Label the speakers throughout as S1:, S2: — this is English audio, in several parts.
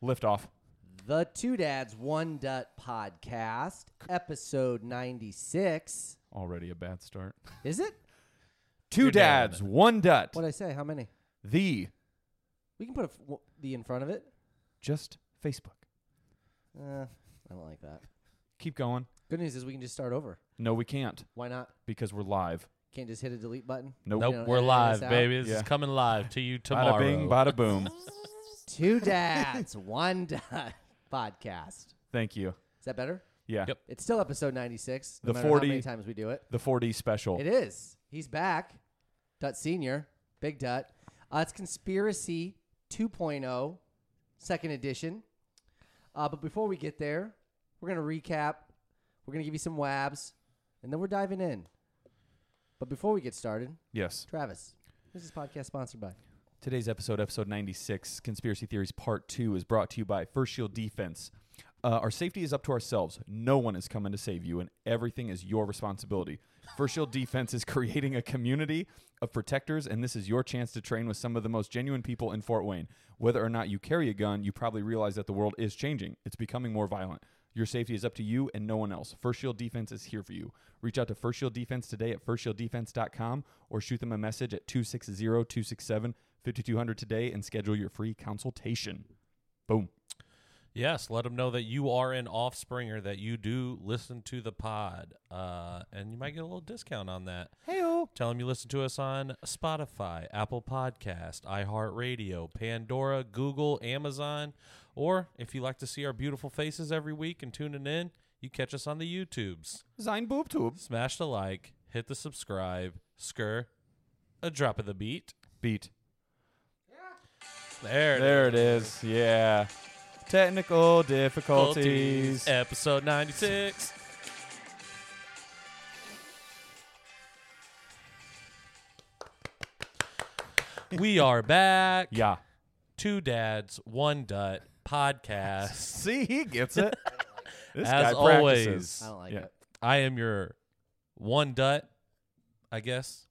S1: Lift off.
S2: The Two Dads One Dut Podcast, episode 96.
S1: Already a bad start.
S2: Is it?
S1: Two
S3: You're down.
S1: dads, one dut.
S2: What'd I say? How many?
S1: The
S2: We can put a f- w- the in front of it.
S1: just Facebook.
S2: Uh, I don't like that.
S1: Keep going.
S2: Good news is we can just start over.
S1: No, we can't
S2: Why not?
S1: because we're live.
S2: Can't just hit a delete button.
S1: Nope.
S2: You know,
S3: Nope, we're
S2: edit
S3: live,
S2: this out.
S3: baby. This
S1: Yeah.
S3: is coming live to you tomorrow.
S1: Bada bing, bada boom.
S2: Two Dads One Dut Podcast.
S1: Thank you.
S2: Is that better?
S1: Yeah.
S3: Yep.
S2: It's still episode 96. No
S1: The
S2: matter how
S1: 40
S2: many times we do it.
S1: The 4D special.
S2: It is. He's back. Dut Senior, Big Dut. Uh, it's Conspiracy 2.0, second edition. Uh, but before we get there, we're gonna recap. We're gonna give you some wabs, and then we're diving in. But before we get started,
S1: Yes.
S2: Travis, this is podcast sponsored by.
S1: Today's episode, episode 96, Conspiracy Theories Part 2, is brought to you by First Shield Defense. Uh, our safety is up to ourselves. No one is coming to save you, and everything is your responsibility. First Shield Defense is creating a community of protectors, and this is your chance to train with some of the most genuine people in Fort Wayne. Whether or not you carry a gun, you probably realize that the world is changing, it's becoming more violent. Your safety is up to you and no one else. First Shield Defense is here for you. Reach out to First Shield Defense today at firstshielddefense.com or shoot them a message at 260 267 5200 today and schedule your free consultation. Boom.
S3: Yes, let them know that you are an offspringer, that you do listen to the pod, uh, and you might get a little discount on that.
S1: Hey,
S3: Tell them you listen to us on Spotify, Apple Podcast, iHeartRadio, Pandora, Google, Amazon, or if you like to see our beautiful faces every week and tuning in, you catch us on the YouTubes.
S1: Sein Boob Tube.
S3: Smash the like, hit the subscribe, skr, a drop of the beat.
S1: Beat.
S3: There, it is.
S1: There it is. Yeah. Technical difficulties.
S3: Episode 96. we are back.
S1: Yeah.
S3: Two dads, one dut podcast.
S1: See, he gets it. this guy
S3: As always.
S1: practices.
S2: I don't like
S1: yeah.
S2: it.
S3: I am your one dut, I guess,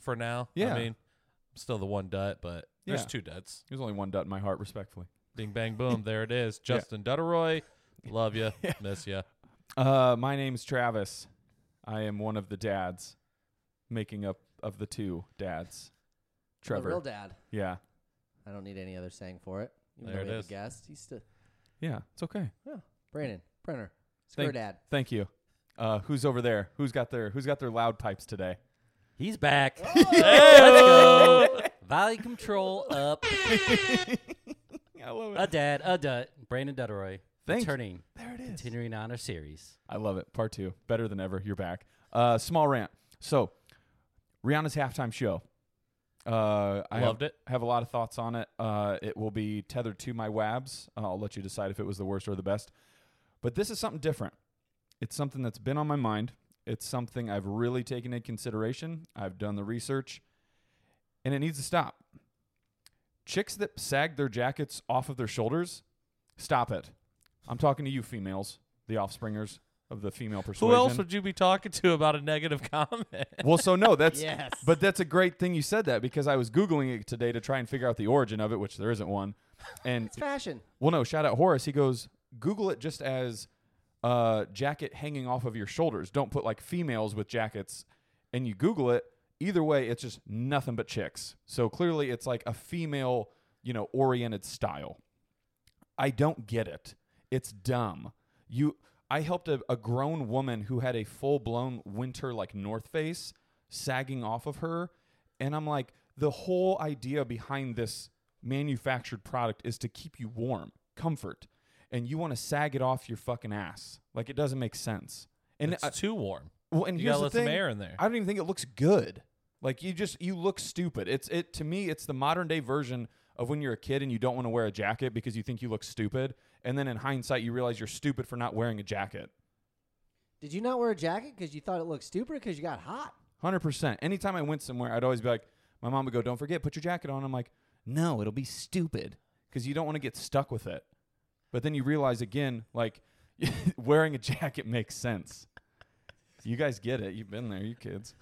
S3: for now.
S1: Yeah.
S3: I mean, I'm still the one dut, but there's
S1: Yeah.
S3: two duts.
S1: There's only one dot in my heart, respectfully.
S3: Ding, bang, boom. there it is. Justin Dutteroy. Love you. Miss you.
S1: Uh, my name's Travis. I am one of the dads, making up of the two dads.
S2: The Oh, real
S1: Trevor.
S2: dad.
S1: Yeah.
S2: I don't need any other saying for it. Even
S3: There
S2: though we
S3: it
S2: have a
S3: is.
S2: guest. He's still
S1: Yeah. It's okay.
S2: Brandon Brenner. Square
S1: Thank-
S2: Dad.
S1: Thank you. Uh, who's over there? Who's got their Who's got their loud pipes today?
S4: He's back.
S3: Oh.
S4: Let's go. Volume control up.
S1: I love
S4: A dad, a dud. Brandon Dutteroy.
S1: Thanks.
S4: Returning.
S1: There it is.
S4: Continuing on our series.
S1: I love it. Part two, better than ever. You're back. Uh, small rant. So, Rihanna's halftime show. Uh, I have,
S3: Loved it.
S1: Have a lot of thoughts on it. Uh, it will be tethered to my wabs. Uh, I'll let you decide if it was the worst or the best. But this is something different. It's something that's been on my mind. It's something I've really taken into consideration. I've done the research, and it needs to stop. Chicks that sag their jackets off of their shoulders, stop it. I'm talking to you, females, the offspringers of the female persuasion.
S3: Who else would you be talking to about a negative comment?
S1: well, so no, that's
S4: Yes.
S1: but that's a great thing you said that because I was googling it today to try and figure out the origin of it, which there isn't one. And
S2: It's fashion.
S1: well, no, shout out Horace. He goes, Google it just as uh, jacket hanging off of your shoulders. Don't put like females with jackets and you Google it. Either way, it's just nothing but chicks. So clearly it's like a female, you know, oriented style. I don't get it. It's dumb. You I helped a, a grown woman who had a full blown winter like North Face sagging off of her. And I'm like, the whole idea behind this manufactured product is to keep you warm, comfort. And you want to sag it off your fucking ass. Like it doesn't make sense. And
S3: it's
S1: I-
S3: too warm.
S1: well, and
S3: You
S1: here's
S3: gotta
S1: the
S3: let
S1: thing,
S3: some air in there.
S1: I don't even think it looks good. Like you just you look stupid. It's it to me. It's the modern day version of when you're a kid and you don't want to wear a jacket because you think you look stupid, and then in hindsight you realize you're stupid for not wearing a jacket.
S2: Did you not wear a jacket because you thought it looked stupid because you got hot?
S1: Hundred percent. Anytime I went somewhere, I'd always be like, my mom would go, "Don't forget, put your jacket on." I'm like, no, it'll be stupid because you don't want to get stuck with it. But then you realize again, like wearing a jacket makes sense. You guys get it. You've been there, you kids.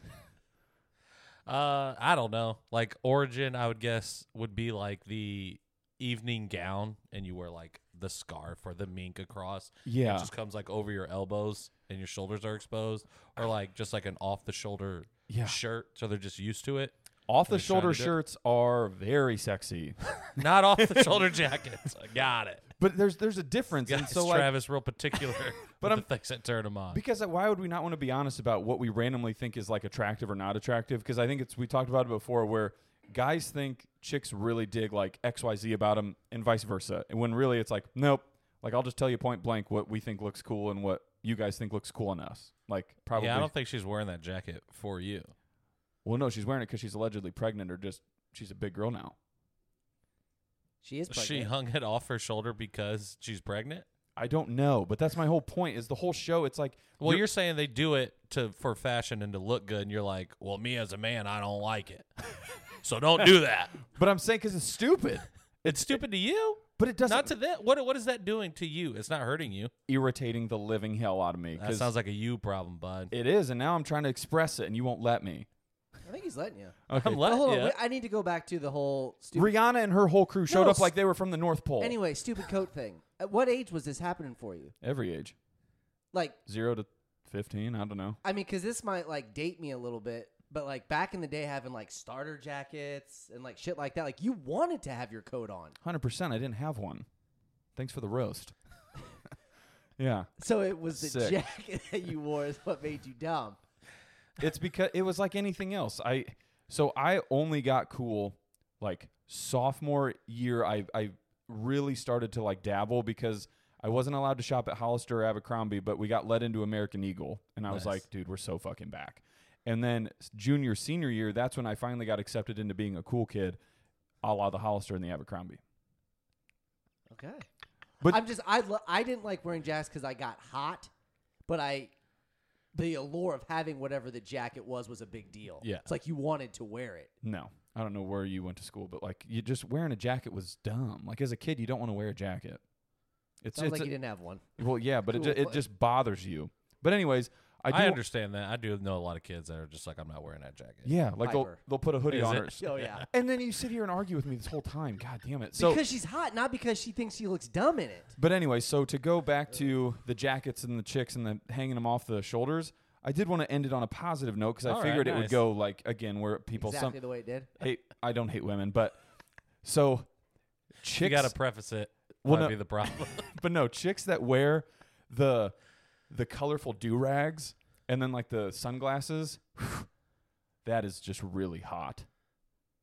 S3: Uh, I don't know. Like origin, I would guess would be like the evening gown and you wear like the scarf or the mink across.
S1: Yeah.
S3: It just comes like over your elbows and your shoulders are exposed or like just like an off the shoulder
S1: Yeah.
S3: shirt. So they're just used to it.
S1: Off the shoulder
S3: trying to do-
S1: shirts are very sexy,
S3: Not off the shoulder jackets. I got it.
S1: but there's there's a difference.
S3: Guys,
S1: and so like,
S3: Travis real particular.
S1: But
S3: but I'm
S1: I'm-
S3: the things that turn him on.
S1: because like, why would we not want to be honest about what we randomly think is like attractive or not attractive? Because I think it's we talked about it before where guys think chicks really dig like X Y Z about them and vice versa, and when really it's like nope. Like I'll just tell you point blank what we think looks cool and what you guys think looks cool on us. Like probably.
S3: Yeah, I don't think she's wearing that jacket for you.
S1: well, no, she's wearing it because she's allegedly pregnant or just she's a big girl now.
S2: She is pregnant.
S3: She hung it off her shoulder because she's pregnant.
S1: I don't know, but that's my whole point. Is the whole show? It's like
S3: Well, you're, saying they do it to for fashion and to look good, and you're like, well, me as a man, I don't like it, so don't do that.
S1: But I'm saying because it's stupid.
S3: It's stupid to you,
S1: But it doesn't.
S3: not to them. What what is that doing to you? It's not hurting you.
S1: irritating the living hell out of me.
S3: That
S1: 'cause
S3: sounds like a you problem, bud.
S1: it is, and now I'm trying to express it, and you won't let me.
S2: I think he's letting you.
S1: Okay.
S3: I'm letting
S2: hold on,
S3: ya.
S2: wait, I need to go back to the whole stupid.
S1: Rihanna and her whole crew showed
S2: No,
S1: up like they were from the North Pole.
S2: anyway, stupid coat thing. At what age was this happening for you?
S1: Every age,
S2: Like,
S1: zero to fifteen. I don't know.
S2: I mean, because this might like date me a little bit, but like back in the day, having like starter jackets and like shit like that, like you wanted to have your coat on.
S1: Hundred percent. I didn't have one. Thanks for the roast. yeah,
S2: So it was the
S1: Sick.
S2: jacket that you wore is what made you dumb.
S1: it's because it was like anything else. I so I only got cool like sophomore year. I I really started to like dabble because I wasn't allowed to shop at Hollister or Abercrombie, but we got let into American Eagle, and I was
S3: Nice.
S1: like, dude, we're so fucking back. And then s- junior senior year, that's when I finally got accepted into being a cool kid, a la the Hollister and the Abercrombie.
S2: Okay.
S1: But-
S2: But I'm just I lo- I didn't like wearing jackets because I got hot, but I the allure of having whatever the jacket was was a big deal.
S3: Yeah.
S2: it's like you wanted to wear it.
S1: No, I don't know where you went to school, but like you just wearing a jacket was dumb. Like as a kid, you don't want to wear a jacket. It's,
S2: Sounds
S1: it's
S2: like
S1: a-
S2: you didn't have one.
S1: Well, yeah, but it, ju-
S2: Cool.
S1: it just bothers you. But anyways, I do.
S3: I, understand that. I do know a lot of kids that are just like, I'm not wearing that jacket.
S1: Yeah, like they'll,
S2: Piper.
S1: they'll put a hoodie
S3: Is
S1: on
S3: it?
S1: her.
S2: Oh yeah,
S1: And then you sit here and argue with me this whole time. God damn it. So,
S2: because she's hot, not because she thinks she looks dumb in it.
S1: but anyway, so to go back to the jackets and the chicks and the hanging them off the shoulders, I did want to end it on a positive note because I
S3: All right,
S1: figured it would
S3: nice.
S1: go like again where people
S2: exactly
S1: some
S2: the way it did.
S1: hate. I don't hate women, but so
S3: you
S1: chicks.
S3: got to preface it.
S1: Well,
S3: Might
S1: no-
S3: be the problem.
S1: but no, chicks that wear the the colorful do rags and then like the sunglasses, that is just really hot.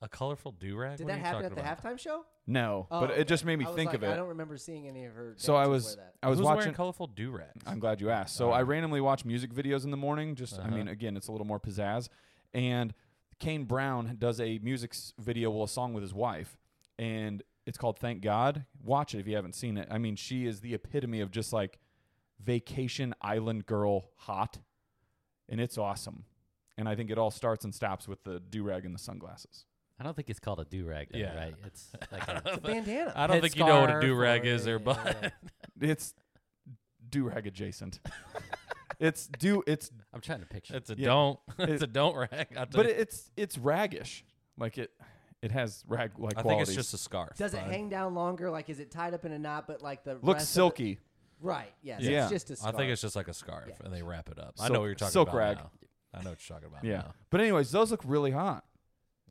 S3: a colorful do rag.
S2: Did
S3: what
S2: that
S3: are you
S2: happen
S3: talking
S2: at the
S3: about?
S2: halftime show?
S1: No, but
S2: okay.
S1: it just made me
S2: Oh, I was
S1: think
S2: like,
S1: of it.
S2: I don't remember seeing any of her.
S1: so I
S2: dancers
S1: was
S2: wear that.
S1: I was
S3: Who's
S1: watching.
S3: wearing colorful do rags.
S1: I'm glad you asked. So I randomly watch music videos in the morning. Just I
S3: Uh-huh.
S1: mean, again, it's a little more pizzazz. And Kane Brown does a music s- video, well, a song with his wife, and it's called "Thank God." Watch it if you haven't seen it. I mean, she is the epitome of just like vacation island girl hot, and it's awesome. And I think it all starts and stops with the do rag and the sunglasses.
S4: I don't think it's called a do rag.
S3: Yeah.
S4: Yeah, right. It's like a,
S2: It's a bandana.
S3: I don't think you know what a
S4: headscarf
S3: do rag
S4: or
S3: is there,
S4: a-
S3: but
S1: It's do rag adjacent. it's do it's
S4: I'm trying to picture.
S3: it's a
S1: Yeah.
S3: don't.
S1: It-
S3: It's a don't rag. I'll tell
S1: but
S3: you.
S1: it, it's it's raggish. Like it it has rag like
S3: I
S1: qualities.
S3: think it's just a scarf.
S2: Does it
S3: bud.
S2: hang down longer? Like, is it tied up in a knot? But like the
S1: looks
S2: rest of the-
S1: silky.
S2: right. Yes.
S1: Yeah.
S2: It's just a
S3: I
S2: scarf.
S3: think it's just like a scarf,
S2: Yeah.
S3: and they wrap it up. I
S1: Silk-
S3: know what you're talking
S1: silk
S3: about.
S1: rag.
S3: now. I know what you're talking about.
S1: yeah. But anyways, those look really hot.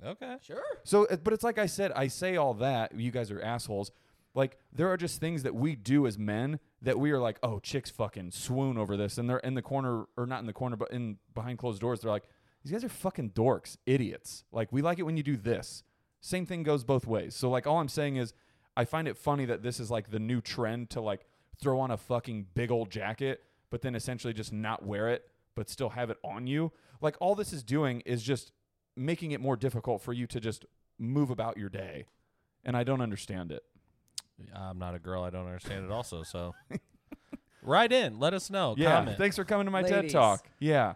S3: now. Okay.
S2: sure.
S1: So it- but it's like I said, I say all that, you guys are assholes. Like there are just things that we do as men that we are like, "Oh, chicks fucking swoon over this." And they're in the corner or not in the corner, but in behind closed doors, they're like, "These guys are fucking dorks, idiots." Like we like it when you do this. Same thing goes both ways. So like all I'm saying is I find it funny that this is like the new trend to like throw on a fucking big old jacket, but then essentially just not wear it, but still have it on you. Like all this is doing is just making it more difficult for you to just move about your day. And I don't understand it.
S3: I'm not a girl. I don't understand it. Also, so write in. Let us know.
S1: yeah.
S3: Comment.
S1: Thanks for coming to my TED
S2: Ladies.
S1: Talk. Yeah.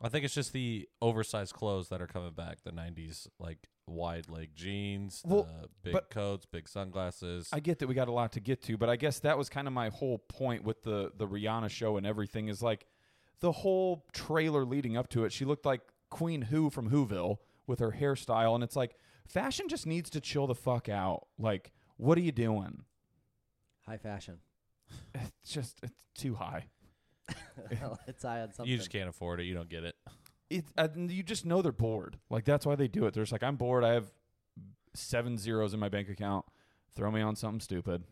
S3: I think it's just the oversized clothes that are coming back. The '90s, like wide leg jeans,
S1: Well,
S3: the big
S1: but-
S3: coats, big sunglasses.
S1: I get that we got a lot to get to, but I guess that was kind of my whole point with the the Rihanna show and everything is like the whole trailer leading up to it. She looked like Queen Who from Whoville with her hairstyle and it's like fashion just needs to chill the fuck out. Like What are you doing?
S2: High fashion.
S1: It's just it's too high.
S2: Let's eye on something.
S3: You just can't afford it. You don't get it.
S1: It, uh, you just know they're bored. Like that's why they do it. They're just like, I'm bored. I have seven zeros in my bank account. Throw me on something stupid.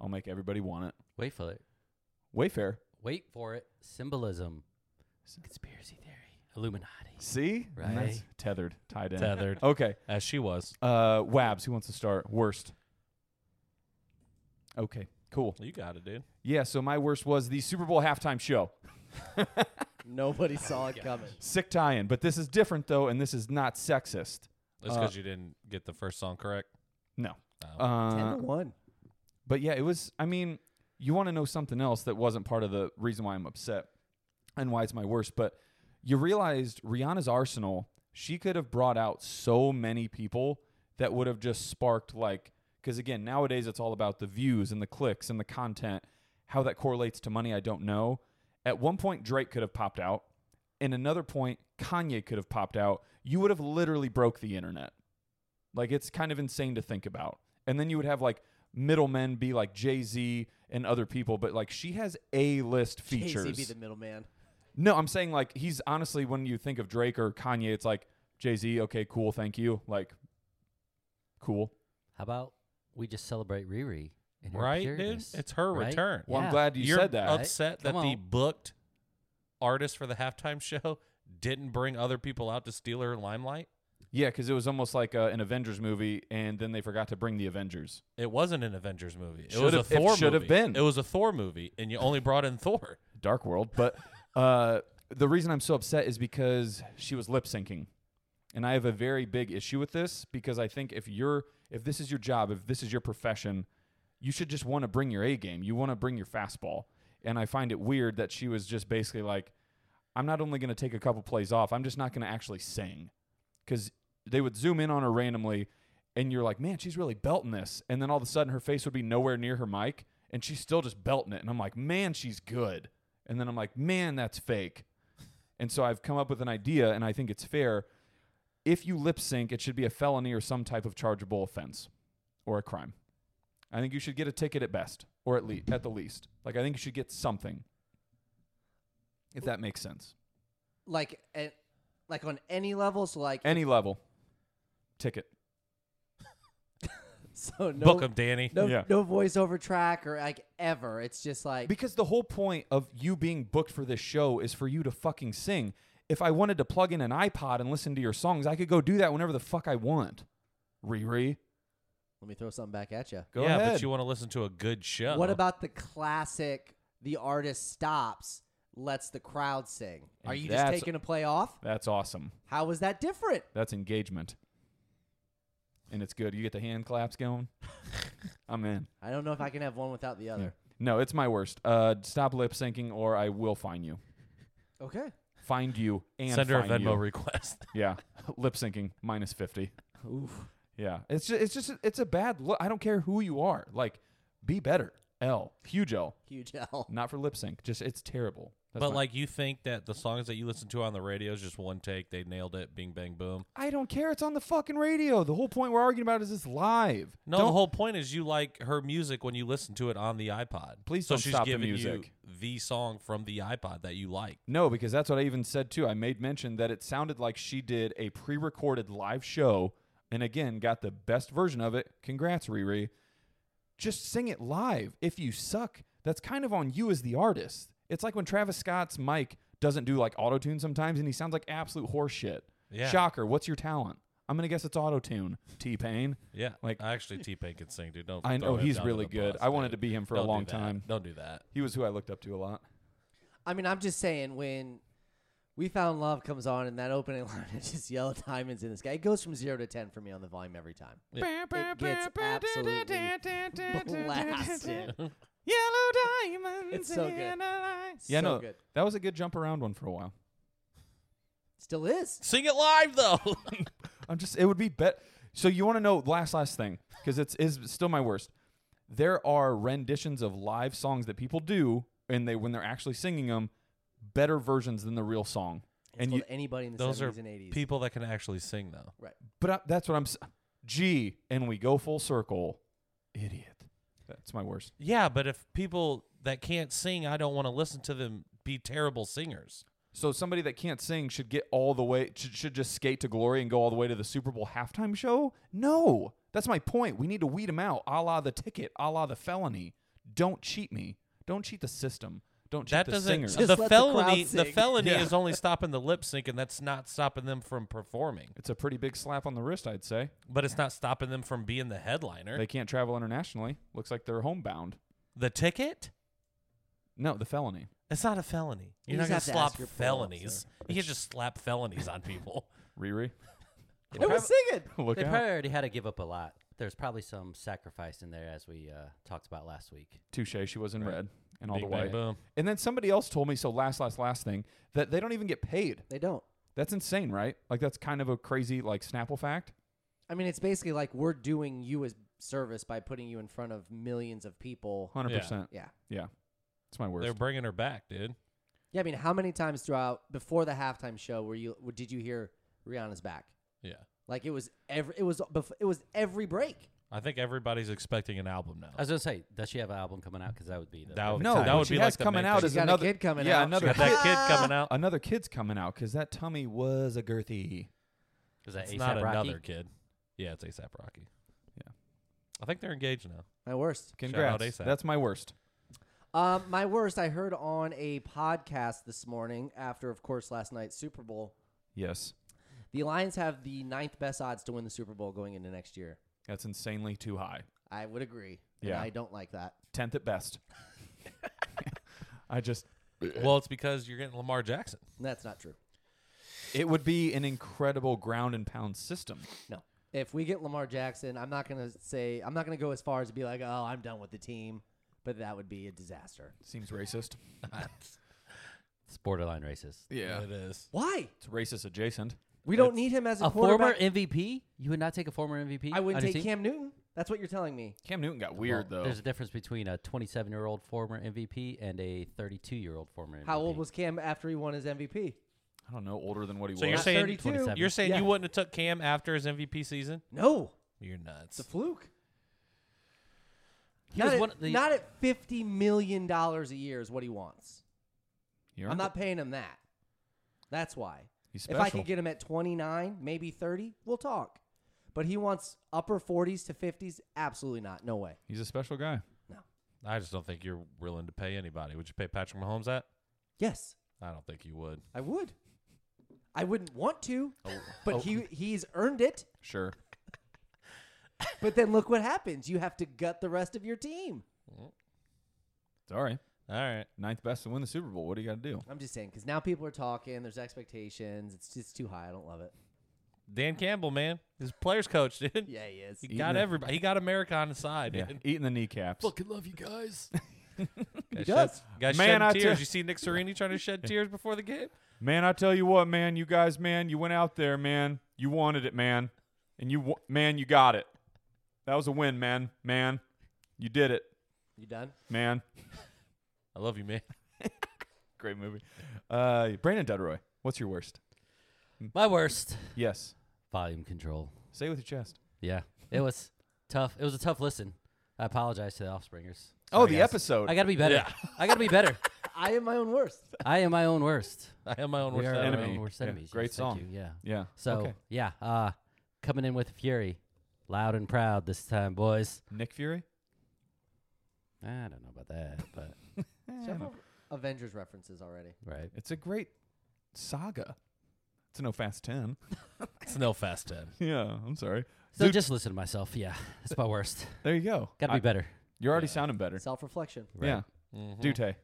S1: I'll make everybody want it.
S4: Wait for it.
S1: Wayfair.
S4: Wait for it. Symbolism. Conspiracy theory. Illuminati.
S1: See, And that's
S4: Right.
S1: Tethered, tied in.
S3: Tethered,
S1: Okay.
S3: as she was.
S1: Uh, Wabs. Who wants to start? Worst. Okay. Cool.
S3: You got it, dude.
S1: Yeah. So my worst was the Super Bowl halftime show.
S2: Nobody
S1: Oh
S2: saw it coming.
S1: Sick tie-in, but this is different though, and this is not sexist.
S3: That's
S1: Uh,
S3: because you didn't get the first song correct.
S1: No.
S3: Oh.
S2: Ten
S1: Uh,
S2: to one.
S1: But yeah, it was. I mean, you want to know something else that wasn't part of the reason why I'm upset and why it's my worst. But you realized Rihanna's arsenal. She could have brought out so many people that would have just sparked like. Because again, nowadays it's all about the views and the clicks and the content. How that correlates to money, I don't know. At one point, Drake could have popped out. In another point, Kanye could have popped out. You would have literally broke the internet. Like it's kind of insane to think about. And then you would have like middlemen be like Jay Z and other people, but like she has A list features.
S2: Casey be the middleman.
S1: No, I'm saying like he's honestly when you think of Drake or Kanye, it's like Jay Z. Okay, cool, thank you. Like, cool.
S4: How about we just celebrate Riri? in her
S3: Right, dude?
S4: pureness,
S3: It's her
S4: right?
S3: return.
S1: Well, I'm
S4: Yeah.
S1: glad you
S3: You're
S1: said that.
S4: up-
S3: upset
S4: Right?
S3: that
S4: Come
S3: the
S4: on.
S3: booked artist for the halftime show didn't bring other people out to steal her limelight.
S1: yeah, because it was almost like uh, an Avengers movie, and then they forgot to bring the Avengers.
S3: It wasn't an Avengers movie. It was
S1: Should've-
S3: a
S1: it
S3: Thor
S1: should've
S3: movie.
S1: been.
S3: It was a Thor movie, and you only brought in Thor.
S1: Dark World. But uh, the reason I'm so upset is because she was lip syncing, and I have a very big issue with this because I think if you're if this is your job, if this is your profession, you should just want to bring your A game. You want to bring your fastball, and I find it weird that she was just basically like, "I'm not only going to take a couple plays off, I'm just not going to actually sing," because they would zoom in on her randomly. And you're like, man, she's really belting this. And then all of a sudden, her face would be nowhere near her mic, and she's still just belting it. And I'm like, man, she's good. And then I'm like, man, that's fake. And so I've come up with an idea, and I think it's fair. If you lip sync, it should be a felony or some type of chargeable offense or a crime. I think you should get a ticket at best, or at least at the least. Like I think you should get something. If that makes sense.
S2: Like, eh, like on any level. So like,
S1: Any level. Ticket.
S2: so no,
S3: Book 'em, Danny.
S2: no,
S1: Yeah.
S2: no voiceover track or like ever. It's just like
S1: Because the whole point of you being booked for this show is for you to fucking sing. If I wanted to plug in an iPod and listen to your songs, I could go do that whenever the fuck I want. Riri.
S2: Let me throw something back at you.
S1: Go
S3: yeah,
S1: ahead.
S3: but you want to listen to a good show.
S2: What about the classic? The artist stops, lets the crowd sing.
S1: And
S2: Are you just
S1: that's-
S2: taking a play off?
S1: That's awesome.
S2: How was that different?
S1: That's engagement. And it's good. You get the hand claps going. I'm in.
S2: I don't know if I can have one without the other.
S1: No, it's my worst. Uh, stop lip syncing, or I will find you.
S2: Okay.
S1: Find you and
S3: send her a
S1: find
S3: Venmo
S1: You.
S3: request?
S1: Yeah, lip syncing minus fifty.
S2: Oof.
S1: Yeah, it's just, it's just it's a bad look. I don't care who you are. Like, be better. L huge L.
S2: Huge L.
S1: Not for lip sync. Just it's terrible. That's
S3: but
S1: my-
S3: like, you think that the songs that you listen to on the radio is just one take? They nailed it. Bing, bang, boom.
S1: I don't care. It's on the fucking radio. The whole point we're arguing about is it's live.
S3: No,
S1: Don't-
S3: the whole point is you like her music when you listen to it on the iPod.
S1: Please
S3: so
S1: don't
S3: she's
S1: stop the
S3: giving
S1: music.
S3: you the song from the iPod that you like.
S1: No, because that's what I even said too. I made mention that it sounded like she did a pre recorded live show and again got the best version of it. Congrats, Riri. Just sing it live. If you suck, that's kind of on you as the artist. It's like when Travis Scott's mic doesn't do like auto tune sometimes and he sounds like absolute horseshit.
S3: Yeah.
S1: Shocker. What's your talent? I'm going to guess it's auto tune. T Pain.
S3: Yeah,
S1: Like-
S3: like I actually T Pain can sing, dude. Don't.
S1: I
S3: throw
S1: know
S3: him
S1: he's
S3: down to
S1: really
S3: the
S1: good.
S3: bus,
S1: I wanted
S3: dude.
S1: to be him for
S3: Don't
S1: a
S3: do
S1: long
S3: that.
S1: time.
S3: Don't do that.
S1: He was who I looked up to a lot.
S2: I mean, I'm just saying when we found love comes on and that opening line is just yellow diamonds in the sky. It goes from zero to ten for me on the volume every time. It gets absolutely blasted.
S1: Yellow diamonds.
S2: It's so good. in
S1: Yeah,
S2: so
S1: no,
S2: good.
S1: that was a good jump around one for a while.
S2: Still is.
S3: Sing it live though.
S1: I'm just, it would be bet. So you want to know last last thing because it's is still my worst. There are renditions of live songs that people do, and they when they're actually singing them, better versions than the real song.
S2: It's
S1: and
S2: called
S1: you,
S2: anybody in the
S3: Those are
S2: 70s and 80s.
S3: people that can actually sing though.
S1: but I, that's what I'm. s- Gee, and we go full circle. idiot. That's my worst.
S3: Yeah, but if people that can't sing, I don't want to listen to them be terrible singers.
S1: So somebody that can't sing should get all the way should, should just skate to glory and go all the way to the Super Bowl halftime show? No. That's my point. We need to weed them out, a la the ticket, a la the felony. Don't cheat me. Don't cheat the system. Don't cheat
S3: That
S1: the
S3: doesn't.
S1: singers.
S2: Just
S3: The
S2: let the
S3: felony,
S2: crowd
S3: the,
S2: sing.
S3: felony
S1: Yeah.
S3: is only stopping the lip sync, and that's not stopping them from performing.
S1: It's a pretty big slap on the wrist, I'd say.
S3: But it's not stopping them from being the headliner.
S1: They can't travel internationally. Looks like they're homebound.
S3: the ticket.
S1: No, the felony.
S3: It's not a felony.
S2: You
S3: You're not
S2: just
S3: gonna
S2: have to ask
S3: slap
S2: your parole
S3: felonies. You can't just slap felonies on people.
S1: Riri.
S2: I was singing.
S1: Look
S4: they
S1: out.
S4: probably already had to give up a lot. There's probably some sacrifice in there, as we uh, talked about last week.
S1: Touche. She was in
S3: Right.
S1: red and all
S3: Big
S1: the
S3: bang
S1: way.
S3: boom.
S1: And then somebody else told me, so last, last, last thing, that they don't even get paid.
S2: They don't.
S1: That's insane, right? Like that's kind of a crazy like Snapple fact.
S2: I mean, it's basically like we're doing you a service by putting you in front of millions of people.
S1: Hundred percent.
S2: Yeah.
S1: Yeah. It's my worst.
S3: They're bringing her back, dude.
S2: Yeah, I mean, how many times throughout before the halftime show were you were- did you hear Rihanna's back?
S3: Yeah.
S2: Like it was every it was bef- it was every break.
S3: I think everybody's expecting an album now.
S4: I was gonna say, does she have an album coming out? Because that would be the
S3: That would-
S1: no,
S3: That
S1: what
S3: would
S1: she
S3: be
S1: has
S3: like the
S1: coming
S3: main
S1: out
S3: thing.
S1: is
S2: She got a
S1: another
S2: kid coming
S1: yeah,
S2: out.
S1: Another
S3: Got that kid coming out.
S1: Another kid's coming out because that tummy was a girthy.
S4: Is that
S3: It's
S4: A$AP
S3: not
S4: Rocky?
S3: another kid. Yeah, it's ASAP Rocky.
S1: Yeah.
S3: I think they're engaged now.
S2: My worst.
S3: out
S1: Congrats.
S3: ASAP.
S1: That's my worst.
S2: Um, my worst. I heard on a podcast this morning after, of course, last night's Super Bowl.
S1: Yes.
S2: The Lions have the ninth best odds to win the Super Bowl going into next year.
S1: That's insanely too high.
S2: I would agree. and
S1: Yeah.
S2: I don't like that.
S1: Tenth at best. I just
S3: Well, it's because you're getting Lamar Jackson.
S2: That's not true.
S1: it would be an incredible ground and pound system.
S2: No. If we get Lamar Jackson, I'm not gonna say I'm not gonna go as far as to be like, oh, I'm done with the team, but that would be a disaster.
S1: Seems racist.
S4: It's borderline racist.
S1: Yeah.
S3: It is.
S2: Why?
S1: It's racist adjacent.
S2: We don't need him as a,
S4: A former
S2: quarterback.
S4: MVP? You would not take a former MVP?
S2: I wouldn't
S4: on your
S2: take
S4: team?
S2: Cam Newton. That's what you're telling me.
S1: Cam Newton got weird
S4: Well,
S1: though.
S4: There's a difference between a 27 year old former MVP and a 32 year old former MVP.
S2: How old was Cam after he won his MVP?
S1: I don't know, older than what he
S3: So
S1: was.
S3: you're
S2: Not
S3: saying
S2: 32.
S4: 27.
S3: You're saying
S2: Yeah.
S3: you wouldn't have took Cam after his MVP season?
S2: No,
S3: You're
S2: it's a
S3: nuts.
S2: fluke.
S4: He
S2: not,
S4: was
S2: at,
S4: one of the-
S2: not at fifty million dollars a year is what he wants.
S1: You're
S2: I'm
S1: right.
S2: not paying him that. That's why.
S1: He's
S2: If
S1: special.
S2: I could get him at 29, maybe 30, we'll talk. But he wants upper 40s to 50s. Absolutely not. No way.
S1: He's a special guy.
S3: I just don't think you're willing to pay anybody. Would you pay Patrick Mahomes that?
S2: Yes,
S3: I don't think you would.
S2: I would. I wouldn't want to,
S3: Oh,
S2: but he he's earned it.
S1: Sure.
S2: But then look what happens. You have to gut the rest of your team.
S1: Sorry.
S3: All right.
S1: Ninth best to win the Super Bowl. What do you got to do?
S2: I'm just saying because now people are talking. There's expectations. It's just too high. I don't love it.
S3: Dan Campbell, man. He's a players coach, dude.
S2: Yeah, he is.
S3: He
S1: Eating
S3: got
S1: the-
S3: everybody. He got America on his side,
S1: Yeah.
S3: dude.
S1: Eating the kneecaps.
S3: Fucking love you guys.
S2: He does.
S3: Guys
S1: Man,
S3: shedding
S1: I tell-
S3: tears. you see Nick Serini trying to shed tears before the game?
S1: Man, I tell you what, man, you guys, man, you went out there, man. You wanted it, man. And you, wa- man, you got it. That was a win, man. Man, you did it,
S2: You done?
S1: man.
S3: I love you, man.
S1: Great movie. Uh, Brandon Dudroy, what's your worst?
S4: My worst.
S1: Yes.
S4: Volume control.
S1: Say it with your chest.
S4: Yeah. It was tough. It was a tough listen. I apologize to the offspringers.
S1: Oh,
S4: Sorry,
S1: the
S4: guys.
S1: episode.
S4: I got to be better.
S3: Yeah.
S4: I got to be better.
S2: I am my own worst.
S4: I am my own worst.
S3: I am my own
S4: We
S3: worst
S4: are our
S1: enemy.
S3: enemy.
S4: own worst
S1: Yeah,
S4: enemies.
S1: great
S4: Yes, thank
S1: song.
S4: you. Yeah.
S1: yeah.
S4: So,
S1: okay.
S4: yeah. Uh, coming in with fury. Loud and proud this time, boys.
S1: Nick Fury.
S4: I don't know about that, but
S2: Several Avengers references already.
S4: right.
S1: It's a great saga. It's no fast ten.
S3: It's no fast 10.
S1: yeah, I'm sorry.
S4: So
S1: Dude.
S4: just listen to myself. Yeah, that's my worst.
S1: There you go.
S4: Got to be
S1: I-
S4: better.
S1: You're already
S3: Yeah.
S1: sounding better.
S2: Self reflection.
S1: Yeah.
S3: Mhm.
S1: Dute,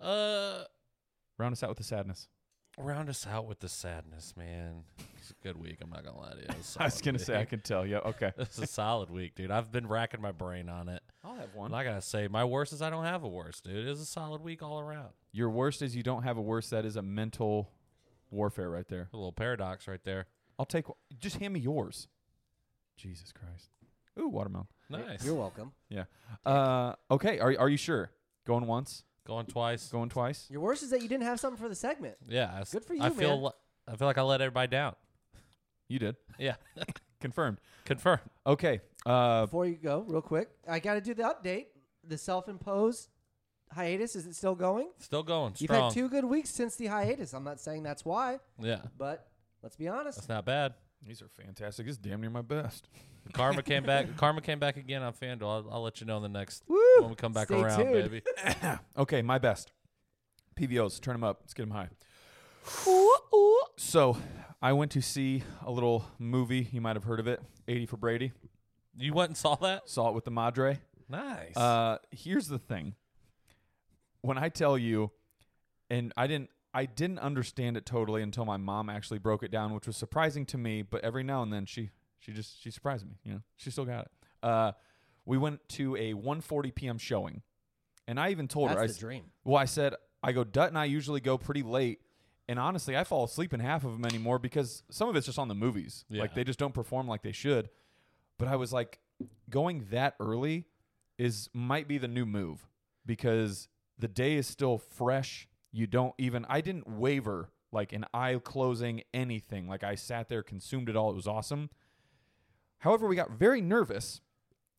S3: Uh,
S1: round us out with the sadness.
S3: round us out with the sadness, man. It's a good week. I'm not gonna lie to you. It a
S1: I was
S3: solid
S1: gonna say I
S3: week.
S1: could tell. Yeah. Okay.
S3: It's a solid week, dude. I've been racking my brain on it.
S1: I'll have
S3: And I gotta say, my worst is I don't have a worst, dude. It is a solid week all around.
S1: Your worst is you don't have a worst. That is a mental warfare right there.
S3: A little paradox right there.
S1: I'll take. Just hand me yours. Jesus Christ. Ooh, watermelon.
S3: Nice.
S2: You're welcome.
S1: Yeah. Uh. Okay. Are Are you sure? Going once.
S3: Going twice.
S1: Going twice.
S2: Your worst is that you didn't have something for the segment.
S3: Yeah. I, s-
S2: Good for
S3: I
S2: you,
S3: feel.
S2: man.
S3: li- I feel like I let everybody down.
S1: You did.
S3: Yeah.
S1: Confirmed.
S3: Confirm.
S1: Okay. Uh,
S2: Before you go, real quick, I got to do the update. The self-imposed hiatus is it still going?
S3: Still going
S2: You've
S3: strong.
S2: had two good weeks since the hiatus. I'm not saying that's why,
S3: Yeah,
S2: but let's be honest.
S3: that's not bad.
S1: these are fantastic. It's damn near my best.
S3: Karma came back. Karma came back again on Fanduel. I'll, I'll let you know in the next
S2: Woo!
S3: when we come back
S2: Stay
S3: around,
S2: tuned.
S3: baby.
S1: Okay, my best. PVOs, turn them up. Let's get them high. So, I went to see a little movie. You might have heard of it. 80 for Brady.
S3: You went and saw that?
S1: Saw it with the Madre.
S3: Nice.
S1: Uh, here's the thing. When I tell you, and I didn't, I didn't understand it totally until my mom actually broke it down, which was surprising to me. But every now and then, she she just she surprised me. You know, she still got it. Uh, we went to a 1:40 p.m. showing, and I even told
S2: That's
S1: her, I
S2: the
S1: s-
S2: dream.
S1: well, I said, I go, Dutt and I usually go pretty late. And honestly, I fall asleep in half of them anymore because some of it's just on the movies.
S3: Yeah.
S1: Like they just don't perform like they should. But I was like, going that early is might be the new move because the day is still fresh. You don't even, I didn't waver like an eye closing anything. Like I sat there, consumed it all. It was awesome. However, we got very nervous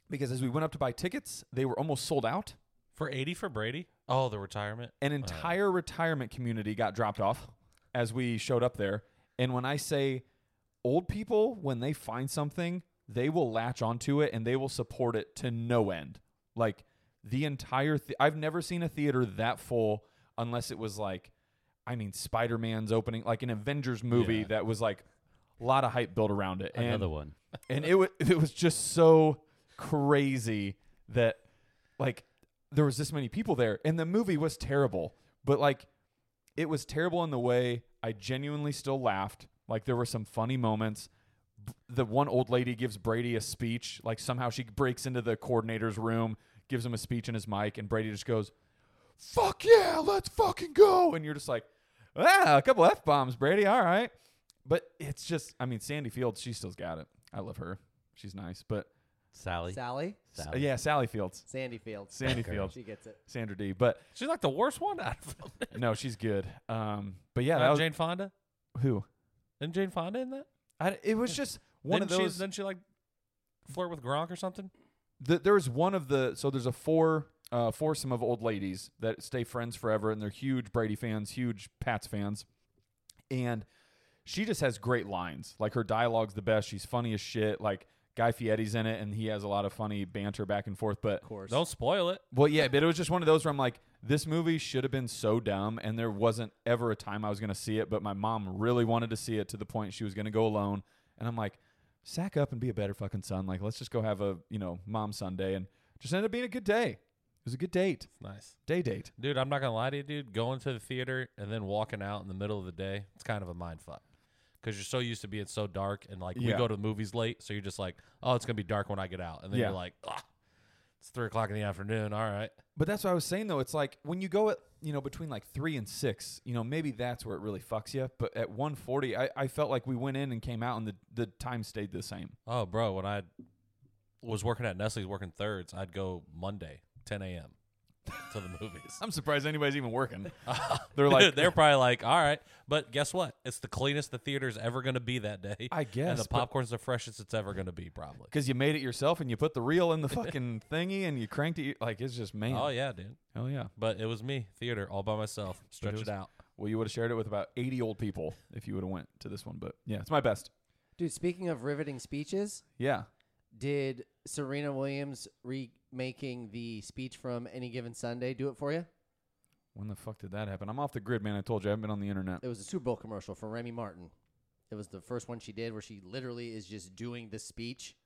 S1: because as we went up to buy tickets, they were almost sold out
S3: for 80 for Brady? Oh, the retirement?
S1: an entire retirement community got dropped off as we showed up there. And when I say old people, when they find something, they will latch onto it and they will support it to no end. Like the entire, th- I've never seen a theater that full unless it was like, I mean, Spider Man's opening, like an Avengers movie
S3: Yeah.
S1: that was like a lot of hype built around it. And
S4: Another one.
S1: and it was it was just so crazy that like there was this many people there and the movie was terrible but like it was terrible in the way i genuinely still laughed like there were some funny moments B- the one old lady gives brady a speech like somehow she breaks into the coordinator's room gives him a speech in his mic and brady just goes fuck yeah let's fucking go and you're just like ah a couple f-bombs brady all right but it's just, I mean, Sandy Fields, she still's got it. I love her. She's nice. But
S4: Sally.
S2: Sally,
S4: Sally.
S1: yeah, Sally Fields,
S2: Sandy Fields.
S1: Sandy
S4: girl.
S1: Fields,
S2: She gets it.
S1: Sandra D. But
S3: She's like the worst one out of them.
S1: no, she's good. Um, but yeah, that
S3: Not
S1: was
S3: Uh, Jane Fonda?
S1: who.
S3: Isn't Jane Fonda in that?
S1: I, it was just one
S3: didn't
S1: of
S3: She,
S1: those.
S3: didn't she like flirt with Gronk or something?
S1: the, there was one of the so there's a four uh, foursome of old ladies that stay friends forever, and they're huge Brady fans, huge Pats fans, and she just has great lines. Like her dialogue's the best. She's funny as shit. Like Guy Fieri's in it, and he has a lot of funny banter back and forth. But
S2: Of course.
S3: Don't spoil it.
S1: Well, yeah, but it was just one of those where I'm like, this movie should have been so dumb, and there wasn't ever a time I was going to see it, but my mom really wanted to see it to the point she was going to go alone, and I'm like, sack up and be a better fucking son. Like, let's just go have a you know mom Sunday, and just ended up being a good day. It was a good date,
S3: Nice.
S1: day date.
S3: Dude, I'm not gonna lie to you, dude. Going to the theater and then walking out in the middle of the day, it's kind of a mind fuck. Because you're so used to being so dark, and like we
S1: Yeah.
S3: go to the movies late, so you're just like, oh, it's gonna be dark when I get out, and then
S1: Yeah.
S3: you're like, ah, it's three o'clock in the afternoon. All right,
S1: But that's what I was saying though. It's like when you go at you know between like three and six, you know maybe that's where it really fucks you. But at 1:40, I, I felt like we went in and came out, and the the time stayed the same.
S3: oh, bro, when I was working at Nestle's working thirds, I'd go Monday 10 a.m. to the movies.
S1: I'm surprised anybody's even working. They're like
S3: they're probably like, all right, but guess what? It's the cleanest the theater's ever gonna be that day.
S1: I
S3: and
S1: guess,
S3: the
S1: but-
S3: popcorn's the freshest it's ever gonna be, probably.
S1: because you made it yourself and you put the reel in the fucking thingy and you cranked it. Like it's just man.
S3: Oh yeah, dude.
S1: Hell yeah.
S3: But it was me, theater, all by myself. Stretch it,
S1: was-
S3: out.
S1: Well, you would have shared it with about eighty old people if you would have went to this one. But yeah, it's my best.
S2: Dude, speaking of riveting speeches,
S1: Yeah.
S2: did Serena Williams remaking the speech from Any Given Sunday do it for you?
S1: When the fuck did that happen? I'm off the grid, man. I told you I haven't been on the internet.
S2: It was a Super Bowl commercial for Remy Martin. It was the first one she did where she literally is just doing the speech.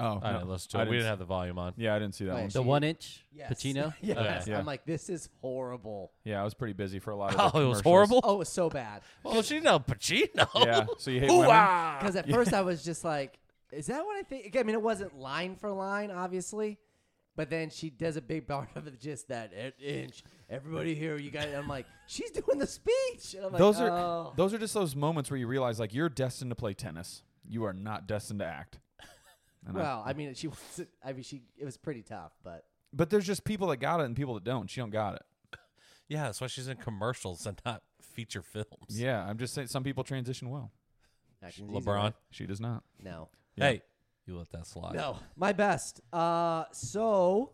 S1: Oh,
S3: I
S1: no.
S3: didn't listen to
S1: I
S3: it. We
S1: didn't
S3: didn't have the volume on.
S1: Yeah, I didn't see that
S2: Wait.
S1: one.
S2: She-
S4: The one inch
S2: Yes.
S4: Pacino.
S2: yes.
S1: Yeah.
S2: I'm like, this is horrible.
S1: Yeah, I was pretty busy for a lot of. the
S3: Oh, it
S1: commercials.
S3: was horrible.
S2: Oh, it was so bad.
S3: Well, she's no Pacino.
S1: Yeah. So you hate women?
S3: Ooh-ah!
S2: Because at first I was just like, is that what I think? Again, I mean, it wasn't line for line, obviously. But then she does a big part of it, just that an inch. Everybody here, you guys. I'm like, she's doing the speech. And I'm like,
S1: Those
S2: "Oh."
S1: are those are just those moments where you realize like you're destined to play tennis. You are not destined to act. And I-
S2: Well, I mean, she was. I mean, she. It was pretty tough, but
S1: but there's just people that got it and people that don't. She don't got it.
S3: yeah, that's why she's in commercials and not feature films.
S1: Yeah, I'm just saying some people transition well.
S2: that was easy.
S3: LeBron.
S1: She does not.
S2: No,
S1: Yeah.
S3: Hey, You let that slide.
S2: No, my best. Uh, so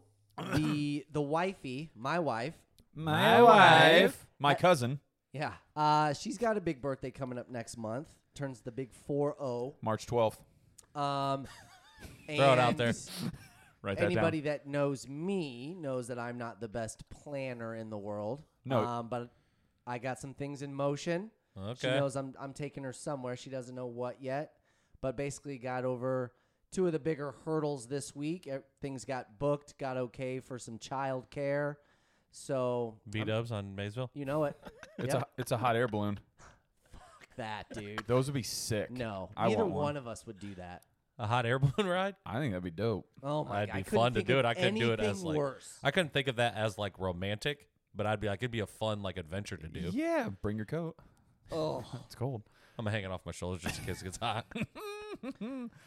S2: the the wifey, my wife,
S1: My
S2: wife.
S1: my cousin,
S2: yeah, uh, she's got a big birthday coming up next month. Turns the big four zero.
S1: March 12th.
S2: Um,
S3: Throw it out there.
S2: and
S1: Write that
S2: Anybody
S1: down.
S2: that knows me knows that I'm not the best planner in the world.
S1: No.
S2: um, but I got some things in motion. She
S3: Okay.
S2: knows I'm I'm taking her somewhere. She doesn't know what yet, but basically got over two of the bigger hurdles this week. Eh, Things got booked, got okay for some child care. So
S3: B Dubs on Maysville.
S2: you know it.
S1: It's
S2: Yep.
S1: a it's a hot air balloon.
S2: that dude.
S1: Those would be sick.
S2: No,
S1: I
S2: neither
S1: want
S2: one.
S1: one.
S2: of us would do that.
S3: A hot air balloon ride.
S1: I think that'd be dope.
S2: Oh my
S3: That'd
S2: god, I
S3: be
S2: couldn't
S3: fun to
S2: think
S3: do
S2: of
S3: it. I couldn't do it
S2: anything
S3: as, like-
S2: worse.
S3: I couldn't think of that as like romantic, but I'd be like, it'd be a fun like adventure to do.
S1: Yeah, bring your coat.
S2: oh
S1: It's cold.
S3: I'm hanging off my shoulders just in case it gets hot.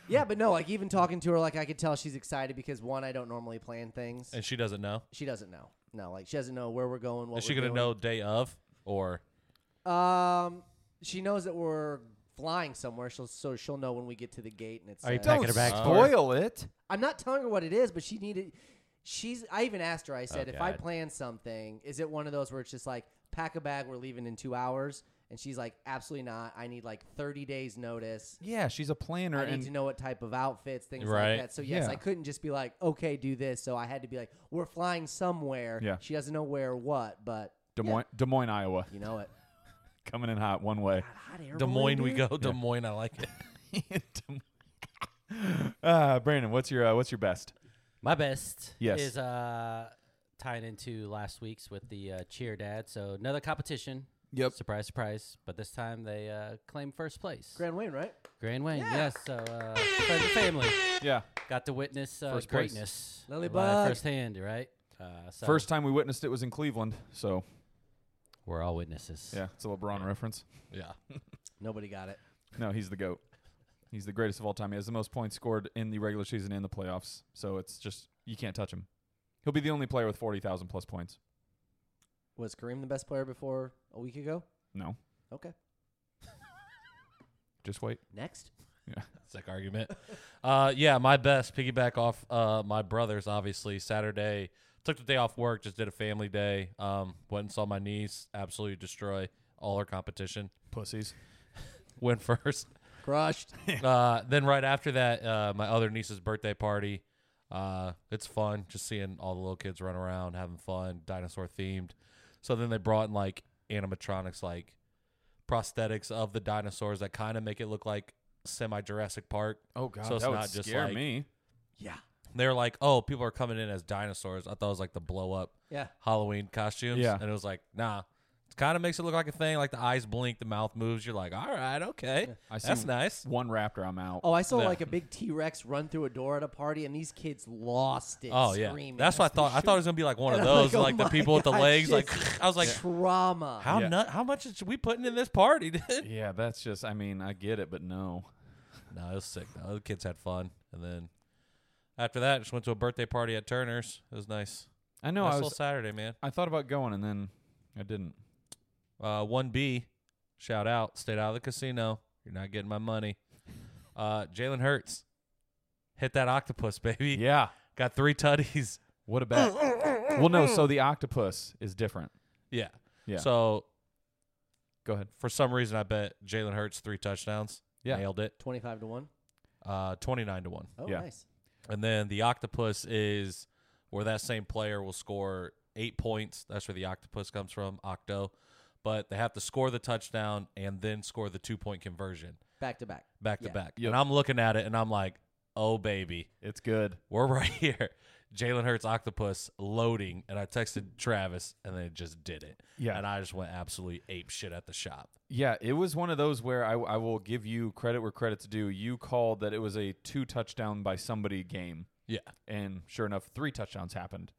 S2: yeah, but no, like even talking to her, like I could tell she's excited because one, I don't normally plan things.
S3: and she doesn't know.
S2: She doesn't know. No, like she doesn't know where we're going. What
S3: Is she
S2: we're
S3: gonna
S2: doing.
S3: know day of or
S2: Um, she knows that we're flying somewhere. She'll so she'll know when we get to the gate and it's.
S4: Are you
S2: uh,
S4: Back in
S1: Don't
S4: her back
S1: spoil it.
S2: I'm not telling her what it is, but she needed. She's. I even asked her. I said,
S3: Oh,
S2: if I
S3: God.
S2: plan something, is it one of those where it's just like pack a bag, we're leaving in two hours? And she's like, absolutely not. I need like 30 days notice.
S1: Yeah, she's a planner,
S2: I need to
S1: and
S2: know what type of outfits, things
S3: Right.
S2: like that. So yes,
S1: Yeah.
S2: I couldn't just be like, okay, do this. So I had to be like, we're flying somewhere.
S1: Yeah.
S2: She doesn't know where, or what, but
S1: Des Moines, Des Moines, Iowa,
S2: you know it.
S1: coming in hot one way.
S2: God, hot air
S3: Des
S2: balloon,
S3: Moines? We
S2: dude.
S3: go Des Moines. I like it.
S1: uh, Brandon, what's your uh, what's your best?
S4: My best
S1: Yes.
S4: is uh, tied into last week's with the uh, cheer dad. So another competition.
S1: Yep.
S4: Surprise, surprise. But this time they uh, claimed first place.
S2: Grand Wayne, right?
S4: Grand Wayne,
S2: Yeah.
S4: yes. So uh, friends and family
S1: Yeah,
S4: got to witness uh,
S1: First place.
S4: greatness
S2: Lily
S4: live
S2: bug.
S4: firsthand, right? Uh, so
S1: first time we witnessed it was in Cleveland, so
S4: we're all witnesses.
S1: yeah, it's a LeBron reference.
S3: Yeah.
S2: Nobody got it.
S1: No, he's the goat. He's the greatest of all time. He has the most points scored in the regular season and the playoffs. So it's just you can't touch him. He'll be the only player with forty thousand plus points.
S2: Was Kareem the best player before a week ago?
S1: No,
S2: Okay.
S1: just wait.
S2: Next.
S3: Sick argument. Uh, yeah, my best piggyback off uh, my brother's. Obviously, Saturday took the day off work, just did a family day. Um, went and saw my niece absolutely destroy all her competition.
S1: Pussies.
S3: Win first.
S2: Crushed.
S3: uh, then right after that, uh, my other niece's birthday party. Uh, it's fun just seeing all the little kids run around having fun, dinosaur themed. So then they brought in like animatronics, like prosthetics of the dinosaurs that kind of make it look like semi Jurassic Park.
S1: Oh god,
S3: So it's
S1: that would
S3: not just
S1: scare
S3: like-
S1: me.
S2: yeah.
S3: They're like, oh, people are coming in as dinosaurs. I thought it was like the blow up
S2: Yeah.
S3: Halloween costumes.
S1: Yeah.
S3: And it was like, nah. It kind of makes it look like a thing. Like the eyes blink, the mouth moves. You're like, all right, okay.
S1: I see
S3: That's nice.
S1: one raptor. I'm out.
S2: Oh, I saw
S3: Yeah.
S2: like a big T Rex run through a door at a party, and these kids lost it.
S3: Oh yeah,
S2: screaming.
S3: that's what I thought. I thought it was gonna be like one of
S2: And I'm like,
S3: those,
S2: "Oh
S3: like,
S2: my
S3: the people with the
S2: gosh,
S3: legs. Like
S2: yes.
S3: I was like,
S2: trauma.
S3: how
S1: Yeah.
S3: nut? How much is we putting in this party? Dude?
S1: Yeah, that's just. I mean, I get it, but no.
S3: no, it was sick. Though. The kids had fun, and then after that, just went to a birthday party at Turner's. It was nice.
S1: I know.
S3: nice
S1: I
S3: little
S1: was.
S3: Saturday, man.
S1: I thought about going, and then I didn't.
S3: Uh, one B, shout out. Stayed out of the casino. You're not getting my money. Uh, Jalen Hurts hit that octopus, baby.
S1: Yeah.
S3: Got three tutties.
S1: What a bet. well, no. So the octopus is different.
S3: Yeah.
S1: Yeah.
S3: So
S1: Go ahead.
S3: for some reason, I bet Jalen Hurts three touchdowns.
S1: Yeah.
S3: Nailed it.
S2: Twenty-five to one.
S3: Uh, twenty nine to one.
S2: Oh,
S1: Yeah.
S2: nice.
S3: And then the octopus is where that same player will score eight points. That's where the octopus comes from, octo. But they have to score the touchdown and then score the two point conversion
S2: Back to back.
S3: back to
S2: Yeah.
S3: back.
S1: Yep.
S3: And I'm looking at it and I'm like, oh, baby,
S1: It's good.
S3: we're right here. Jalen Hurts octopus loading. And I texted Travis and then it just did it.
S1: Yeah.
S3: And I just went absolutely ape shit at the shop.
S1: Yeah, it was one of those where I, I will give you credit where credit's due. You called that it was a two touchdown by somebody game,
S3: Yeah.
S1: and sure enough, three touchdowns happened.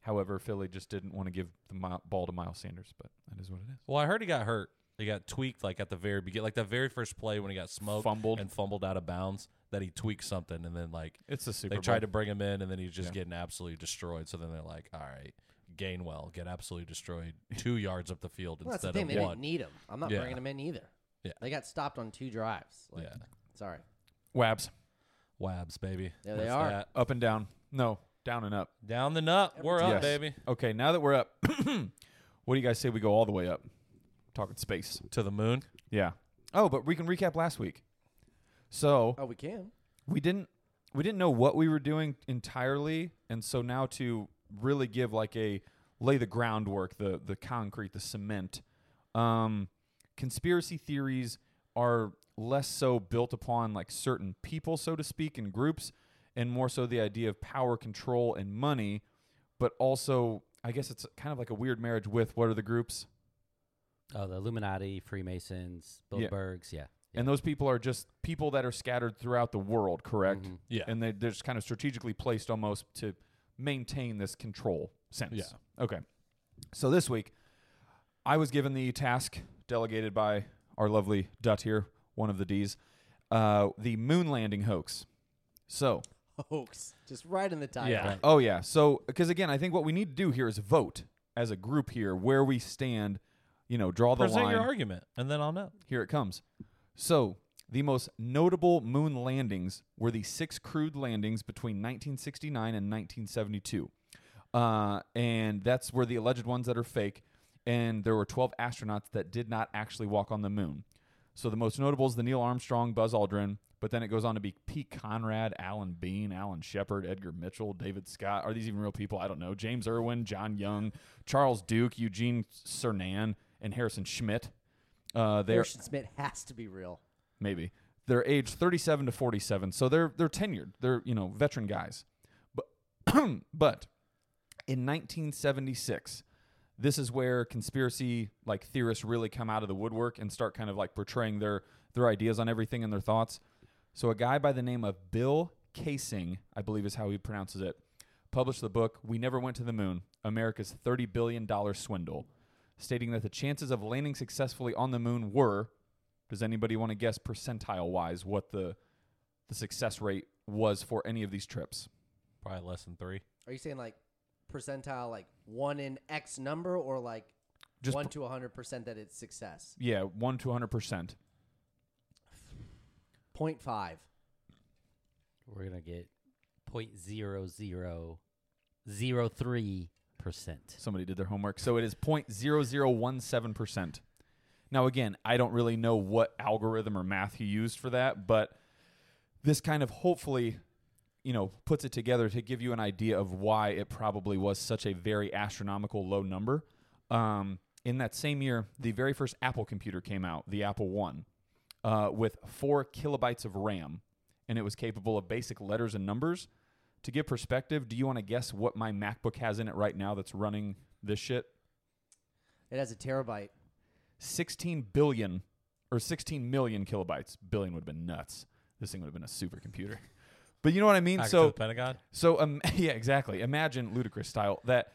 S1: However, Philly just didn't want to give the mi- ball to Miles Sanders, but that is what it is.
S3: Well, I heard he got hurt. He got tweaked like at the very beginning, like that very first play when he got smoked
S1: Fumbled.
S3: and fumbled out of bounds. That he tweaked something and then like
S1: It's the Super
S3: they
S1: Bowl.
S3: tried to bring him in, and then he's just
S1: Yeah.
S3: getting absolutely destroyed. So then they're like, "All right, Gainwell get absolutely destroyed two yards up the field
S2: Well, that's the
S3: instead
S2: thing. They
S3: of one."
S2: didn't need him. I'm not
S3: Yeah.
S2: bringing him in either.
S3: Yeah.
S2: They got stopped on two drives. Like,
S3: Yeah.
S2: Sorry.
S1: Wabs.
S3: Wabs, baby.
S2: There they are.
S3: that.
S1: Up and down. No, down and up.
S3: Down the nut. We're
S1: time.
S3: up,
S1: Yes.
S3: baby.
S1: Okay, now that we're up, what do you guys say we go all the way up? Talking space.
S3: To the moon.
S1: Yeah. Oh, but we can recap last week. So
S2: Oh, we can.
S1: we didn't we didn't know what we were doing entirely, and so now to really give like a lay the groundwork, the the concrete, the cement. Um, conspiracy theories are less so built upon like certain people, so to speak, and groups, and more so the idea of power, control, and money, but also I guess it's kind of like a weird marriage with what are the groups?
S4: Oh, the Illuminati, Freemasons,
S1: Yeah.
S4: Bilderbergs. Yeah.
S1: And those people are just people that are scattered throughout the world, correct?
S4: Mhm.
S3: Yeah.
S1: And they, they're just kind of strategically placed almost to maintain this control sense.
S3: Yeah.
S1: Okay. So this week, I was given the task delegated by our lovely Dut here, one of the D's, uh, the moon landing hoax. So,
S2: Hoax. Just right in the title.
S3: Yeah.
S4: Right.
S1: oh yeah. So, because again, I think what we need to do here is vote as a group here where we stand, you know, draw the
S3: Present
S1: line.
S3: your argument, and then I'll know.
S1: Here it comes. So, the most notable moon landings were the six crewed landings between 1969 and 1972. Uh, and that's where the alleged ones that are fake. And there were 12 astronauts that did not actually walk on the moon. So, the most notable is the Neil Armstrong, Buzz Aldrin, but then it goes on to be Pete Conrad, Alan Bean, Alan Shepard, Edgar Mitchell, David Scott. Are these even real people? I don't know. James Irwin, John Young, Charles Duke, Eugene Cernan, and Harrison Schmidt. Uh, they're
S2: Harrison Smith has to be real.
S1: maybe they're aged 37 to 47 so they're they're tenured they're you know veteran guys but but in 1976 this is where conspiracy like theorists really come out of the woodwork and start kind of like portraying their their ideas on everything and their thoughts so a guy by the name of bill casing i believe is how he pronounces it published the book we never went to the moon america's 30 billion dollar swindle stating that the chances of landing successfully on the moon were does anybody want to guess percentile wise what the the success rate was for any of these trips?
S3: Probably less than three.
S2: Are you saying like percentile, like one in X number, or like
S1: Just
S2: one
S1: pr-
S2: to to hundred percent that it's success?
S1: yeah, one to hundred percent.
S2: Point five.
S4: We're going to get 0.0003%.
S1: Somebody did their homework. So it is point zero zero one seven percent. Now again, I don't really know what algorithm or math he used for that, but this kind of hopefully, you know, puts it together to give you an idea of why it probably was such a very astronomical low number. Um, in that same year, the very first Apple computer came out, the Apple One, uh, with four kilobytes of RAM, and it was capable of basic letters and numbers. To give perspective, do you want to guess what my MacBook has in it right now that's running this shit?
S2: It has a terabyte.
S1: 16 billion or 16 million kilobytes. Billion would have been nuts. This thing would have been a supercomputer. But you know what I mean?
S3: Back to
S1: so
S3: the Pentagon.
S1: so um, yeah, exactly. Imagine ludicrous style that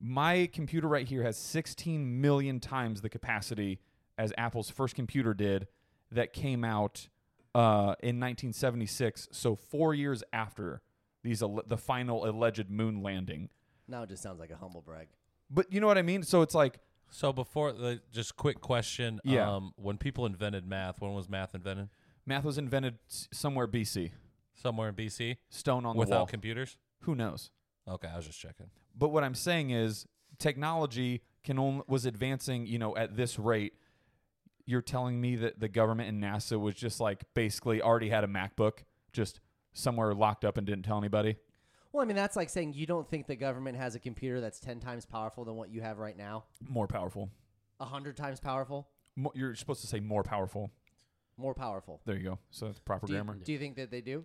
S1: my computer right here has 16 million times the capacity as Apple's first computer did that came out uh, in 1976. So four years after these al- the final alleged moon landing.
S2: Now it just sounds like a humble brag.
S1: But you know what I mean? So it's like
S3: So before the just quick question.
S1: Yeah.
S3: Um, when people invented math, when was math invented?
S1: math was invented s- somewhere BC.
S3: Somewhere in BC.
S1: Stone on the
S3: without
S1: wall.
S3: computers.
S1: Who knows?
S3: Okay, I was just checking.
S1: But what I'm saying is technology can only was advancing, you know, at this rate. You're telling me that the government and NASA was just like basically already had a MacBook just somewhere locked up and didn't tell anybody.
S2: Well, I mean, that's like saying you don't think the government has a computer that's ten times powerful than what you have right now,
S1: More powerful.
S2: a hundred times powerful,
S1: Mo- you're supposed to say more powerful.
S2: more powerful.
S1: There you go. So that's proper
S2: Do you,
S1: grammar.
S2: do you think that they do?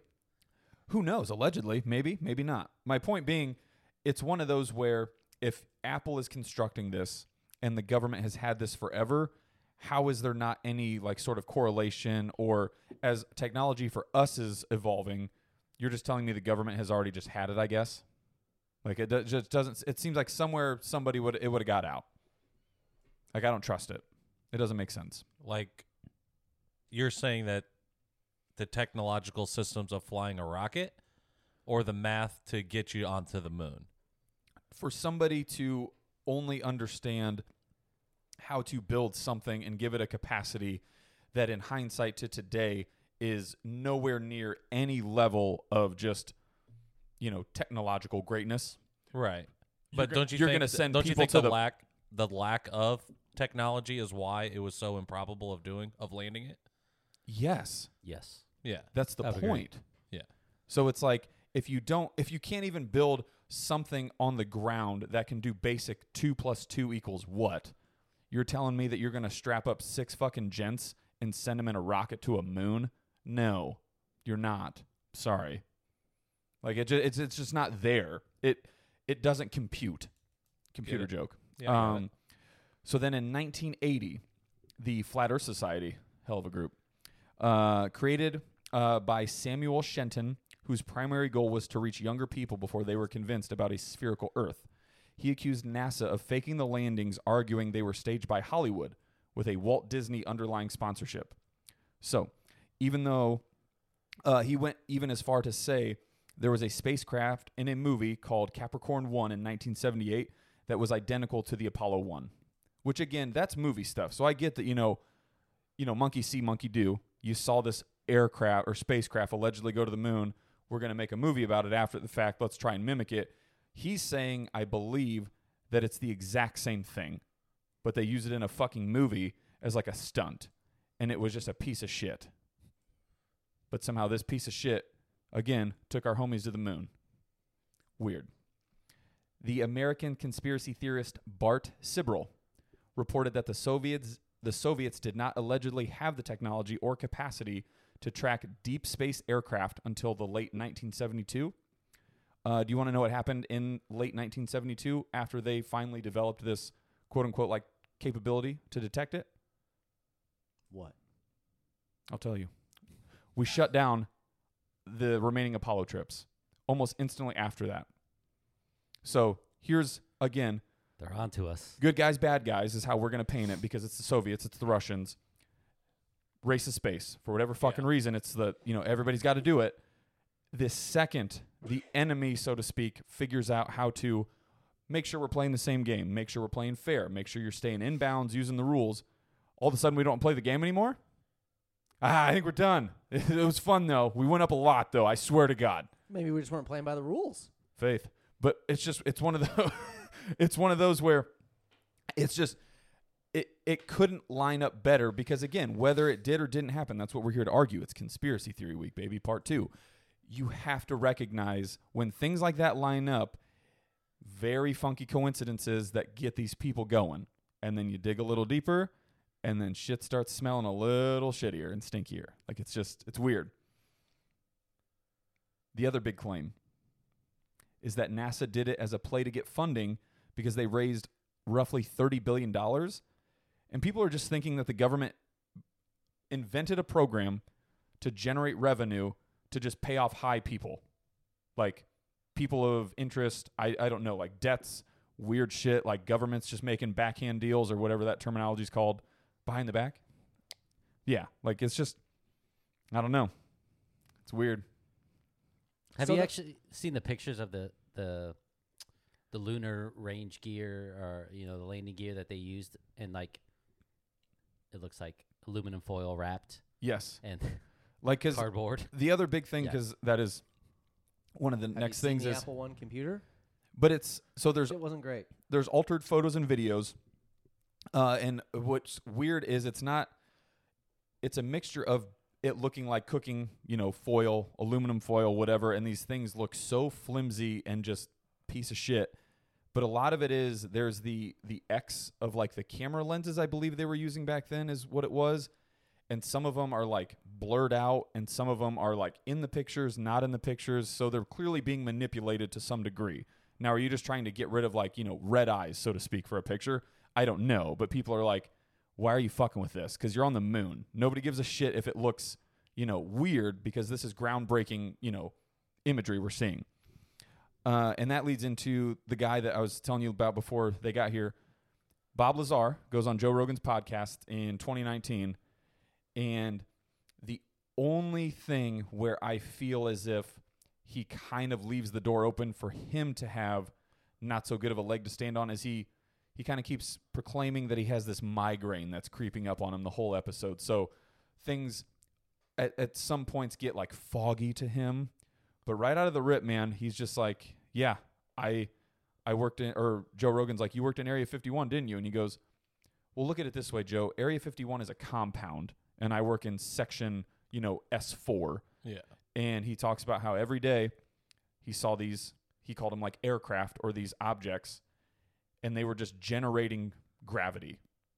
S1: Who knows? Allegedly, maybe, maybe not. My point being, it's one of those where if Apple is constructing this and the government has had this forever, how is there not any like sort of correlation or as technology for us is evolving, you're just telling me the government has already just had it, I guess? Like it do- just doesn't it seems like somewhere somebody would it would have got out. Like I don't trust it. It doesn't make sense.
S3: Like you're saying that the technological systems of flying a rocket or the math to get you onto the moon.
S1: for somebody to only understand how to build something and give it a capacity that in hindsight to today is nowhere near any level of just you know technological greatness.
S3: Right.
S1: You're
S3: But
S1: go-
S3: don't you
S1: you're
S3: think
S1: gonna
S3: th-
S1: send
S3: don't you
S1: people
S3: think
S1: to
S3: the,
S1: the-
S3: lack the lack of technology is why it was so improbable of doing of landing it?
S1: Yes,
S4: Yes.
S3: Yeah.
S1: that's the
S4: That'd be great.
S1: point.
S3: Yeah.
S1: So it's like if you don't, if you can't even build something on the ground that can do basic two plus two equals what, you're telling me that you're going to strap up six fucking gents and send them in a rocket to a moon? No, you're not. Sorry. Like it, ju- it's it's just not there. It it doesn't compute. Computer
S3: it.
S1: joke.
S3: Yeah, I got
S1: um, so then in 1980, the Flat Earth Society, hell of a group, uh, created uh, by Samuel Shenton, whose primary goal was to reach younger people before they were convinced about a spherical Earth. He accused NASA of faking the landings, arguing they were staged by Hollywood with a Walt Disney underlying sponsorship. So, even though uh, he went even as far to say there was a spacecraft in a movie called Capricorn 1 in 1978 that was identical to the Apollo 1, which again, that's movie stuff. So I get that, you know, you know, monkey see, monkey do. You saw this aircraft or spacecraft allegedly go to the moon. We're going to make a movie about it after the fact. Let's try and mimic it. He's saying, I believe that it's the exact same thing, but they use it in a fucking movie as like a stunt. And it was just a piece of shit. But somehow this piece of shit, again, took our homies to the moon. Weird. The American conspiracy theorist Bart Sibrel reported that the Soviets the Soviets did not allegedly have the technology or capacity to track deep space aircraft until the late 1972. Uh, do you want to know what happened in late 1972 after they finally developed this quote unquote like capability to detect it?
S2: What?
S1: I'll tell you. We shut down the remaining Apollo trips almost instantly after that. So here's again
S4: They're on to us.
S1: good guys, bad guys is how we're going to paint it because it's the Soviets, it's the Russians. Racist space for whatever fucking reason. It's the you know everybody's got to do it. This second, the enemy, so to speak, figures out how to make sure we're playing the same game, make sure we're playing fair, make sure you're staying in bounds, using the rules. All of a sudden, we don't play the game anymore. Ah, I think we're done. It was fun though. We went up a lot though. I swear to God
S2: Maybe we just weren't playing by the rules.
S1: faith but it's just it's one of those it's one of those where it's just it it couldn't line up better because again whether it did or didn't happen that's what we're here to argue it's conspiracy theory week baby part 2 you have to recognize when things like that line up very funky coincidences that get these people going and then you dig a little deeper and then shit starts smelling a little shittier and stinkier like it's just it's weird the other big claim is that NASA did it as a play to get funding because they raised roughly $30 billion. And people are just thinking that the government invented a program to generate revenue to just pay off high people, like people of interest, I, I don't know, like debts, weird shit, like governments just making backhand deals or whatever that terminology is called behind the back. Yeah, like it's just, I don't know. It's weird.
S4: Have
S2: So
S4: you
S2: the-
S4: actually seen the pictures of the the the lunar range gear or you know the landing gear that they used and like it looks like aluminum foil wrapped
S1: Yes.
S4: and
S1: Like, because
S4: cardboard.
S1: the other big thing
S4: Yeah.
S1: because that is one of the
S2: Have you
S1: next
S2: seen
S1: things
S2: the
S1: is
S2: Apple One computer.
S1: but it's so there's
S2: It wasn't great.
S1: there's altered photos and videos uh, and what's weird is it's not it's a mixture of it looking like cooking you know foil aluminum foil whatever and these things look so flimsy and just piece of shit but a lot of it is there's the the x of like the camera lenses i believe they were using back then is what it was and some of them are like blurred out and some of them are like in the pictures not in the pictures so they're clearly being manipulated to some degree now are you just trying to get rid of like you know red eyes so to speak for a picture i don't know but people are like why are you fucking with this because you're on the moon nobody gives a shit if it looks you know weird because this is groundbreaking you know imagery we're seeing uh, and that leads into the guy that i was telling you about before they got here bob lazar goes on joe rogan's podcast in 2019 and the only thing where I feel as if he kind of leaves the door open for him to have not so good of a leg to stand on is he he kind of keeps proclaiming that he has this migraine that's creeping up on him the whole episode. So things at, at some points get like foggy to him, but right out of the rip, man, he's just like, yeah, I I worked in or Joe Rogan's like, you worked in Area 51, didn't you? And he goes, well, look at it this way, Joe. Area 51 is a compound, and I work in section, you know, S4
S3: Yeah.
S1: and he talks about how every day he saw these he called them like aircraft or these objects and they were just generating gravity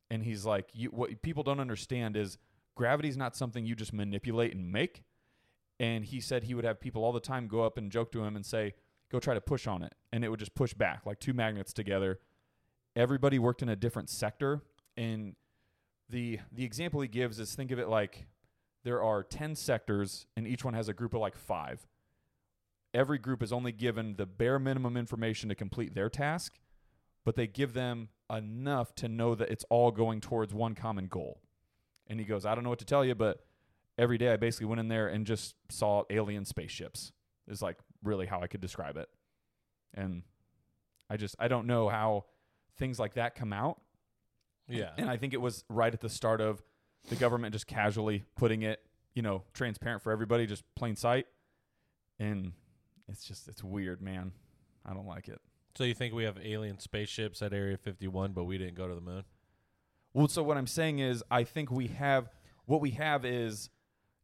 S1: and he's like you, what people don't understand is gravity's not something you just manipulate and make and he said he would have people all the time go up and joke to him and say go try to push on it and it would just push back like two magnets together everybody worked in a different sector and the the example he gives is think of it like there are 10 sectors and each one has a group of like five. Every group is only given the bare minimum information to complete their task, but they give them enough to know that it's all going towards one common goal. And he goes, I don't know what to tell you, but every day I basically went in there and just saw alien spaceships, is like really how I could describe it. And I just, I don't know how things like that come out.
S3: Yeah.
S1: And I think it was right at the start of the government just casually putting it, you know, transparent for everybody, just plain sight. And it's just, it's weird, man. I don't like it.
S3: So you think we have alien spaceships at Area 51, but we didn't go to the moon?
S1: Well, so what I'm saying is, I think we have, what we have is,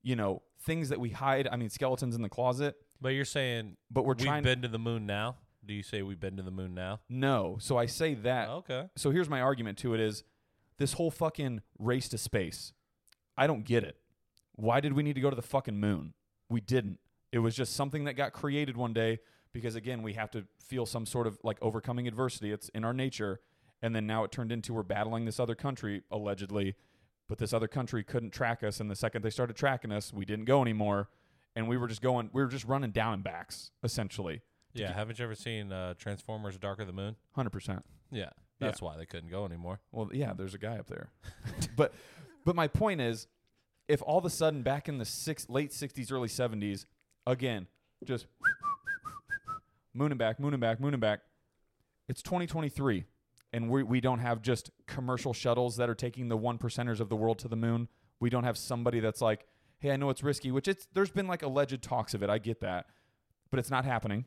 S1: you know, things that we hide. I mean, skeletons in the closet,
S3: But you're saying
S1: but we're
S3: we've
S1: trying
S3: been to the moon now? Do you say we've been to the moon now?
S1: No. So I say that.
S3: Okay.
S1: So here's my argument to it is this whole fucking race to space. I don't get it. Why did we need to go to the fucking moon? We didn't. It was just something that got created one day because again, we have to feel some sort of like overcoming adversity. It's in our nature. And then now it turned into we're battling this other country allegedly, but this other country couldn't track us and the second they started tracking us, we didn't go anymore and we were just going we were just running down and backs essentially.
S3: Yeah. Haven't you ever seen uh, Transformers Dark of the Moon?
S1: 100%.
S3: Yeah. That's why they couldn't go anymore.
S1: Well, yeah, there's a guy up there. but but my point is if all of a sudden back in the six, late 60s early 70s again just moon and back moon and back moon and back it's 2023 and we, we don't have just commercial shuttles that are taking the one percenters of the world to the moon we don't have somebody that's like hey i know it's risky which it's there's been like alleged talks of it i get that but it's not happening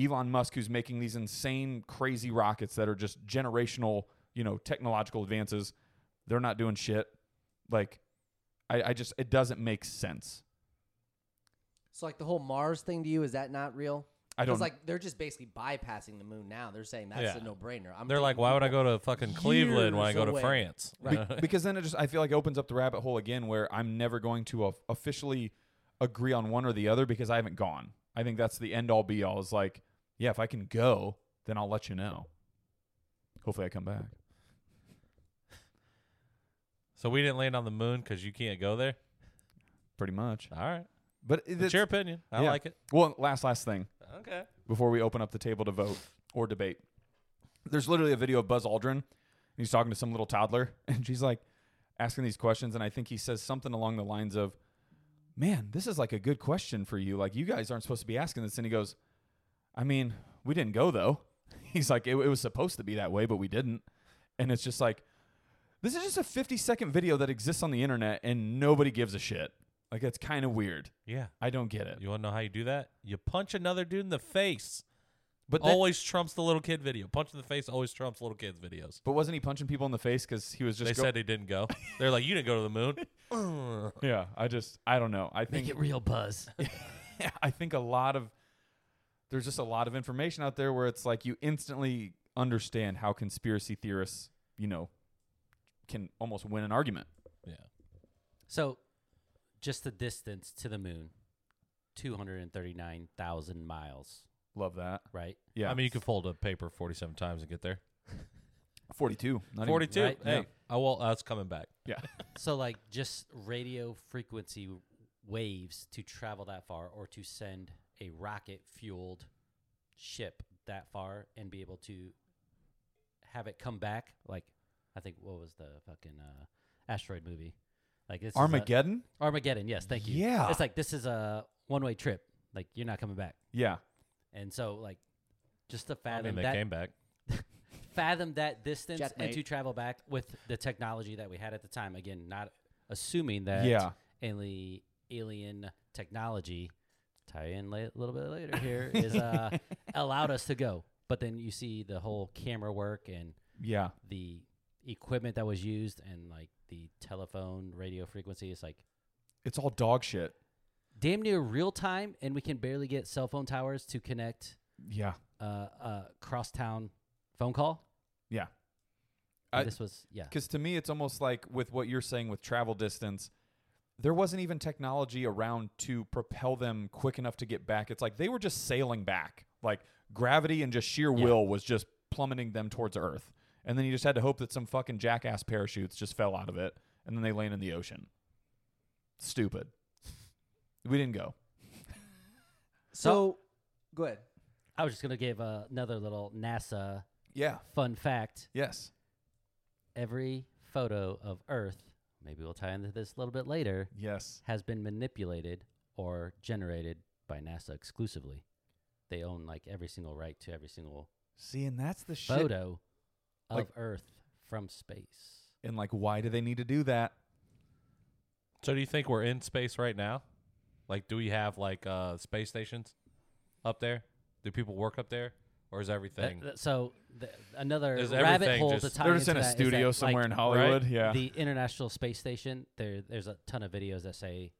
S1: elon musk who's making these insane crazy rockets that are just generational you know technological advances they're not doing shit like i, I just it doesn't make sense
S2: So like the whole Mars thing to you is that not real?
S1: i don't
S2: Because like they're just basically bypassing the moon now. They're saying that's
S3: Yeah.
S2: a no-brainer. I'm
S3: They're like,
S2: thinking
S3: why would I
S2: people-
S3: go to fucking Cleveland when I go
S2: years
S3: to
S2: away.
S3: France?
S1: Be- because then it just I feel like it opens up the rabbit hole again where I'm never going to of- officially agree on one or the other because I haven't gone. I think that's the end all be all. Is like, yeah, if I can go, then I'll let you know. Hopefully, I come back.
S3: So we didn't land on the moon because you can't go there?
S1: Pretty much,
S3: All right.
S1: but it-
S3: It's your opinion. I
S1: yeah.
S3: like it.
S1: Well, last last thing
S3: Okay.
S1: before we open up the table to vote or debate. There's literally a video of Buzz Aldrin, and he's talking to some little toddler, and she's like asking these questions, and I think he says something along the lines of, "Man, this is like a good question for you. Like you guys aren't supposed to be asking this." And he goes, "I mean, we didn't go though." He's like, "It, it was supposed to be that way, but we didn't." And it's just like, this is just a 50 second video that exists on the internet, and nobody gives a shit. Like that's kind of weird.
S3: Yeah.
S1: I don't get it.
S3: You want to know how you do that? You punch another dude in the face.
S1: But then-
S3: always trumps the little kid video. Punch in the face always trumps little kids videos.
S1: but wasn't he punching people in the face because he was just
S3: they
S1: go-
S3: said he didn't go. They're like, you didn't go to the moon. Ugh.
S1: Yeah, I just I don't know. I
S4: Make
S1: think
S4: it real, Buzz.
S1: I think a lot of there's just a lot of information out there where it's like you instantly understand how conspiracy theorists, you know, can almost win an argument.
S3: yeah.
S4: so, just the distance to the moon, two hundred and thirty-nine thousand miles.
S1: Love that.
S4: Right.
S1: Yeah.
S3: I mean, you can fold a paper 47 times and get there.
S1: 42. Not even-
S3: 42.
S4: right?
S3: Hey,
S1: Yeah.
S3: I will, that's coming back.
S1: yeah.
S4: So, like, just radio frequency w- waves to travel that far or to send a rocket fueled ship that far and be able to have it come back. Like, I think, what was the fucking uh, asteroid movie? Like, this is a-
S1: Armageddon?
S4: Armageddon, yes, thank you.
S1: Yeah.
S4: It's like, this is a one way trip. Like, you're not coming back.
S1: Yeah.
S4: And so, like, just to
S3: I
S4: fathom
S3: mean, they
S4: that
S3: came back.
S4: fathom that distance and
S2: Checkmate.
S4: to travel back with the technology that we had at the time. Again, not assuming that
S1: Yeah.
S4: ali- alien technology, tie in la- a little bit later here, is uh, allowed us to go. But then you see the whole camera work and
S1: Yeah.
S4: the equipment that was used and like the telephone radio frequency is like
S1: It's all dog shit.
S4: damn near real time and we can barely get cell phone towers to connect
S1: Yeah.
S4: uh, a crosstown phone call.
S1: Yeah.
S4: And
S1: I-
S4: this was yeah.
S1: Because to me, it's almost like with what you're saying with travel distance, there wasn't even technology around to propel them quick enough to get back. It's like they were just sailing back. Like gravity and just sheer
S4: Yeah.
S1: will was just plummeting them towards Earth. And then you just had to hope that some fucking jackass parachutes just fell out of it and then they land in the ocean. Stupid. We didn't go.
S2: So, go ahead.
S4: I was just gonna give uh, another little NASA
S1: Yeah.
S4: fun fact.
S1: Yes.
S4: Every photo of Earth, maybe we'll tie into this a little bit later,
S1: Yes.
S4: has been manipulated or generated by NASA exclusively. They own like every single right to every single
S1: See, and that's the shit.
S4: photo of
S1: Like-
S4: Earth from space.
S1: And like, why do they need to do that?
S3: So do you think we're in space right now? Like, do we have like uh space stations up there? Do people work up there, or is
S4: That-
S3: everything?
S4: that- so th- another
S3: There's
S4: rabbit
S3: everything
S4: hole to
S3: just-
S4: tie
S1: They're just
S4: into
S1: in a
S4: that is that,
S1: studio
S4: like,
S1: somewhere in Hollywood. Yeah.
S4: the International Space Station, there there's a ton of videos that say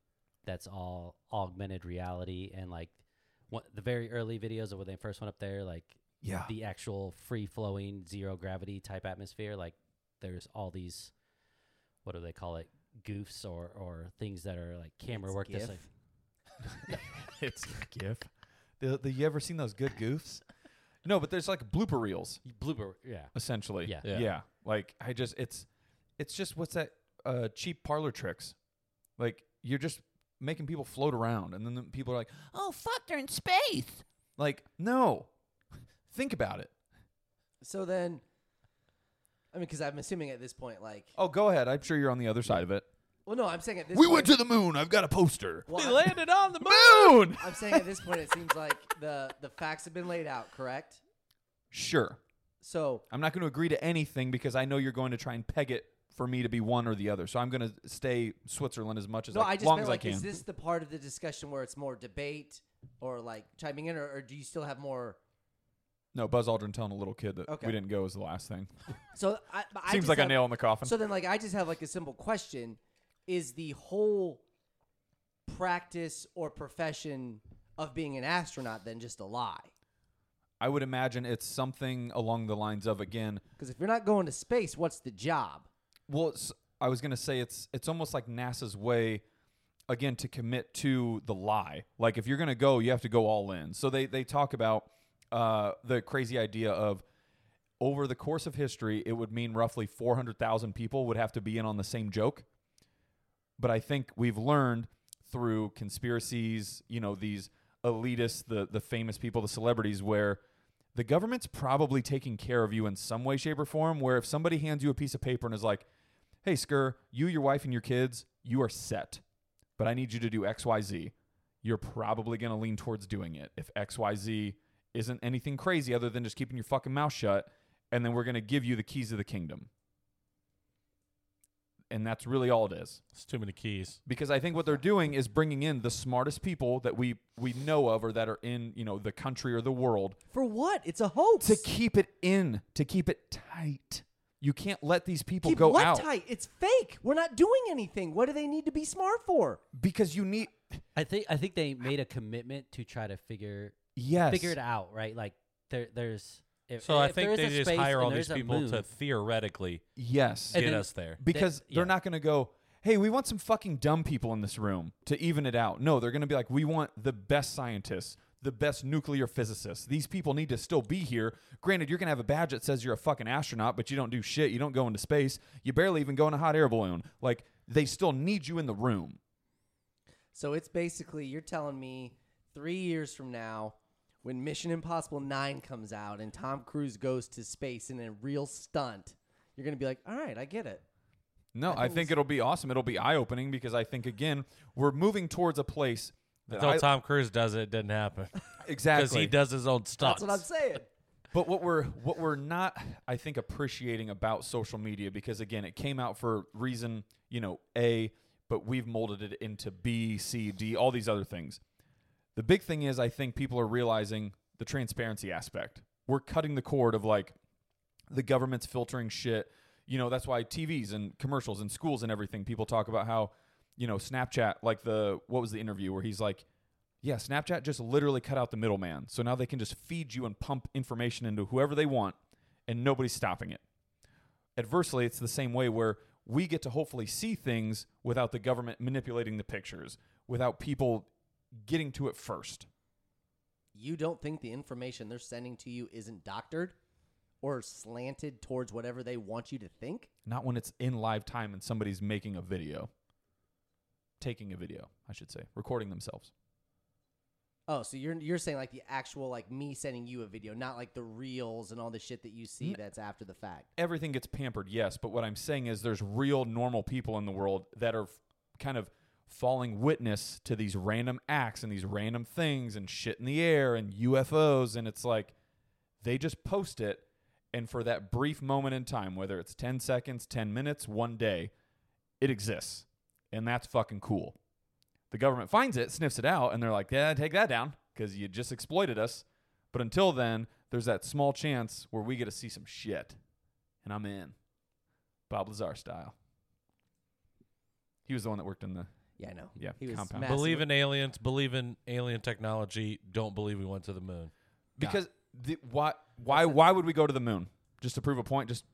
S4: that's all augmented reality and like what the very early videos of when they first went up there, like
S1: yeah.
S4: the actual free flowing zero gravity type atmosphere, like there's all these what do they call it? Goofs or or things that are like camera
S2: It's
S4: work that's
S2: GIF.
S4: like
S1: it's a gif. The, the, you ever seen those good goofs? No, but there's like blooper reels
S4: blooper yeah.
S1: essentially.
S4: Yeah.
S1: yeah.
S3: Yeah.
S1: Like I just it's it's just what's that uh cheap parlor tricks. Like you're just making people float around and then the people are like, "Oh fuck, they're in space." Like, no. Think about it.
S2: So then, I mean, because I'm assuming at this point, like,
S1: Oh, go ahead. I'm sure you're on the other side of it.
S2: well, no, I'm saying at this
S1: we
S2: point,
S1: went to the moon. I've got a poster.
S2: well, I'm-
S1: on the moon.
S2: I'm saying at this point, it seems like the the facts have been laid out, correct?
S1: Sure.
S2: So
S1: I'm not going to agree to anything because I know you're going to try and peg it for me to be one or the other. So I'm going to stay Switzerland as much as
S2: no,
S1: I,
S2: I just
S1: long
S2: meant
S1: as
S2: like,
S1: I can.
S2: is this the part of the discussion where it's more debate or like chiming in, or, or do you still have more?
S1: no, Buzz Aldrin telling a little kid that
S2: Okay.
S1: we didn't go is the last thing.
S2: So I, but I
S1: Seems
S2: just
S1: like
S2: have,
S1: a nail in the coffin.
S2: So then, like, I just have like a simple question: Is the whole practice or profession of being an astronaut then just a lie?
S1: I would imagine it's something along the lines of again.
S2: Because if you're not going to space, what's the job?
S1: Well, it's, I was going to say it's it's almost like NASA's way again to commit to the lie. Like if you're going to go, you have to go all in. So they they talk about uh, the crazy idea of over the course of history, it would mean roughly 400,000 people would have to be in on the same joke. But I think we've learned through conspiracies, you know, these elitists, the the famous people, the celebrities where the government's probably taking care of you in some way shape or form where if somebody hands you a piece of paper and is like, "Hey, Skur, you, your wife and your kids, you are set. But I need you to do XYZ." You're probably going to lean towards doing it if XYZ isn't anything crazy other than just keeping your fucking mouth shut and then we're going to give you the keys of the kingdom. And that's really all it is
S3: it's too many keys.
S1: because I think what they're doing is bringing in the smartest people that we we know of or that are in you know the country or the world
S2: For what? It's a hoax.
S1: to keep it in to keep it tight. You can't let these people
S2: Keep
S1: go
S2: what
S1: out
S2: tight? It's fake. We're not doing anything. What do they need to be smart for?
S1: because you need
S4: I think I think they made a commitment to try to figure
S1: yes
S4: figure it out, right? Like there, there's. If,
S3: So I
S4: if
S3: think
S4: there is
S3: they
S4: a
S3: just
S4: space
S3: hire
S4: and
S3: all
S4: there
S3: these
S4: is a
S3: people to
S4: moon-
S3: theoretically
S1: yes
S4: And
S3: get
S4: then-
S3: us there.
S1: because they're
S4: yeah.
S1: not going to go. Hey, we want some fucking dumb people in this room to even it out. No, they're going to be like, we want the best scientists, the best nuclear physicists. These people need to still be here. Granted, you're going to have a badge that says you're a fucking astronaut, but you don't do shit. You don't go into space. You barely even go in a hot air balloon. Like, they still need you in the room.
S2: So it's basically you're telling me three years from now, when Mission Impossible Nine comes out and Tom Cruise goes to space in a real stunt, you're gonna be like, all right, I get it.
S1: No, I think it'll be awesome. It'll be eye opening because I think, again, we're moving towards a place that
S3: Until
S1: I-
S3: Tom Cruise does it, it didn't happen because
S1: exactly
S3: he does his own stuff.
S2: That's what I'm saying.
S1: But what we're what we're not, I think, appreciating about social media, because again, it came out for reason, you know, A, but we've molded it into B, C, D, all these other things. The big thing is, I think people are realizing the transparency aspect. We're cutting the cord of like the government's filtering shit. You know, that's why TVs and commercials and schools and everything, people talk about how, you know, Snapchat, like the, what was the interview where he's like, yeah, Snapchat just literally cut out the middleman. So now they can just feed you and pump information into whoever they want and nobody's stopping it. Adversely, it's the same way where we get to hopefully see things without the government manipulating the pictures, without people getting to it first.
S2: You don't think the information they're sending to you isn't doctored or slanted towards whatever they want you to think?
S1: Not when it's in live time and somebody's making a video, taking a video, I should say, recording themselves.
S2: Oh, so you're you're saying like the actual like me sending you a video, not like the reels and all the shit that you see that's after the fact.
S1: everything gets pampered, yes. But what I'm saying is there's real normal people in the world that are f- kind of falling witness to these random acts and these random things and shit in the air and UFOs. And it's like they just post it. And for that brief moment in time, whether it's 10 seconds, 10 minutes, one day, it exists. And that's fucking cool. The government finds it, sniffs it out, and they're like, yeah, take that down because you just exploited us. But until then, there's that small chance where we get to see some shit and I'm in. Bob Lazar style. He was the one that worked in the.
S2: Yeah, I know.
S1: Yeah,
S2: he was
S1: compound.
S2: massive.
S3: Believe in aliens. Believe in alien technology. Don't believe we went to the moon.
S1: Because the, why why why would we go to the moon? Just to prove a point, just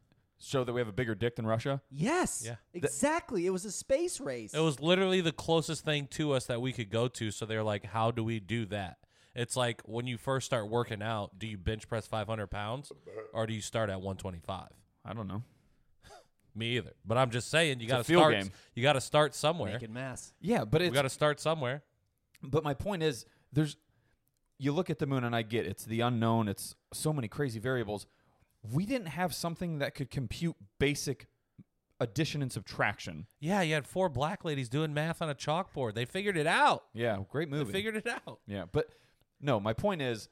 S1: show that we have a bigger dick than Russia.
S2: Yes.
S3: Yeah.
S2: Exactly. it was a space race.
S3: It was literally the closest thing to us that we could go to. So they're like, how do we do that? It's like when you first start working out, do you bench press 500 pounds or do you start at 125?
S1: I don't know.
S3: Me either. But I'm just saying, you
S1: a
S3: got to
S1: field
S3: start.
S1: game.
S3: You got to start somewhere.
S2: naked mass.
S1: Yeah, but
S3: We
S1: it's
S3: got to start somewhere.
S1: but my point is there's you look at the moon and I get it's the unknown, it's so many crazy variables. We didn't have something that could compute basic addition and subtraction.
S3: Yeah, you had four black ladies doing math on a chalkboard. They figured it out.
S1: Yeah, great movie.
S3: They figured it out.
S1: Yeah, but no, my point is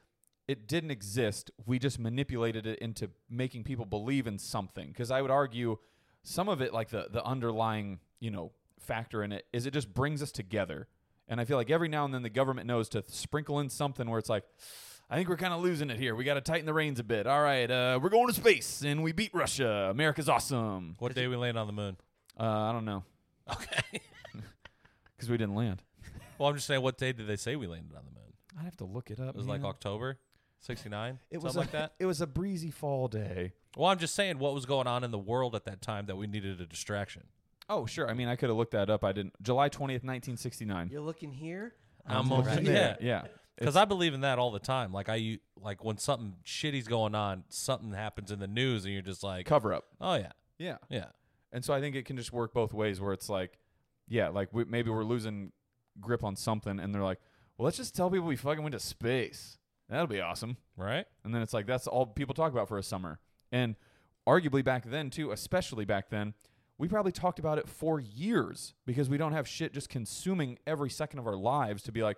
S1: it didn't exist. We just manipulated it into making people believe in something because I would argue some of it like the the underlying, you know, factor in it is it just brings us together. And I feel like every now and then the government knows to sprinkle in something where it's like I think we're kind of losing it here. We got to tighten the reins a bit. All right, uh, we're going to space and we beat Russia. America's awesome.
S3: What day we land on the moon?
S1: Uh, I don't know
S3: Okay.
S1: because we didn't land.
S3: well, I'm just saying, what day did they say we landed on the moon?
S1: I'd have to look it up.
S3: It was like
S1: man.
S3: October 69,
S1: it was
S3: something
S1: a,
S3: like that.
S1: It was a breezy fall day.
S3: Well, I'm just saying what was going on in the world at that time that we needed a distraction.
S1: Oh, sure. I mean, I could have looked that up. I didn't. July 20th, 1969.
S2: You're looking here.
S3: I'm
S1: Right
S3: over
S1: there.
S3: there.
S1: Yeah.
S3: Because I believe in that all the time. Like I, u- like when something shitty's going on, something happens in the news, and you're just like,
S1: Cover up.
S3: oh yeah,
S1: Yeah.
S3: yeah.
S1: And so I think it can just work both ways where it's like, yeah, like we, maybe we're losing grip on something and they're like, well, let's just tell people we fucking went to space. That'll be awesome.
S3: Right?
S1: And then it's like, that's all people talk about for a summer. And arguably back then, too, especially back then, we probably talked about it for years because we don't have shit just consuming every second of our lives to be like,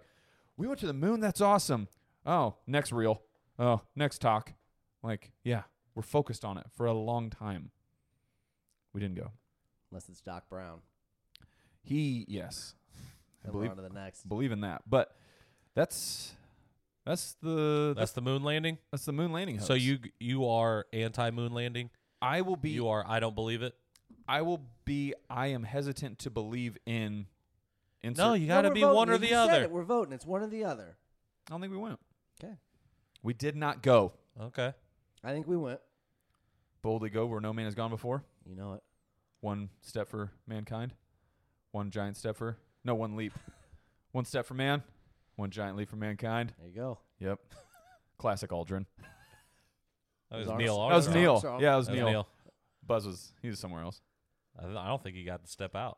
S1: we went to the moon. That's awesome. Oh, next reel. Oh, next talk. Like, yeah, we're focused on it for a long time. We didn't go.
S2: Unless it's Doc Brown.
S1: He, yes, I
S2: Then
S1: believe,
S2: we're on to the next.
S1: believe in that. But that's that's the that's,
S3: That's the moon landing.
S1: that's the moon landing.
S3: So
S1: hoax.
S3: you you are anti moon landing.
S1: I will be
S3: You are. I don't believe it.
S1: I will be. I am hesitant to believe in. Insert.
S3: No, you
S2: No,
S3: got to
S2: we're
S3: be
S2: voting.
S3: one or
S2: You
S3: the
S2: said
S3: other.
S2: it. We're voting. It's one or the other.
S1: I don't think we went.
S2: Okay.
S1: We did not go
S3: Okay.
S2: I think we went.
S1: boldly go where no man has gone before.
S2: You know it.
S1: One step for mankind, one giant step for no one leap, one step for man, one giant leap for mankind.
S2: There you go.
S1: Yep, classic Aldrin.
S3: That
S2: It
S3: was
S2: was
S3: Neil.
S1: That was
S3: Armstrong.
S1: Neil.
S2: Armstrong.
S1: Yeah, that was
S3: That was
S1: Neil.
S3: Neil.
S1: Buzz was he was somewhere else.
S3: I don't- I don't think he got the step out.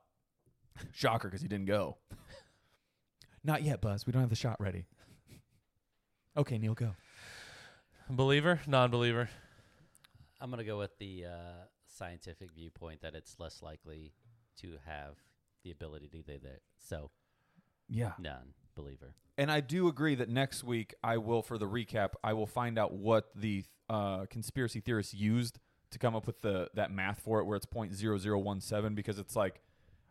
S1: Shocker, because he didn't go. not yet, Buzz. We don't have the shot ready. Okay, Neil, go.
S3: Believer, non-believer.
S4: I'm gonna go with the uh, scientific viewpoint that it's less likely to have the ability to do that. So
S1: Yeah.
S4: none believer.
S1: And I do agree that next week I will, for the recap, I will find out what the uh, conspiracy theorists used to come up with the that math for it, where it's point zero zero one seven, because it's like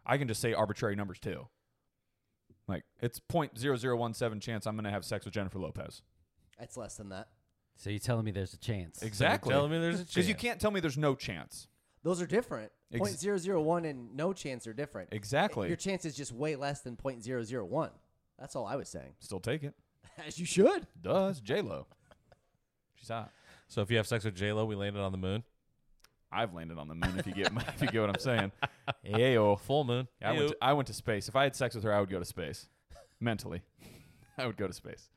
S1: I can just say arbitrary numbers too. Like it's 0.0017 chance I'm going to have sex with Jennifer Lopez.
S2: It's less than that.
S4: So you're telling me there's a chance?
S1: Exactly.
S3: Telling me there's a chance.
S1: Because you can't tell me there's no chance.
S2: Those are different.
S1: Ex-
S2: Point zero zero one and no chance are different.
S1: Exactly.
S2: Your chance is just way less than point zero zero one. That's all I was saying.
S1: Still take it.
S2: As you should.
S1: Does J Lo? She's hot.
S3: So if you have sex with J Lo, we landed on the moon.
S1: I've landed on the moon. If you get my, if you get what I'm saying. Ayo.
S3: Full moon.
S1: I went,
S3: Ew.
S1: to, I went to space. If I had sex with her, I would go to space. Mentally, I would go to space.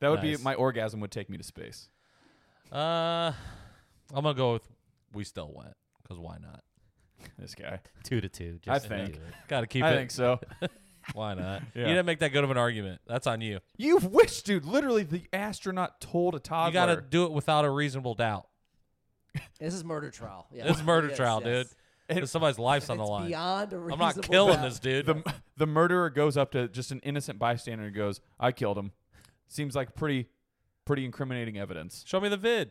S1: That would
S3: Nice.
S1: be my orgasm would take me to space.
S3: uh, I'm gonna go with we still went because why not?
S1: This guy.
S4: Two to two.
S1: I
S4: Just to
S1: think.
S4: do it.
S3: Got to keep
S1: I
S3: it.
S1: think so.
S3: Why not?
S1: Yeah.
S3: You didn't make that good of an argument. That's on you.
S1: You've wished, dude. Literally, the astronaut told a toddler.
S3: You got to do it without a reasonable doubt.
S2: This is murder trial. Yeah.
S3: This is murder
S2: Yes,
S3: trial,
S2: yes.
S3: dude. 'Cause somebody's life's
S2: It's
S3: on the line.
S2: beyond a
S3: I'm not
S2: reasonable
S3: killing
S2: doubt.
S3: this dude.
S1: the the murderer goes up to just an innocent bystander and goes, "I killed him." Seems like pretty pretty incriminating evidence.
S3: Show me the vid.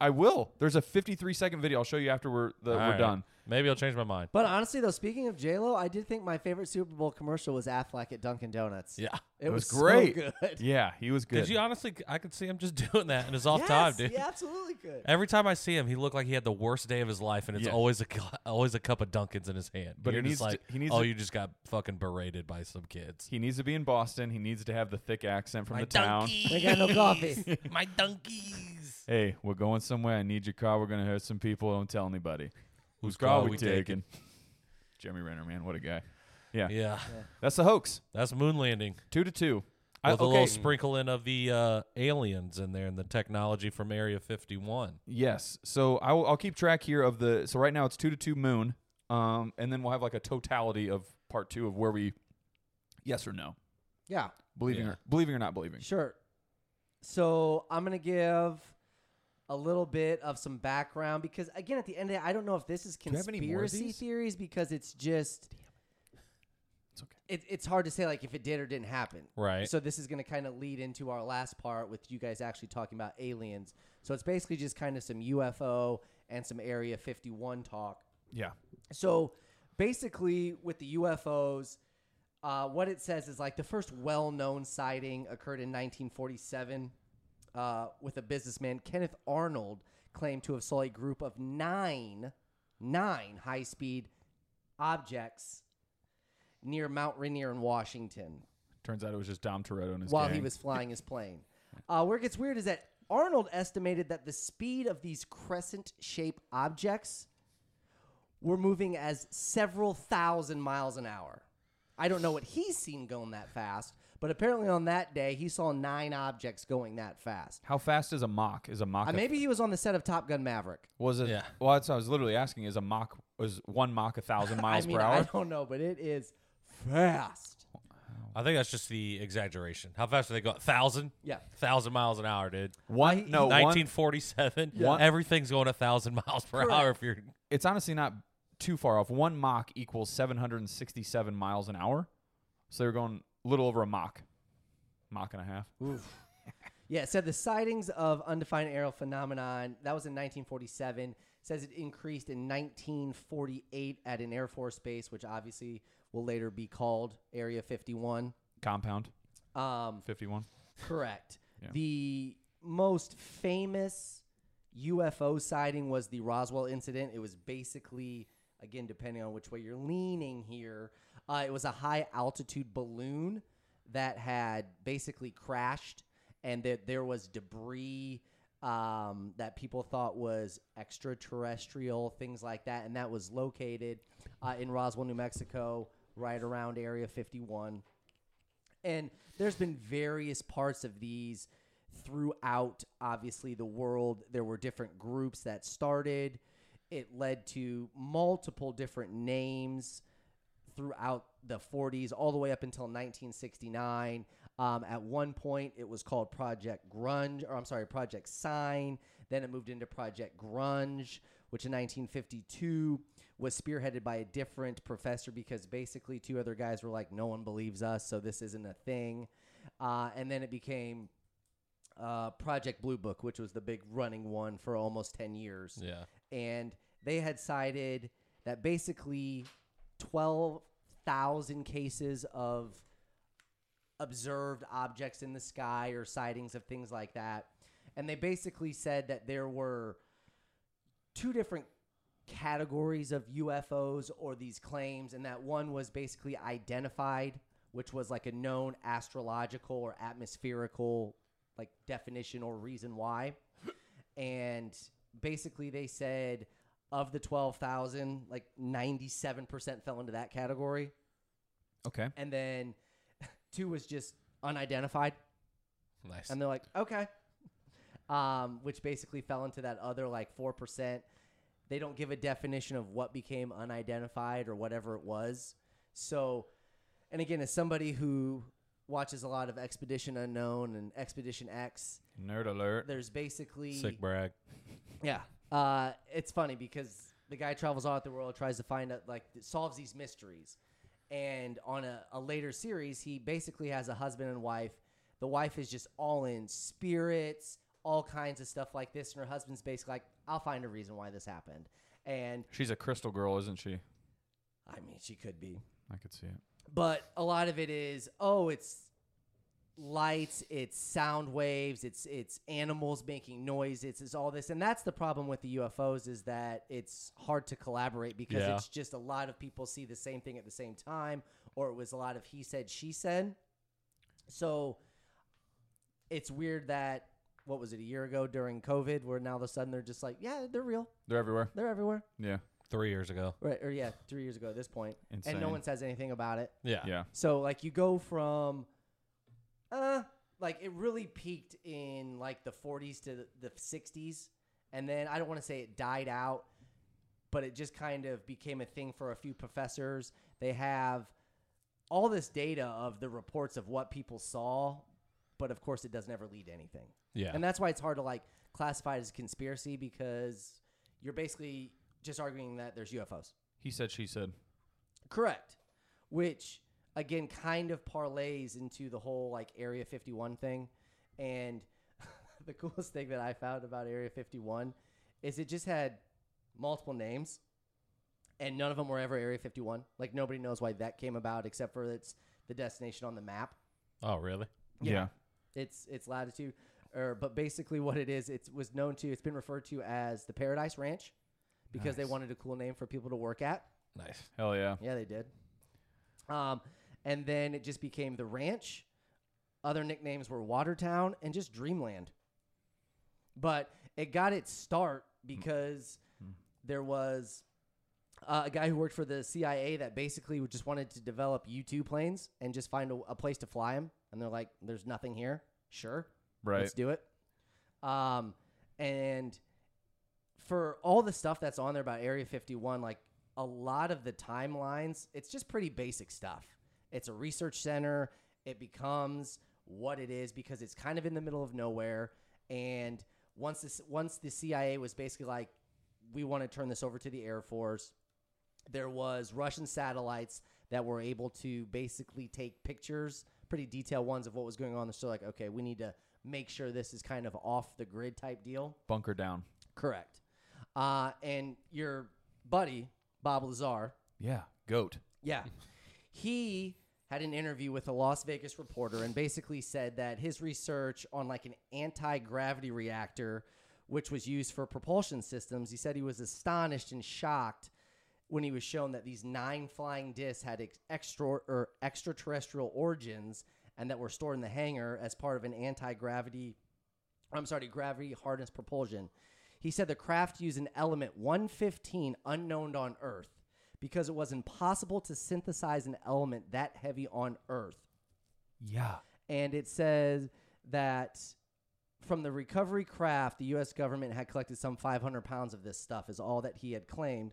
S1: I will. There's a 53 second video. I'll show you after we're the,
S3: All
S1: we're
S3: right.
S1: done.
S3: Maybe I'll change my mind.
S2: But honestly, though, speaking of J Lo, I did think my favorite Super Bowl commercial was Affleck at Dunkin' Donuts.
S3: Yeah.
S2: it,
S1: It was
S2: was, so
S1: great.
S2: good.
S1: Yeah, he was good.
S3: Because you honestly, I could see him just doing that, and it's off
S2: yes,
S3: time, dude.
S2: He absolutely could.
S3: Every time I see him, he looked like he had the worst day of his life, and it's
S1: Yes.
S3: always a cu- always a cup of Dunkins in his hand.
S1: But
S3: You're
S1: he
S3: just
S1: needs
S3: like,
S1: to- he needs
S3: oh,
S1: to-
S3: you just got fucking berated by some kids.
S1: he needs to be in Boston. He needs to have the thick accent from the town.
S2: They got no coffee.
S3: my donkeys.
S1: Hey, we're going somewhere. I need your car. We're gonna hurt some people. Don't tell anybody.
S3: Whose
S1: Car we taking? Jeremy Renner, man, what a guy.
S3: Yeah,
S1: That's the hoax.
S3: that's moon landing
S1: Two to two.
S3: with
S1: I,
S3: a
S1: okay.
S3: little sprinkle in of the uh, aliens in there and the technology from Area 51.
S1: Yes. So I will, I'll keep track here of the. So right now it's two to two moon, um, and then we'll have like a totality of part two of where we, yes or no,
S2: yeah,
S1: believing
S3: Yeah.
S1: or believing or not believing.
S2: sure. So I'm gonna give a little bit of some background because, again, at the end of the day, I don't know if this is
S1: you have any more of
S2: conspiracy
S1: these?
S2: theories because it's just.
S1: It's okay.
S2: It, it's hard to say like if it did or didn't happen.
S3: Right.
S2: So this is going to kind of lead into our last part with you guys actually talking about aliens. So it's basically just kind of some UFO and some Area 51 talk.
S1: Yeah.
S2: So basically, with the UFOs, uh, what it says is like the first well known sighting occurred in 1947 uh, with a businessman, Kenneth Arnold, claimed to have saw a group of nine, nine high speed objects near Mount Rainier in Washington
S1: Turns out it was just Dom Toretto and his
S2: while he
S1: gang.
S2: was flying his plane. Uh, where it gets weird is that Arnold estimated that the speed of these crescent shaped objects were moving as several thousand miles an hour. I don't know what he's seen going that fast, but apparently on that day he saw nine objects going that fast.
S1: How fast is a mock? Is a mock?
S2: Uh,
S1: a-
S2: maybe he was on the set of Top Gun Maverick.
S1: was it?
S3: Yeah.
S1: Well, that's what I was literally asking. Is a mock? Was one mock a thousand miles
S2: I mean,
S1: per
S2: I
S1: hour?
S2: don't know, but it is fast.
S3: I think that's just the exaggeration. How fast do they go? Thousand?
S2: Yeah.
S3: Thousand miles an hour, dude.
S1: One. no. One.
S3: 1947.
S1: One-
S3: Everything's going a thousand miles per hour if you're
S1: It's honestly not too far off. One mock equals 767 miles an hour. So they were going a little over a mock, mock and a half.
S2: Yeah, it said the sightings of undefined aerial phenomenon that was in 1947. Says it increased in 1948 at an Air Force base, which obviously will later be called Area 51.
S1: Compound
S2: Um,
S1: 51.
S2: correct.
S1: Yeah.
S2: The most famous UFO sighting was the Roswell incident. It was basically, again, depending on which way you're leaning here, uh, it was a high altitude balloon that had basically crashed, and that there was debris um, that people thought was extraterrestrial, things like that, and that was located uh, in Roswell, New Mexico, right around Area 51. And there's been various parts of these throughout, obviously, the world. There were different groups that started. It led to multiple different names throughout the 40s, all the way up until 1969. Um, at one point, it was called Project Grunge, or I'm sorry, Project Sign. Then it moved into Project Grunge, which in 1952 was spearheaded by a different professor because basically two other guys were like, no one believes us, so this isn't a thing. Uh, and then it became uh, Project Blue Book, which was the big running one for almost 10 years
S3: yeah
S2: and they had cited that basically 12 thousand cases of observed objects in the sky or sightings of things like that. And they basically said that there were two different categories of UFOs or these claims, and that one was basically identified, which was like a known astrological or atmospherical like definition or reason why. And basically they said of the 12,000, like 97% fell into that category.
S1: Okay.
S2: And then two was just unidentified.
S3: Nice.
S2: And they're like, okay. Um, which basically fell into that other like 4%. They don't give a definition of what became unidentified or whatever it was. So, and again, as somebody who watches a lot of Expedition Unknown and Expedition X,
S1: Nerd alert.
S2: there's basically.
S3: Sick brag.
S2: Yeah. Uh, it's funny because the guy travels all out the world, tries to find out, like, th- solves these mysteries. And on a, a later series, he basically has a husband and wife. The wife is just all in spirits, all kinds of stuff like this. And her husband's basically like, I'll find a reason why this happened. And
S1: She's a crystal girl, isn't she?
S2: I mean, she could be.
S1: I could see it.
S2: but a lot of it is oh it's lights it's sound waves it's it's animals making noise it's, it's all this and that's the problem with the ufos is that it's hard to collaborate because
S3: Yeah.
S2: it's just a lot of people see the same thing at the same time or it was a lot of he said she said so it's weird that what was it a year ago during covid where now all of a sudden they're just like yeah they're real
S1: They're everywhere.
S2: they're everywhere
S1: Yeah.
S3: Three years ago.
S2: right or yeah three years ago at this point
S1: Insane.
S2: and no one says anything about it
S3: Yeah.
S1: Yeah.
S2: so like you go from, uh, like it really peaked in like the 40s to the- the 60s, and then I don't want to say it died out, but it just kind of became a thing for a few professors. They have all this data of the reports of what people saw, but of course it does never lead to anything,
S3: Yeah.
S2: and that's why it's hard to like classify it as conspiracy because you're basically just arguing that there's UFOs.
S1: He said, she said.
S2: Correct. Which again kind of parlays into the whole like Area 51 thing. And the coolest thing that I found about Area 51 is it just had multiple names and none of them were ever Area 51. Like nobody knows why that came about except for it's the destination on the map.
S3: oh, really?
S2: Yeah. It's it's latitude or but basically what it is it was known to it's been referred to as the Paradise Ranch because they
S1: Nice.
S2: wanted a cool name for people to work at.
S3: Nice.
S1: Hell yeah.
S2: Yeah, they did. Um, and then it just became the ranch. Other nicknames were Watertown and just Dreamland. But it got its start because there was uh, a guy who worked for the CIA that basically would- just wanted to develop U 2 planes and just find a, a place to fly them. And they're like, there's nothing here. Sure.
S1: Right.
S2: Let's do it. Um, and for all the stuff that's on there about Area 51, like a lot of the timelines, it's just pretty basic stuff. It's a research center. It becomes what it is because it's kind of in the middle of nowhere. And once this, once the CIA was basically like, we want to turn this over to the Air Force, there was Russian satellites that were able to basically take pictures, pretty detailed ones of what was going on. So like, okay, we need to make sure this is kind of off the grid type deal.
S1: Bunker down.
S2: Correct. Uh, and your buddy Bob Lazar,
S1: Yeah. Goat.
S2: yeah, he had an interview with a Las Vegas reporter and basically said that his research on like an anti gravity reactor, which was used for propulsion systems, he said he was astonished and shocked when he was shown that these nine flying discs had ex- extra or extraterrestrial origins and that were stored in the hangar as part of an anti gravity I'm sorry, gravity harness propulsion. He said the craft used an element 115 unknown on Earth because it was impossible to synthesize an element that heavy on Earth.
S1: Yeah.
S2: And it says that from the recovery craft, the U.S. government had collected some 500 pounds of this stuff, is all that he had claimed.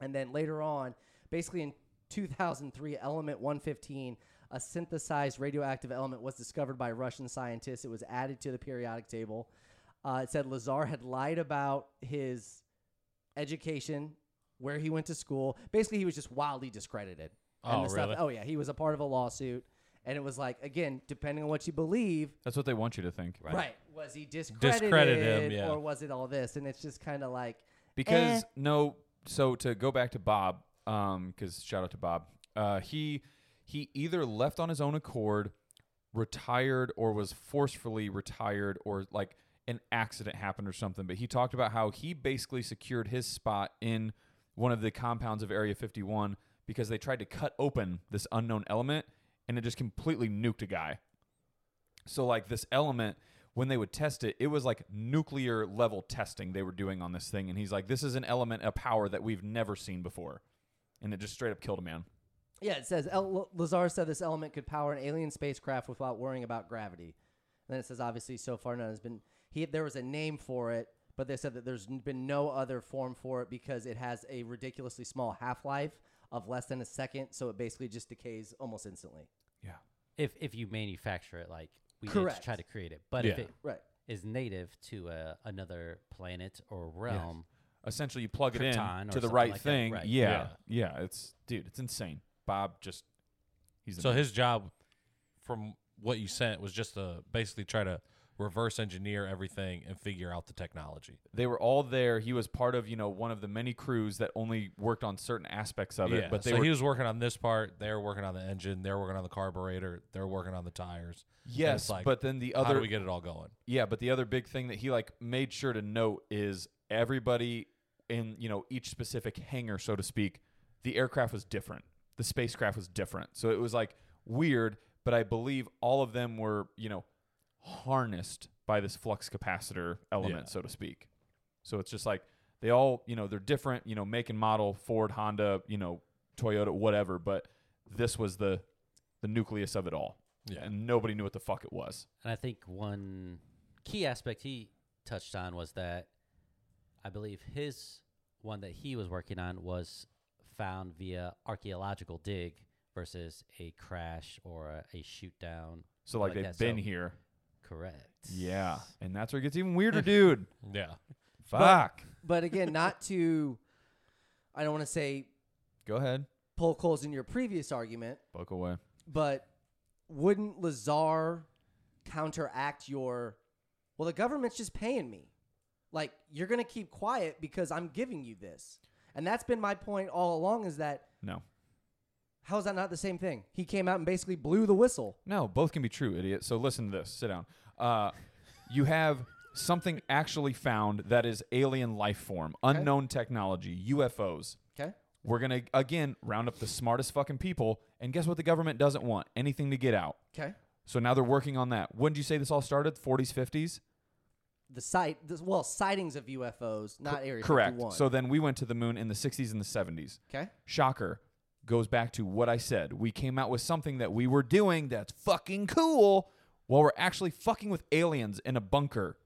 S2: And then later on, basically in 2003, element 115, a synthesized radioactive element, was discovered by Russian scientists. It was added to the periodic table. Uh, it said Lazar had lied about his education, where he went to school. Basically, he was just wildly discredited.
S3: Oh,
S2: the
S3: really?
S2: oh, yeah. He was a part of a lawsuit. And it was like, again, depending on what you believe,
S1: That's what they want you to think.
S2: Right. Was he discredited,
S3: him, yeah.
S2: or was it all this? And it's just kind of like
S1: Because no, so to go back to Bob, um, because shout out to Bob. Uh, he he either left on his own accord, retired, or was forcefully retired, or like an accident happened or something. But he talked about how he basically secured his spot in one of the compounds of Area 51 because they tried to cut open this unknown element and it just completely nuked a guy. So like this element when they would test it, it was like nuclear level testing they were doing on this thing and he's like this is an element of power that we've never seen before. And it just straight up killed a man.
S2: Yeah, it says El- Lazar said this element could power an alien spacecraft without worrying about gravity. And then it says obviously so far none has been. He there was a name for it, but they said that there's n- been no other form for it because it has a ridiculously small half life of less than a second, so it basically just decays almost instantly.
S1: Yeah.
S4: If if you manufacture it, like we did to
S2: Correct.
S4: try to create it, but if
S1: Yeah.
S4: it
S2: Right.
S4: is native to uh, another planet or realm,
S1: Essentially you plug it in
S4: Krypton or
S1: to the
S4: something
S1: right
S4: like that,
S1: thing.
S4: right.
S1: Yeah. yeah. it's dude, it's insane. Bob just he's the
S3: So
S1: man.
S3: his job, from what you sent, was just to basically try to reverse engineer everything and figure out the technology.
S1: they were all there. He was part of, you know, one of the many crews that only worked on certain aspects of it.
S3: yeah,
S1: But they
S3: so
S1: were
S3: he was working on this part. They were working on the engine. They were working on the carburetor. They were working on the tires.
S1: yes,
S3: like,
S1: but then the
S3: How
S1: other
S3: do we get it all going?
S1: Yeah, but the other big thing that he like made sure to note is everybody in, you know, each specific hangar, so to speak, the aircraft was different. The spacecraft was different. So it was like weird, but I believe all of them were, you know, harnessed by this flux capacitor element,
S3: Yeah.
S1: so to speak. So it's just like they all, you know, they're different, you know, make and model, Ford, Honda, you know, Toyota, whatever, but this was the the nucleus of it all.
S3: Yeah.
S1: And nobody knew what the fuck it was.
S4: and I think one key aspect he touched on was that I believe his one that he was working on was found via archaeological dig versus a crash or a, a shoot down.
S1: So like
S4: Like
S1: they've
S4: that,
S1: been
S4: so-
S1: here.
S4: Correct.
S1: Yeah, and that's where it gets even weirder, dude.
S3: Yeah.
S1: Fuck.
S2: But again, not to. I don't want to say
S1: Go ahead.
S2: pull coals in your previous argument,
S1: Buck away.
S2: but wouldn't Lazar counteract your well the government's just paying me like you're gonna keep quiet because i'm giving you this and that's been my point all along is that
S1: No.
S2: how is that not the same thing he came out and basically blew the whistle
S1: No, both can be true, idiot. So listen to this. Sit down. Uh, you have something actually found that is alien life form, unknown technology, UFOs.
S2: okay
S1: We're going to, again, round up the smartest fucking people. And guess what the government doesn't want? Anything to get out.
S2: okay
S1: So now they're working on that. When did you say this all started? 40s, 50s?
S2: the sight this, well sightings of ufos not area
S1: Correct.
S2: 51.
S1: So then we went to the moon in the 60s and the 70s.
S2: okay
S1: shocker goes back to what I said. We came out with something that we were doing that's fucking cool while we're actually fucking with aliens in a bunker.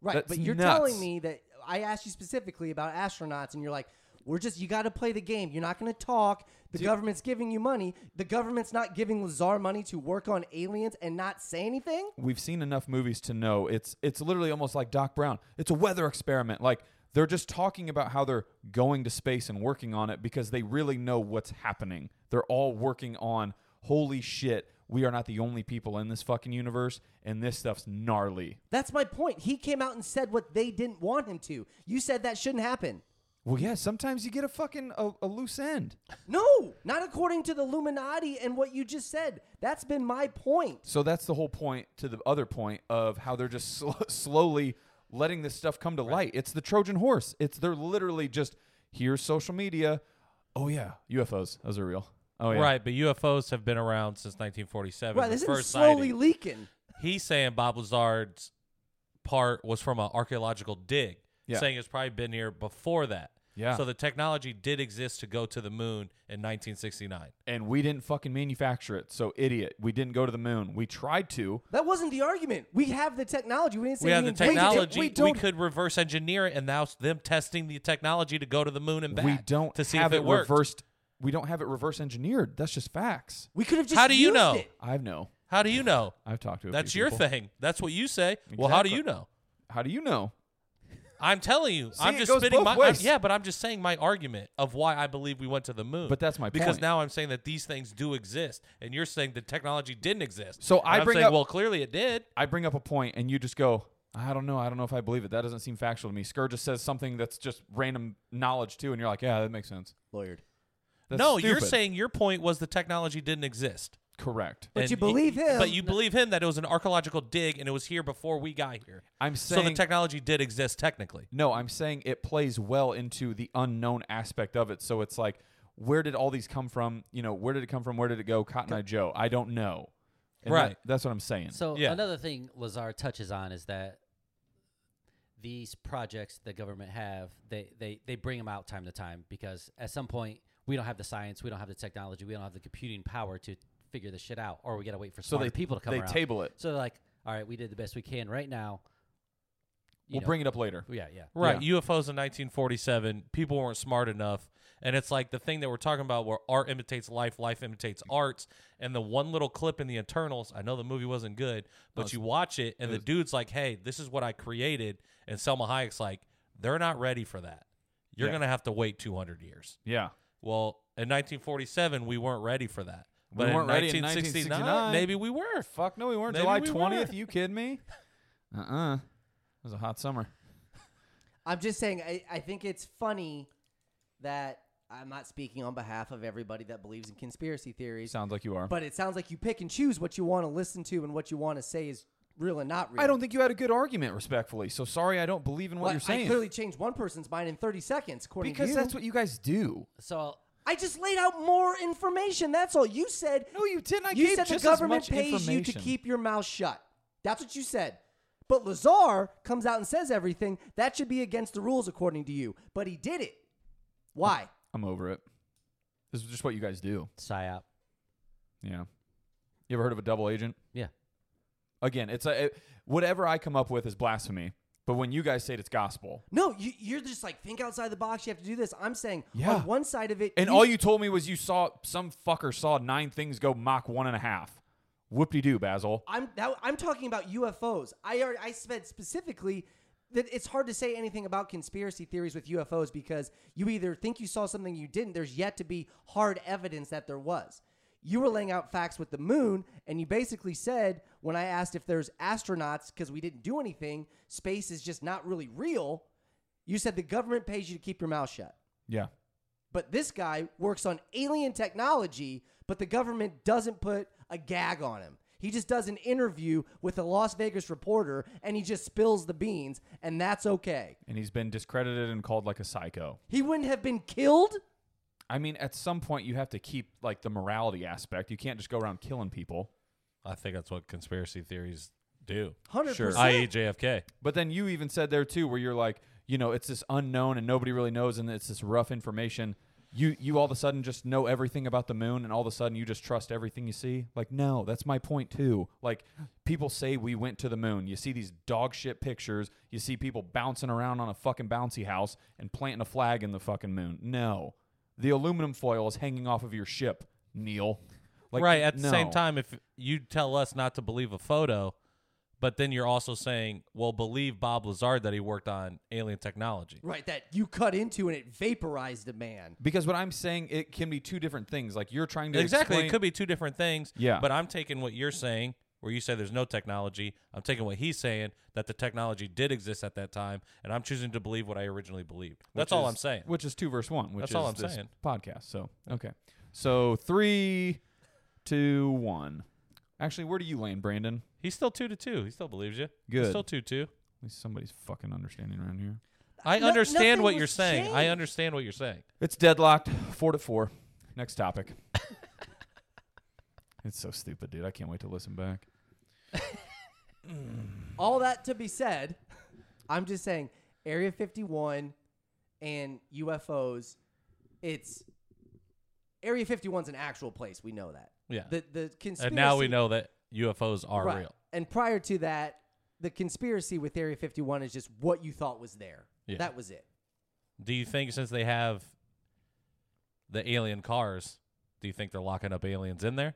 S2: right
S1: That's
S2: but you're
S1: nuts.
S2: telling me that i asked you specifically about astronauts and you're like we're just you got to play the game you're not going to talk the government's giving you money the government's not giving lazar money to work on aliens and not say anything
S1: We've seen enough movies to know it's it's literally almost like Doc Brown. It's a weather experiment. Like they're just talking about how they're going to space and working on it because they really know what's happening. They're all working on holy shit, we are not the only people in this fucking universe and this stuff's gnarly.
S2: That's my point. He came out and said what they didn't want him to. You said that shouldn't happen.
S1: Well, yeah, sometimes you get a fucking a, a loose end.
S2: No, not according to the Illuminati and what you just said. That's been my point.
S1: So that's the whole point to the other point of how they're just sl- slowly letting this stuff come to light. It's the Trojan horse. It's they're literally just here's social media. Oh yeah, UFOs. Those are real. Oh yeah.
S3: Right, but UFOs have been around since 1947.
S2: Right,
S3: The
S2: this is
S3: first
S2: slowly
S3: sighting-
S2: leaking.
S3: he's saying Bob Lazard's part was from an archaeological dig,
S1: Yeah.
S3: saying it's probably been here before that.
S1: Yeah.
S3: So the technology did exist to go to the moon in 1969.
S1: And we didn't fucking manufacture it. So idiot. We didn't go to the moon. We tried to.
S2: That wasn't the argument. We have the technology. We didn't say
S3: we have the
S2: we invented it.
S3: technology.
S2: We
S3: We,
S2: don't.
S3: could reverse engineer it, and now it's them testing the technology to go to the moon and back.
S1: we don't
S3: to see
S1: have
S3: if
S1: it
S3: it worked.
S1: reversed. We don't have it reverse engineered. That's just facts.
S2: we could have just.
S3: How do you
S2: used
S3: know?
S2: It.
S1: I know.
S3: How do you know?
S1: I've talked to. A
S3: That's
S1: few
S3: your
S1: people.
S3: thing. That's what you say. Well, how do
S1: Exactly.
S3: you know?
S1: How do you know?
S3: I'm telling you, I'm
S1: it
S3: just
S1: goes
S3: spitting
S1: both
S3: my
S1: ways.
S3: I'm- yeah, but I'm just saying my argument of why I believe we went to the moon.
S1: But that's my
S3: because
S1: point.
S3: now I'm saying that these things do exist, and you're saying the technology didn't exist.
S1: So
S3: And
S1: I
S3: I'm
S1: bring
S3: saying,
S1: up-
S3: well, clearly it did.
S1: I bring up a point and you just go, I don't know. I don't know if I believe it. That doesn't seem factual to me. Scourge just says something that's just random knowledge too, and you're like, yeah, that makes sense.
S2: Lawyered.
S1: That's
S3: no, you're
S1: stupid.
S3: saying your point was the technology didn't exist.
S1: correct.
S2: But
S3: And
S2: you believe him.
S3: But you believe him that it was an archaeological dig and it was here before we got here.
S1: I'm
S3: so the
S1: saying
S3: technology did exist technically.
S1: No, I'm saying it plays well into the unknown aspect of it. So it's like, where did all these come from? You know, where did it come from? Where did it go? Cotton Eye Joe. I don't know. And that-
S3: Right.
S1: that's what I'm saying.
S4: So
S3: Yeah.
S4: another thing Lazar touches on is that these projects the government have, they, they, they bring them out time to time because at some point we don't have the science, we don't have the technology, we don't have the computing power to figure this shit out, or we gotta wait for
S1: so
S4: smarter
S1: they
S4: people to come
S1: They
S4: around.
S1: table it.
S4: so they're like, all right, we did the best we can right now. You
S1: We'll
S4: know,
S1: bring it up later.
S4: yeah, yeah.
S3: Right. UFOs in 1947, people weren't smart enough. And it's like the thing that we're talking about where art imitates life, life imitates arts. And the one little clip in the internals, I know the movie wasn't good, but you watch it and the dude's like, hey, this is what I created. And Selma Hayek's like, they're not ready for that. You're
S1: Yeah.
S3: going to have to wait 200 years.
S1: Yeah.
S3: Well, in 1947, we weren't ready for that.
S1: We
S3: But
S1: weren't
S3: in
S1: ready in
S3: 1969,
S1: 1969.
S3: maybe we were.
S1: Fuck no, we weren't.
S3: Maybe
S1: July
S3: we
S1: 20th.
S3: were.
S1: You kidding me? Uh uh It was a hot summer.
S2: I'm just saying, I, I think it's funny that I'm not speaking on behalf of everybody that believes in conspiracy theories,
S1: Sounds like you are.
S2: but it sounds like you pick and choose what you want to listen to and what you want to say is real and not real.
S1: I don't think you had a good argument, respectfully. So sorry, I don't believe in what
S2: Well,
S1: you're saying.
S2: I clearly changed one person's mind in 30 seconds, according
S1: because
S2: to you.
S1: that's what you guys do.
S4: So
S2: I just laid out more information. That's all you said.
S1: No, you didn't. I
S2: you
S1: gave
S2: said the
S1: just as
S2: government
S1: much
S2: pays you to
S1: information.
S2: keep your mouth shut. That's what you said. But Lazar comes out and says everything. That should be against the rules, according to you. But he did it. Why?
S1: I'm over it. This is just what you guys do.
S4: psyop.
S1: Yeah. You ever heard of a double agent?
S4: Yeah.
S1: Again, it's a it- whatever I come up with is blasphemy. But when you guys say it, it's gospel,
S2: No, you, you're just like think outside the box. You have to do this. I'm saying
S1: Yeah.
S2: on one side of it,
S1: and all you told me was you saw some fucker saw nine things go Mach one and a half. Whoop de doo, Basil.
S2: I'm that, I'm talking about UFOs. I already, I said specifically that it's hard to say anything about conspiracy theories with UFOs because you either think you saw something you didn't. There's yet to be hard evidence that there was. You were laying out facts with the moon, and you basically said when I asked if there's astronauts because we didn't do anything, space is just not really real. You said the government pays you to keep your mouth shut.
S1: Yeah.
S2: But this guy works on alien technology, but the government doesn't put a gag on him. He just does an interview with a Las Vegas reporter and he just spills the beans, and that's okay.
S1: And he's been discredited and called like a psycho.
S2: He wouldn't have been killed.
S1: I mean, at some point you have to keep like the morality aspect. You can't just go around killing people.
S3: I think that's what conspiracy theories do, E
S2: 100%.
S3: i.e., JFK.
S1: But then you even said there too, where you're like, you know, it's this unknown and nobody really knows, and it's this rough information. You you all of a sudden just know everything about the moon, and all of a sudden you just trust everything you see. Like, no, that's my point too. Like, people say we went to the moon. You see these dog shit pictures. You see people bouncing around on a fucking bouncy house and planting a flag in the fucking moon. No, the aluminum foil is hanging off of your ship, Neil. Like,
S3: right. At the same
S1: no.
S3: time, if you tell us not to believe a photo, but then you're also saying, well, believe Bob Lazard that he worked on alien technology.
S2: Right, that you cut into and it vaporized a man.
S1: Because what I'm saying, it can be two different things. Like you're trying to
S3: Exactly.
S1: explain-
S3: It could be two different things.
S1: Yeah.
S3: But I'm taking what you're saying, where you say there's no technology. I'm taking what he's saying, that the technology did exist at that time, and I'm choosing to believe what I originally believed. That's
S1: which
S3: all
S1: is-
S3: I'm saying.
S1: Which is two verse one. Which
S3: That's
S1: is
S3: all I'm
S1: this
S3: saying.
S1: Podcast. So okay. So three, two, one. Actually, where do you land, Brandon?
S3: He's still two to two. He still believes you.
S1: Good.
S3: He's still two two.
S1: At least somebody's fucking understanding around here.
S3: I
S2: No-
S3: understand
S2: nothing
S3: what
S2: was
S3: you're saying. I
S2: changed.
S3: understand what you're saying.
S1: It's deadlocked. Four to four. Next topic. it's so stupid, dude. I can't wait to listen back.
S2: All that to be said, I'm just saying Area 51 and UFOs, it's Area 51's an actual place. We know that.
S3: Yeah.
S2: The the conspiracy
S3: and now we know that UFOs are
S2: Right.
S3: real.
S2: And prior to that, the conspiracy with Area 51 is just what you thought was there.
S3: Yeah.
S2: That was it.
S3: Do you think since they have the alien cars, do you think they're locking up aliens in there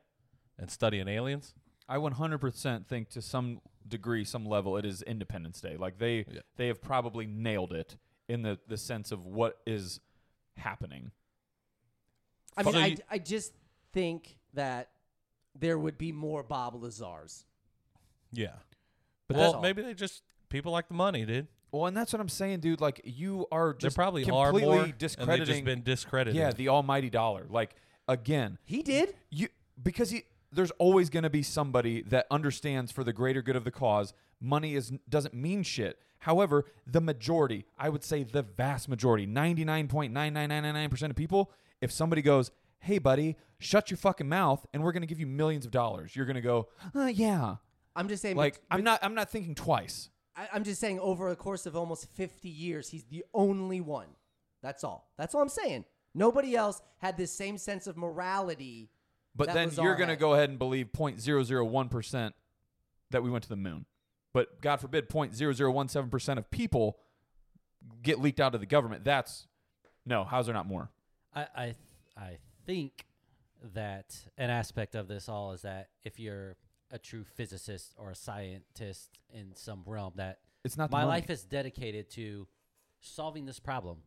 S3: and studying aliens?
S1: I 100% think to some degree, some level, it is Independence Day. Like they
S3: Yeah.
S1: they have probably nailed it in the the sense of what is happening.
S2: I mean,
S3: So
S2: I,
S3: you-
S2: I just think that there would be more Bob Lazars.
S3: Yeah.
S2: But
S3: well,
S2: that's-
S3: maybe they just people like the money, dude.
S1: Well, and that's what I'm saying, dude. Like you are
S3: There
S1: just
S3: probably are
S1: completely
S3: more, and they've just
S1: discrediting.
S3: been discredited.
S1: yeah, the almighty dollar. Like again,
S2: He did.
S1: you because he, there's always going to be somebody that understands for the greater good of the cause money is doesn't mean shit however the majority i would say the vast majority 99.99999% of people if somebody goes hey buddy shut your fucking mouth and we're going to give you millions of dollars you're going to go uh, yeah
S2: I'm just saying.
S1: like i'm not i'm not thinking twice
S2: I, I'm just saying. Over a course of almost 50 years, he's the only one. That's all. That's all I'm saying. Nobody else had this same sense of morality.
S1: but
S2: That
S1: then
S2: was
S1: you're
S2: our
S1: going to
S2: head.
S1: go ahead and believe 0.001% that we went to the moon but god forbid 0.0017% of people get leaked out to the government that's no how's there not more
S4: I I th- I think that an aspect of this all is that if you're a true physicist or a scientist in some realm, that
S1: it's not the
S4: my
S1: money.
S4: life is dedicated to solving this problem,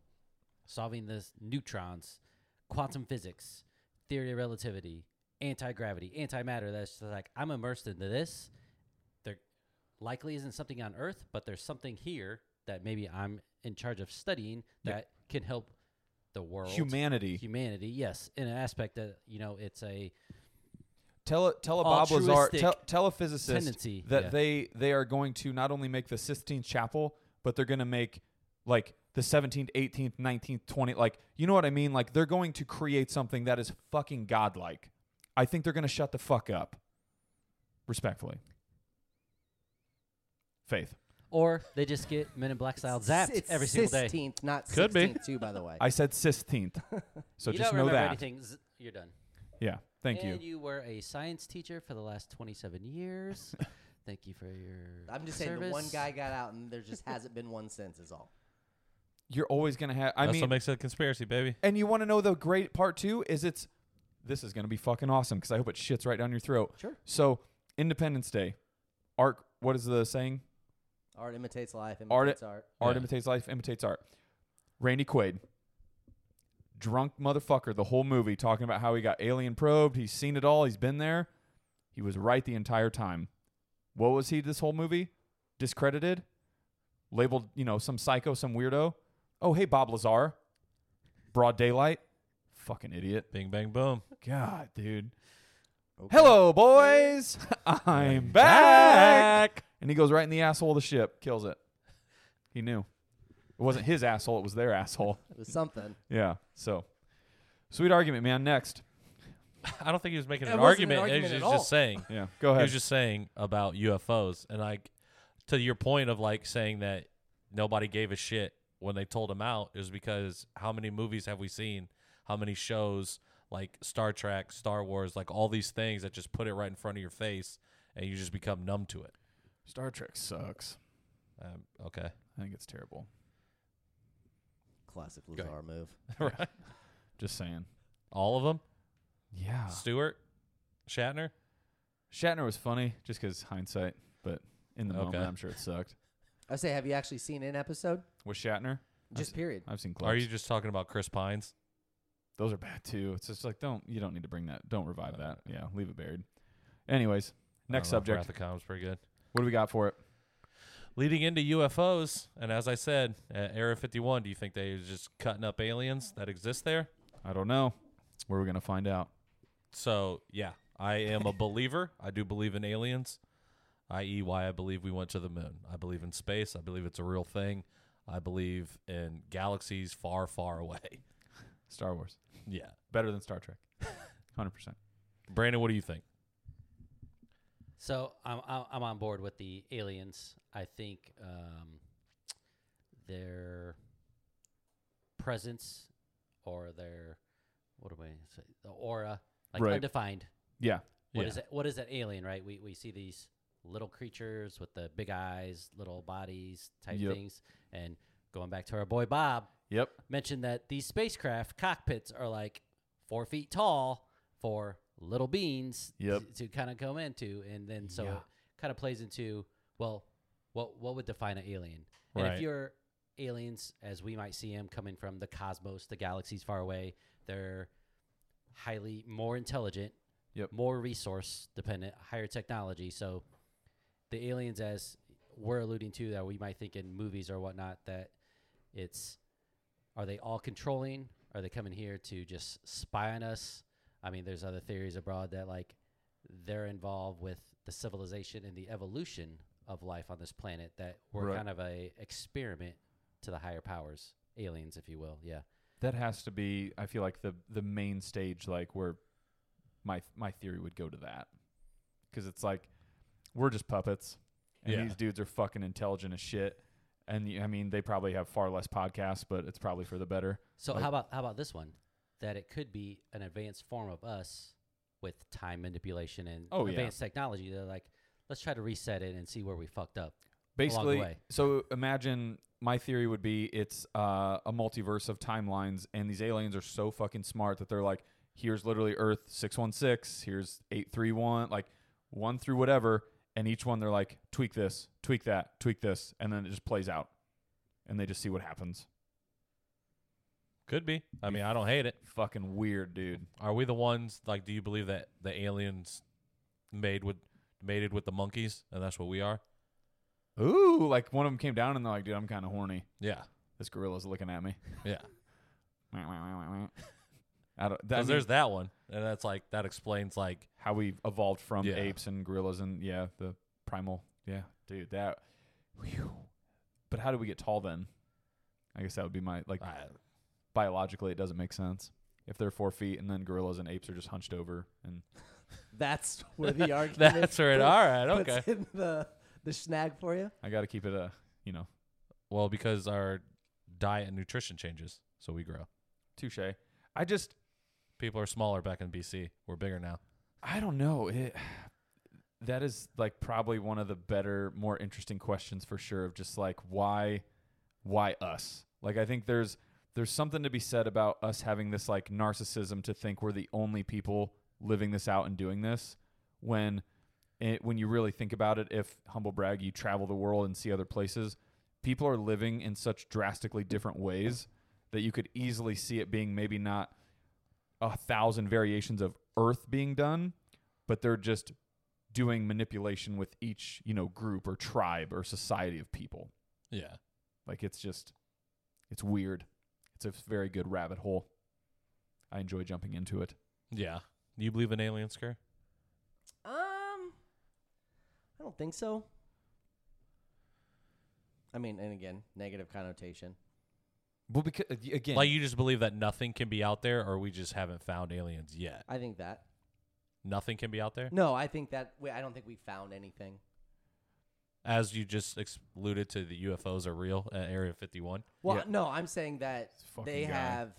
S4: solving this neutrons, quantum physics, theory of relativity, anti gravity, antimatter. That's just like I'm immersed into this. There likely isn't something on Earth, but there's something here that maybe I'm in charge of studying
S1: Yeah.
S4: that can help the world
S1: humanity
S4: humanity yes in an aspect that you know it's a
S1: tell a- tell a Bob Lazar
S4: Altruistic
S1: tell, tell a physicist
S4: tendency,
S1: that
S4: yeah.
S1: they they are going to not only make the Sistine Chapel but they're going to make like the 17th, 18th, 19th, 20th like you know what I mean like they're going to create something that is fucking godlike. I think they're going to shut the fuck up. Respectfully. Faith.
S4: or they just get men in black style zapped
S2: It's
S4: every single day
S2: 16th, not
S3: Could be.
S2: 16th too. By the way,
S1: I said 16th. So
S4: you
S1: just
S4: don't
S1: know
S4: remember
S1: that.
S4: anything Z- you're done
S1: Yeah. Thank
S4: and
S1: you.
S4: you were a science teacher for the last 27 years thank you for your
S2: I'm just saying the
S4: service.
S2: one guy got out, and there just hasn't been one since. Is all.
S1: You're always going to have I
S3: That's
S1: mean
S3: what makes it a conspiracy, baby.
S1: And you want to know the great part too is it's this is going to be fucking awesome because I hope it shits right down your throat.
S2: Sure.
S1: So Independence Day, art. What is the saying?
S2: Art imitates life.
S1: Art-
S2: Imitates art.
S1: Art
S3: Yeah.
S1: imitates life, imitates art. Randy Quaid, drunk motherfucker, the whole movie talking about how he got alien probed. He's seen it all. He's been there. He was right the entire time. What was he this whole movie? Discredited, labeled, you know, some psycho, some weirdo. Oh, hey, Bob Lazar. Broad daylight. Fucking idiot.
S3: Bing bang boom.
S1: God, dude. Hello, boys. I'm back. And he goes right in the asshole of the ship, kills it. He knew. It wasn't his asshole, it was their asshole.
S2: It was something.
S1: Yeah. So, sweet argument, man. Next.
S3: I don't think he was making
S2: It
S3: an
S2: wasn't an
S3: argument.
S2: argument
S3: he was
S2: at all.
S3: just saying.
S1: Yeah. Go
S3: He
S1: ahead.
S3: was just saying about UFOs, and like to your point of like saying that nobody gave a shit when they told him out is because how many movies have we seen? How many shows like Star Trek, Star Wars, like all these things that just put it right in front of your face, and you just become numb to it.
S1: Star Trek sucks.
S3: Um, okay,
S1: I think it's terrible.
S2: Classic
S3: ahead.
S2: Lazar move.
S3: right.
S1: Just saying.
S3: All of them.
S1: Yeah.
S3: Stewart, Shatner.
S1: Shatner was funny just because hindsight, but in the moment,
S3: Okay.
S1: I'm sure it sucked.
S2: I say, have you actually seen an episode?
S1: With Shatner,
S2: Just period.
S1: I've seen clips.
S3: Are you just talking about Chris Pines?
S1: Those are bad too. It's just like don't you don't need to bring that. Don't revive that. Yeah, leave it buried. Anyways, next
S3: Uh, I don't know if
S1: subject.
S3: Rathacom's pretty good.
S1: What do we got for it?
S3: leading into UFOs. And as I said, at Area 51, do you think they was just cutting up aliens that exist there?
S1: I don't know. Where we gonna find out?
S3: So, yeah, I am a believer. I do believe in aliens, i.e., why I believe we went to the moon. I believe in space. I believe it's a real thing. I believe in galaxies far, far away.
S1: Star Wars
S3: Yeah.
S1: better than Star Trek. Hundred percent.
S3: Brandon, what do you think?
S4: so I'm, I'm i'm on board with the aliens i think um their presence or their what do we say the aura like
S1: Right.
S4: undefined
S1: Yeah.
S4: What
S3: Yeah.
S4: is that? What is that alien? Right? We we see these little creatures with the big eyes, little bodies, type
S1: Yep.
S4: things. And going back to our boy Bob,
S1: Yep.
S4: mentioned that these spacecraft cockpits are like four feet tall for little beings
S1: Yep.
S4: t- to kind of come into, and then so
S1: Yeah.
S4: it kind of plays into well, what what would define an alien? And
S3: Right.
S4: if you're aliens, as we might see them coming from the cosmos, the galaxies far away, they're highly more intelligent,
S1: Yep.
S4: more resource dependent, higher technology. So the aliens as we're alluding to that we might think in movies or whatnot that it's are they all controlling? Are they coming here to just spy on us? I mean, there's other theories abroad that like they're involved with the civilization and the evolution of life on this planet that we're
S1: Right.
S4: kind of a experiment to the higher powers, aliens, if you will. Yeah.
S1: That has to be, I feel like the the main stage, like where my my theory would go to that, because it's like we're just puppets, and
S3: Yeah.
S1: these dudes are fucking intelligent as shit, and y- I mean they probably have far less podcasts, but it's probably for the better.
S4: So
S1: Like-
S4: how about how about this one? That it could be an advanced form of us with time manipulation and
S1: Oh, yeah.
S4: advanced technology. They're like, let's try to reset it and see where we fucked up.
S1: Basically,
S4: way.
S1: so imagine my theory would be it's uh, a multiverse of timelines, and these aliens are so fucking smart that they're like, here's literally Earth six one six, here's eight three one, like one through whatever, and each one they're like, tweak this, tweak that, tweak this, and then it just plays out, and they just see what happens.
S3: Could be. I mean, I don't hate it.
S1: Fucking weird, dude.
S3: Are we the ones like? Do you believe that the aliens made with mated with the monkeys, and that's what we are?
S1: Ooh, like one of them came down and they're like, dude, I'm kind of horny.
S3: Yeah,
S1: This gorilla's looking at me.
S3: yeah.
S1: I don't.
S3: Because
S1: That,
S3: there's that one, and that's like that explains like
S1: how we evolved from
S3: Yeah.
S1: apes and gorillas and yeah, the primal. Yeah, dude, that. Whew. But how do we get tall then? I guess that would be my like
S3: I-
S1: biologically, it doesn't make sense if they're four feet and then gorillas and apes are just hunched over and
S2: That's where the argument.
S3: that's right. All right,
S2: puts
S3: okay.
S2: in the the snag for you.
S1: I got to keep it uh you know
S3: Well, because our diet and nutrition changes, so we grow.
S1: touche. I just
S3: People are smaller back in BC. We're bigger now.
S1: I don't know it. That is like probably one of the better, more interesting questions for sure. Of just like why, why us? Like I think there's there's something to be said about us having this like narcissism to think we're the only people living this out and doing this when it, when you really think about it if humble brag you travel the world and see other places people are living in such drastically different ways that you could easily see it being maybe not a thousand variations of earth being done but they're just doing manipulation with each you know group or tribe or society of people
S3: Yeah.
S1: like it's just it's weird. It's a very good rabbit hole. I enjoy jumping into it.
S3: Yeah. Do you believe in aliens, Scare?
S2: Um, I don't think so. I mean, and again, negative connotation.
S1: Well, because again,
S3: Like you just believe that nothing can be out there or we just haven't found aliens yet.
S2: I think that.
S3: Nothing can be out there?
S2: No, I think that. We, I don't think we found anything.
S3: As you just ex- alluded to the UFOs are real at Area 51.
S2: Well,
S1: Yeah.
S2: no, I'm saying that
S1: This fucking
S2: they
S1: guy.
S2: have.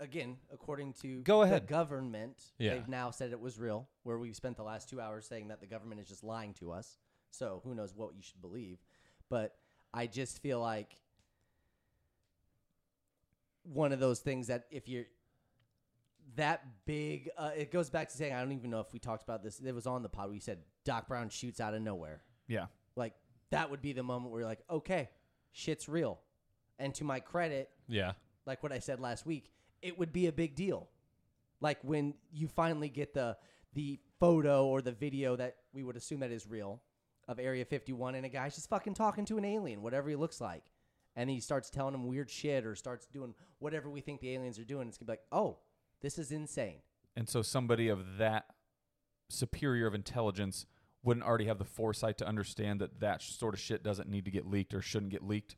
S2: Again, according to
S1: Go ahead.
S2: the government,
S3: Yeah.
S2: they've now said it was real. Where we spent the last two hours saying that the government is just lying to us. So who knows what you should believe? But I just feel like one of those things that if you're that big, uh, it goes back to saying I don't even know if we talked about this. It was on the pod. We said Doc Brown shoots out of nowhere
S1: yeah,
S2: like that would be the moment where you're like, okay, shit's real. And to my credit,
S3: Yeah.
S2: like what I said last week, it would be a big deal. Like when you finally get the the photo or the video that we would assume that is real of Area 51 and a guy's just fucking talking to an alien, whatever he looks like. And he starts telling him weird shit or starts doing whatever we think the aliens are doing. It's going to be like, oh, this is insane.
S1: and so somebody of that superior of intelligence wouldn't already have the foresight to understand that that sh- sort of shit doesn't need to get leaked or shouldn't get leaked.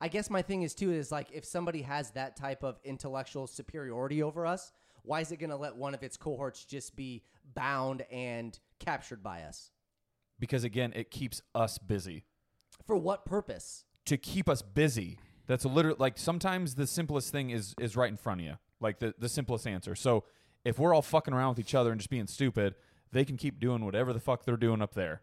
S2: I guess my thing is too is like if somebody has that type of intellectual superiority over us, why is it going to let one of its cohorts just be bound and captured by us?
S1: Because again, it keeps us busy.
S2: For what purpose?
S1: To keep us busy. That's literally like sometimes the simplest thing is is right in front of you. Like the the simplest answer. So if we're all fucking around with each other and just being stupid, they can keep doing whatever the fuck they're doing up there.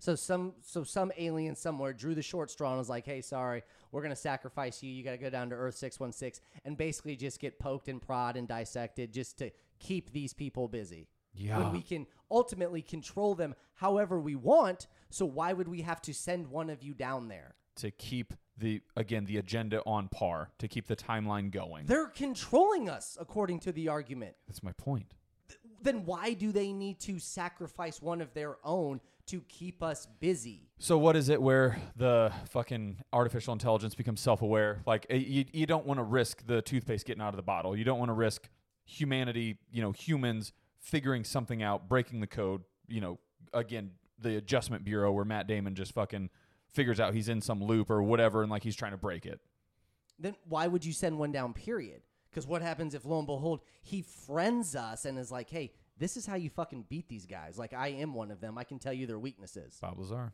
S2: So some so some alien somewhere drew the short straw and was like, "Hey, sorry, we're going to sacrifice you. You got to go down to Earth 616 and basically just get poked and prod and dissected just to keep these people busy."
S1: Yeah.
S2: When we can ultimately control them however we want, so why would we have to send one of you down there?
S1: to keep the again the agenda on par to keep the timeline going.
S2: They're controlling us, according to the argument.
S1: That's my point.
S2: Then why do they need to sacrifice one of their own to keep us busy.
S1: So what is it where the fucking artificial intelligence becomes self-aware? Like eh, you, you don't want to risk the toothpaste getting out of the bottle. You don't want to risk humanity, you know, humans figuring something out, breaking the code. You know, again, the Adjustment Bureau where Matt Damon just fucking figures out he's in some loop or whatever, and like he's trying to break it.
S2: Then why would you send one down? Period. Because what happens if lo and behold he friends us and is like, "Hey, this is how you fucking beat these guys. Like I am one of them. I can tell you their weaknesses."
S1: Bob Lazar.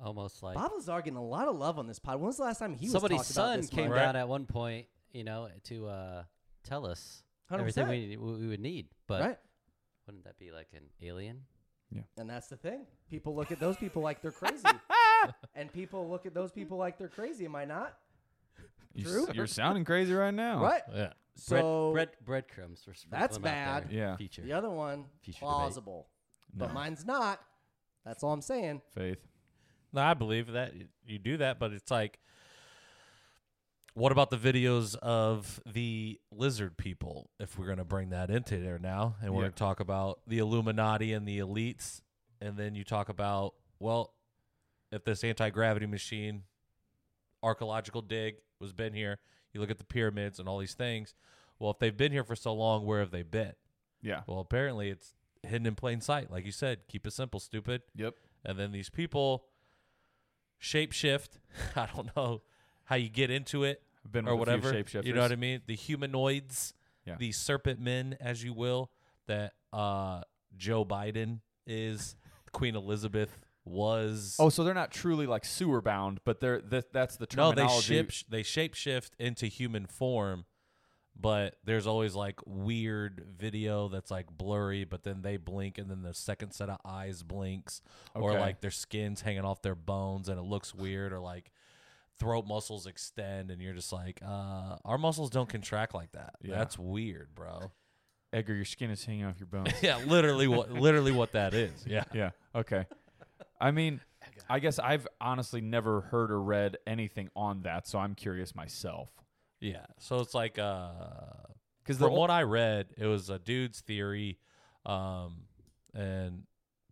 S4: Almost like
S2: Bob Lazar getting a lot of love on this pod. When was the last time he
S4: somebody's
S2: was talked about
S4: son
S2: this
S4: came
S2: much?
S3: Right.
S4: down at one point, you know, to uh, tell us
S2: 100%.
S4: everything we, we would need. But
S2: right?
S4: wouldn't that be like an alien?
S2: And that's the thing. People look at those people like they're crazy, and people look at those people like they're crazy. Am I not?
S1: You
S2: True.
S1: are sounding crazy right now.
S2: Right.
S3: Yeah.
S2: So
S4: bread, bread breadcrumbs for
S2: That's bad.
S1: Yeah.
S4: Feature.
S2: the other one
S4: Future debate.
S2: plausible,
S1: No.
S2: but mine's not. That's all I'm saying.
S1: Faith.
S3: No, I believe that y- you do that, but it's like, what about the videos of the lizard people? If we're going to bring that into there now, and we're
S1: Yeah.
S3: going to talk about the Illuminati and the elites, and then you talk about, well, if this anti gravity machine archaeological dig was been here, you look at the pyramids and all these things. Well, if they've been here for so long, where have they been?
S1: Yeah.
S3: Well, apparently it's hidden in plain sight, like you said. Keep it simple, stupid
S1: Yep.
S3: and then these people shapeshift. I don't know how you get into it
S1: I've been
S3: or
S1: with a few
S3: whatever.
S1: shapeshifters.
S3: You know what I mean? The humanoids,
S1: Yeah.
S3: the serpent men, as you will, that uh, Joe Biden is, Queen Elizabeth was.
S1: Oh, so they're not truly like sewer bound, but they're that, that's the
S3: no, they
S1: terminology.
S3: shape they shapeshift into human form, but there's always like weird video that's like blurry, but then they blink and then the second set of eyes blinks, or
S1: Okay.
S3: like their skin's hanging off their bones and it looks weird, or like throat muscles extend and you're just like, uh, our muscles don't contract like that.
S1: Yeah.
S3: That's weird, bro.
S1: Edgar, your skin is hanging off your bones.
S3: yeah, literally what literally what that is. Yeah.
S1: yeah. Okay. I mean, I guess I've honestly never heard or read anything on that, so I'm curious myself.
S3: Yeah. So it's like uh
S1: Because
S3: from what I read, it was a dude's theory, um, and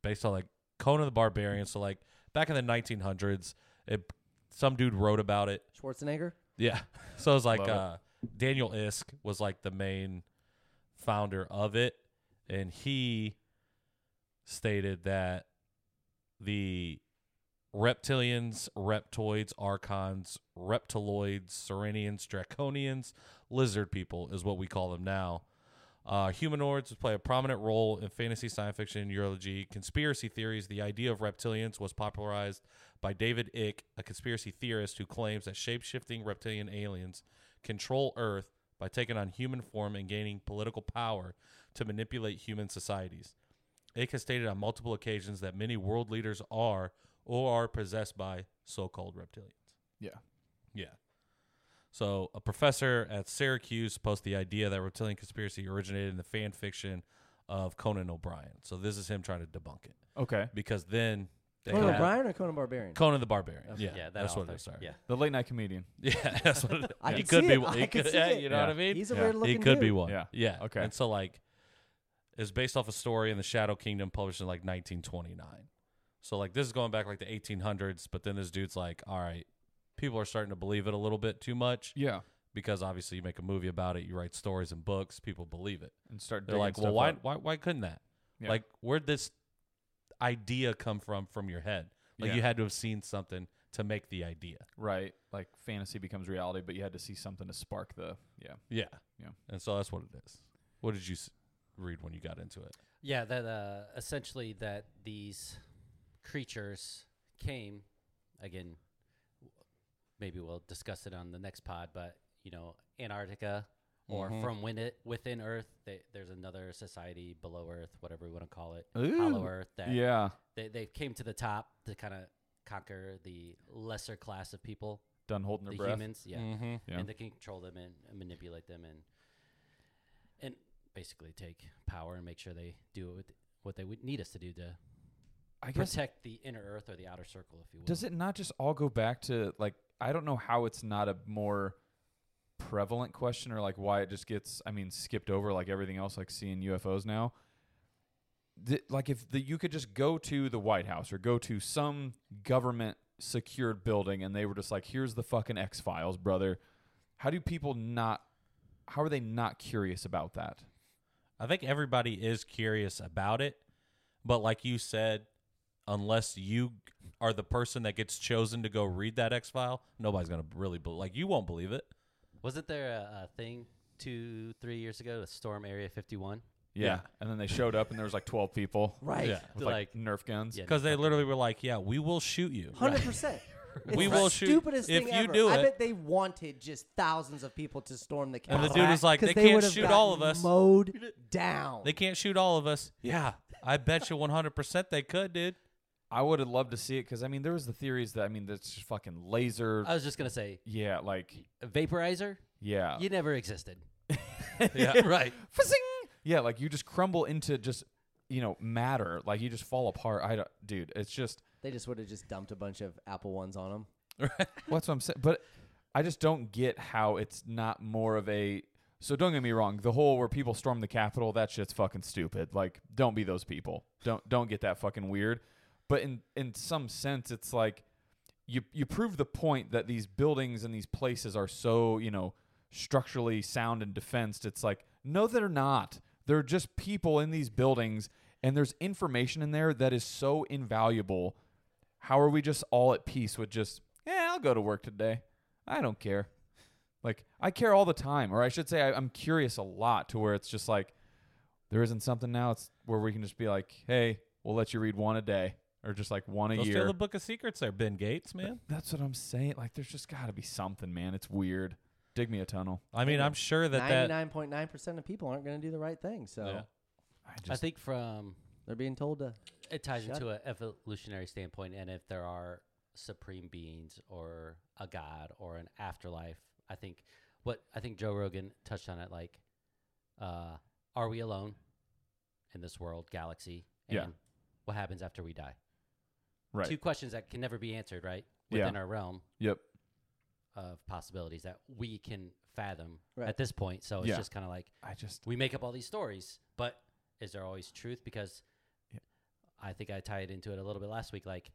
S3: based on like Conan the Barbarian. So like back in the 1900s, it, some dude wrote about it.
S2: Schwarzenegger.
S3: Yeah. So it was like
S1: Love it.
S3: uh, Daniel Isk was like the main founder of it, and he stated that the reptilians, reptoids, archons, reptiloids, serenians, draconians, lizard people is what we call them now. Uh, humanoids play a prominent role in fantasy, science fiction, urology, conspiracy theories. The idea of reptilians was popularized by David Icke, a conspiracy theorist who claims that shape shifting reptilian aliens control Earth by taking on human form and gaining political power to manipulate human societies. Icke has stated on multiple occasions that many world leaders are or are possessed by so called reptilians.
S1: yeah.
S3: Yeah. So a professor at Syracuse posed the idea that reptilian conspiracy originated in the fan fiction of Conan O'Brien. So this is him trying to debunk it
S1: Okay.
S3: because then they
S2: Conan
S3: had-
S2: O'Brien or Conan Barbarian?
S3: Conan the Barbarian.
S4: Okay,
S3: Yeah,
S4: yeah, that
S3: that's what
S4: author.
S3: it is. Sorry.
S4: Yeah.
S1: The late night comedian.
S3: yeah, that's what. It,
S2: I
S3: he
S2: can
S3: could
S2: see
S3: be.
S2: it.
S3: one-
S2: I
S3: he
S2: can
S3: could-
S2: see
S3: yeah,
S2: it.
S3: You know what I
S1: Yeah.
S3: mean?
S2: He's a
S1: Yeah.
S2: weird looking
S3: He could be
S2: dude.
S3: one.
S1: Yeah.
S3: Yeah.
S1: Okay.
S3: And so like, it's based off a story in the Shadow Kingdom published in like 1929. So like, this is going back like the 1800s. But then this dude's like, all right, people are starting to believe it a little bit too much
S1: Yeah.
S3: because obviously you make a movie about it, you write stories and books, people believe it.
S1: And start.
S3: They're
S1: digging
S3: like, well,
S1: stuff
S3: why,
S1: up.
S3: why, why couldn't that?
S1: Yeah.
S3: Like, where'd this idea come from from your head? Like,
S1: Yeah.
S3: you had to have seen something to make the idea.
S1: Right. Like fantasy becomes reality, but you had to see something to spark the. Yeah.
S3: Yeah.
S1: Yeah.
S3: And so that's what it is. What did you s- read when you got into it?
S4: Yeah, that uh, essentially that these creatures came again. w- Maybe we'll discuss it on the next pod, but you know, Antarctica or
S3: Mhm.
S4: from within, within Earth, they, there's another society below Earth, whatever we want to call it,
S1: Ooh.
S4: hollow Earth. That
S1: Hmm. Yeah.
S4: they they came to the top to kind of conquer the lesser class of people,
S1: Done holding
S4: the
S1: their breath.
S4: humans. Yeah,
S3: Mm-hmm.
S1: Yeah.
S4: and they can control them and, and manipulate them and and basically take power and make sure they do what what they would need us to do to
S1: I guess.
S4: protect the inner Earth or the outer circle, if you will.
S1: Does it not just all go back to like I don't know how it's not a more prevalent question or like why it just gets I mean skipped over like everything else like seeing UFOs now. th- like if the, you could just go to the White House or go to some government secured building and they were just like, here's the fucking X Files, brother. How do people not? How are they not curious about that?
S3: I think everybody is curious about it, but like you said, unless you are the person that gets chosen to go read that X file, nobody's gonna really bel like you won't believe it.
S4: Wasn't there a, a thing two, three years ago to storm Area 51?
S1: Yeah. And then they showed up and there was like 12 people
S2: Right.
S3: Yeah.
S1: with
S4: They're
S1: like, Nerf guns.
S4: Yeah,
S3: Because they literally were like, "Yeah, we will shoot you."
S2: Hundred percent.
S3: We
S2: the
S3: will shoot
S2: Stupidest
S3: if
S2: thing
S3: you
S2: ever.
S3: do
S2: I
S3: it.
S2: bet they wanted just thousands of people to storm the
S3: And
S2: Capitol.
S3: the dude was like,
S2: 'Cause
S3: "They can't
S2: would've
S3: shoot
S2: gotten
S3: all of us."
S2: Mowed down.
S3: They can't shoot all of us. Yeah, I bet you 100% they could, dude.
S1: I would have loved to see it because I mean, there was the theories that I mean, that's just fucking laser.
S4: I was just gonna say
S1: yeah, like
S4: a vaporizer.
S1: yeah,
S4: you never existed.
S3: Yeah.
S4: right.
S1: Fizzing! yeah, like you just crumble into just you know matter, like you just fall apart. I don't, dude, it's just
S2: They just would have just dumped a bunch of Apple ones on them.
S1: What's what I'm saying? But I just don't get how it's not more of a. So don't get me wrong. The whole where people storm the Capitol, that shit's fucking stupid. Like, don't be those people. Don't don't get that fucking weird. But in in some sense, it's like you you prove the point that these buildings and these places are so you know structurally sound and defensed. It's like no, they're not. They're just people in these buildings, and there's information in there that is so invaluable how are we just all at peace with just yeah i'll go to work today i don't care like i care all the time or i should say I, i'm curious a lot to where it's just like there isn't something now it's where we can just be like hey we'll let you read one a day or just like one a
S3: They'll
S1: year
S3: steal the Book of Secrets there, Ben Gates, man.
S1: that's what i'm saying like there's just gotta be something man it's weird dig me a tunnel
S3: I mean, I'm sure that that.
S2: Ninety-nine point nine percent of people aren't going to do the right thing, so
S3: Yeah.
S1: i
S4: I
S1: just
S4: think from
S2: they're being told to.
S4: it ties
S2: Shut
S4: into an evolutionary standpoint, and if there are supreme beings or a god or an afterlife, I think what I think Joe Rogan touched on it like, uh, are we alone in this world, galaxy? And
S1: Yeah.
S4: What happens after we die?
S1: right
S4: Two questions that can never be answered, right?
S1: Yeah.
S4: Within our realm
S1: yep
S4: of possibilities that we can fathom
S2: Right.
S4: at this point. So it's
S1: Yeah.
S4: just kind of like
S1: i just
S4: we make up all these stories, but is there always truth? Because
S1: Yeah.
S4: I think I tied into it a little bit last week. Like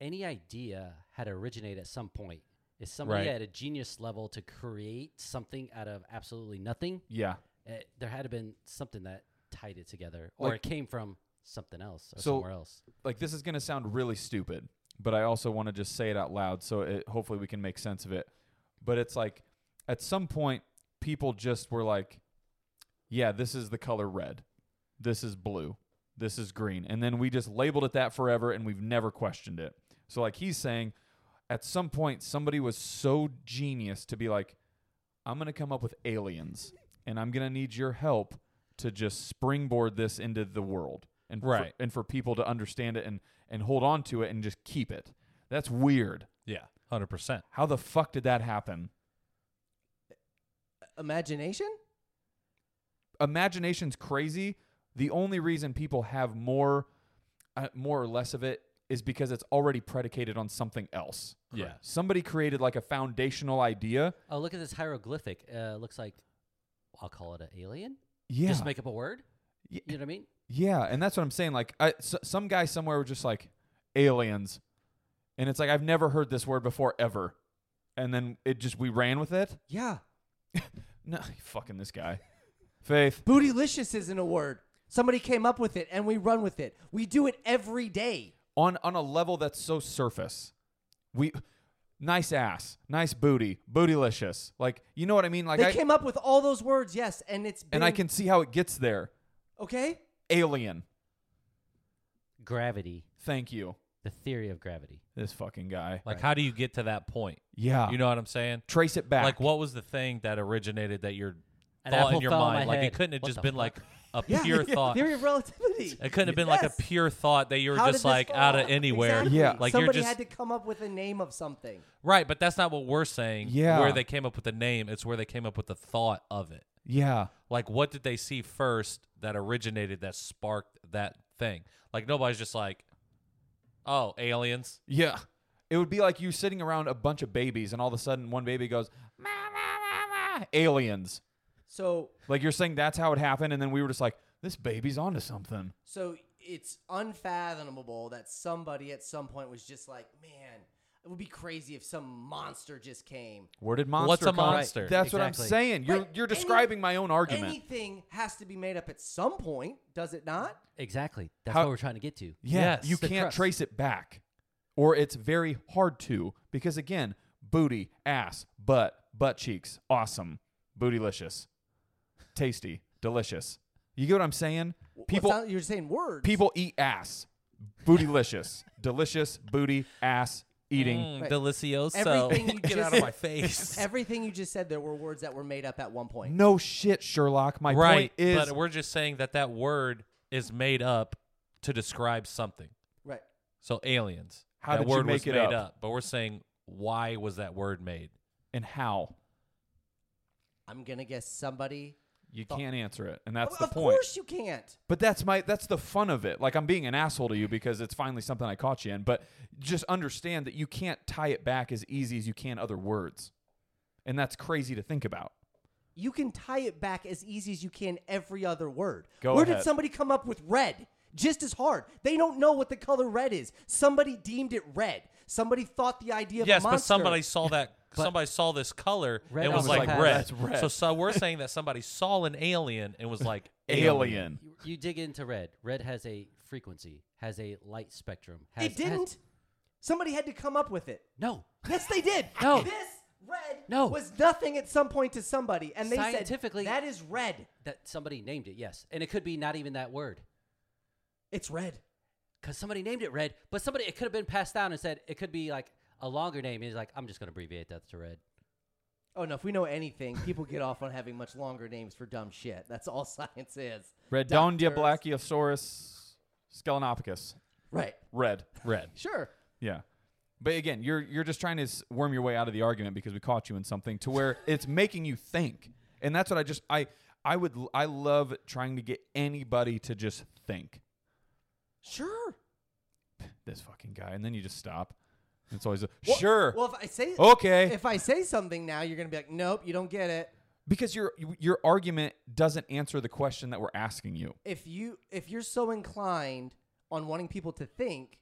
S4: any idea had to originate at some point. Is somebody
S3: Right.
S4: at a genius level to create something out of absolutely nothing?
S1: yeah
S4: Uh there had to been something that tied it together, or
S1: Like-
S4: it came from something else or
S1: So-
S4: somewhere else.
S1: like this is going to sound really stupid, but I also want to just say it out loud so it hopefully we can make sense of it. But it's like at some point people just were like yeah, this is the color red. This is blue. This is green. And then we just labeled it that forever and we've never questioned it. So like he's saying at some point somebody was so genius to be like I'm going to come up with aliens and I'm going to need your help to just springboard this into the world and
S3: Right.
S1: for, and for people to understand it and and hold on to it and just keep it. That's weird.
S3: Yeah, 100%.
S1: How the fuck did that happen?
S2: Imagination?
S1: Imagination's crazy. The only reason people have more uh, more or less of it is because it's already predicated on something else.
S3: Yeah.
S1: Somebody created like a foundational idea.
S4: Oh, look at this hieroglyphic. Uh, looks like I'll call it an alien.
S1: Yeah.
S4: Just make up a word.
S1: Ye-
S4: You know what I mean?
S1: Yeah, and that's what I'm saying. Like, I s some guy somewhere was just like aliens, and it's like I've never heard this word before ever, and then it just we ran with it.
S2: Yeah.
S1: No, fucking this guy, Faith.
S2: Bootylicious isn't a word. Somebody came up with it, and we run with it. We do it every day.
S1: On on a level that's so surface, we nice ass, nice booty, bootylicious. Like you know what I mean? Like
S2: they
S1: I
S2: came up with all those words, yes, and it's been,
S1: and I can see how it gets there.
S2: okay.
S1: Alien.
S4: Gravity.
S1: Thank you.
S4: The theory of gravity.
S1: This fucking guy.
S3: Like, how do you get to that point?
S1: Yeah.
S2: Ah.
S3: You know what I'm saying?
S1: trace it back.
S3: Like, what was the thing that originated that your
S4: An
S3: thought in
S4: apple
S3: your
S4: fell on
S3: mind?
S4: my
S3: Like,
S4: head.
S3: it couldn't have
S4: What
S3: just
S4: the
S3: been
S4: fuck?
S3: like a
S2: Yeah.
S3: pure thought.
S2: Theory of relativity.
S3: It couldn't have been like
S2: Yes.
S3: a pure thought that you were
S2: How did
S3: just
S2: this
S3: like
S2: fall
S3: out of
S2: off?
S3: anywhere.
S2: Exactly.
S1: Yeah.
S3: Like
S2: Somebody
S3: you're just
S2: had to come up with a name of something.
S3: right, but that's not what we're saying.
S1: Yeah.
S3: Where they came up with the name, it's where they came up with the thought of it.
S1: yeah.
S3: Like what did they see first that originated that sparked that thing? Like nobody's just like, Oh, aliens.
S1: Yeah. It would be like you sitting around a bunch of babies and all of a sudden one baby goes, "Ma, ma, ma, ma," aliens.
S2: So,
S1: Like you're saying that's how it happened. And then we were just like, this baby's onto something.
S2: so it's unfathomable that somebody at some point was just like, man, it would be crazy if some monster just came.
S1: Where did monster?
S3: What's a
S1: come from?
S3: monster?
S1: That's what I'm
S4: Exactly.
S1: saying. You're
S2: But
S1: you're
S2: any-
S1: describing my own argument.
S2: Anything has to be made up at some point, does it not?
S4: Exactly. That's
S1: How-
S4: what we're trying to get to.
S1: Yeah,
S3: Yes.
S1: you
S4: The
S1: can't
S4: crust.
S1: trace it back, or it's very hard to because again, booty, ass, butt, butt cheeks, awesome, bootylicious, tasty, delicious. You get what I'm saying?
S2: Well, it's
S1: People
S2: not- you're saying words.
S1: people eat ass, bootylicious, delicious, booty, ass, eating.
S3: Mm,
S2: Right.
S3: Delicioso.
S2: Everything you
S3: Get
S2: just-
S3: out of my face.
S2: Everything you just said, there were words that were made up at one point.
S1: No shit, Sherlock. My
S3: Mm. right.
S1: point is
S3: but we're just saying that that word is made up to describe something.
S2: Right.
S3: So aliens.
S1: How
S3: that
S1: did you
S3: word
S1: make
S3: was
S1: it
S3: made
S1: up?
S3: But we're saying why was that word made?
S1: and how
S2: I'm gonna guess somebody.
S1: you can't answer it, and that's
S2: of
S1: the
S2: of
S1: point.
S2: course you can't.
S1: But that's my that's the fun of it. Like I'm being an asshole to you because it's finally something I caught you in, but just understand that you can't tie it back as easy as you can other words. And that's crazy to think about.
S2: You can tie it back as easy as you can every other word.
S1: Go
S2: Where did
S1: ahead.
S2: somebody come up with red? Just as hard. They don't know what the color red is. Somebody deemed it red. Somebody thought the idea of a
S3: yes,
S2: monster.
S3: but somebody saw that somebody saw this color
S4: Red
S3: and was
S4: was
S3: like,
S4: like,
S3: red.
S1: "That's red."
S3: So, so we're saying that somebody saw an alien and was like
S1: Alien.
S4: You, you dig into red. Red has a frequency, has a light spectrum. Has,
S2: It
S4: has-
S2: didn't. Somebody had to come up with it.
S4: no.
S2: Yes, they did.
S4: No.
S2: This red
S4: No.
S2: was nothing at some point to somebody, and they
S4: Scientifically-
S2: said that is red.
S4: That somebody named it, yes. And it could be not even that word.
S2: It's red.
S4: Because somebody named it red, but somebody it could have been passed down and said it could be like a longer name. He's like, I'm just gonna abbreviate that to red.
S2: Oh no! If we know anything, people get off on having much longer names for dumb shit. That's all science is.
S1: Redondia
S2: Doctors.
S1: blackiosaurus Skelenopithecus.
S2: Right.
S1: Red. Red.
S2: Sure.
S1: Yeah. But again, you're you're just trying to s- worm your way out of the argument because we caught you in something to where it's making you think. And that's what I just I I would l- I love trying to get anybody to just think.
S2: Sure.
S1: This fucking guy. And then you just stop. It's always a, sure.
S2: Well, if I say
S1: okay.
S2: if I say something now, you're gonna be like, nope, you don't get it.
S1: because your your argument doesn't answer the question that we're asking you.
S2: If you if you're so inclined on wanting people to think,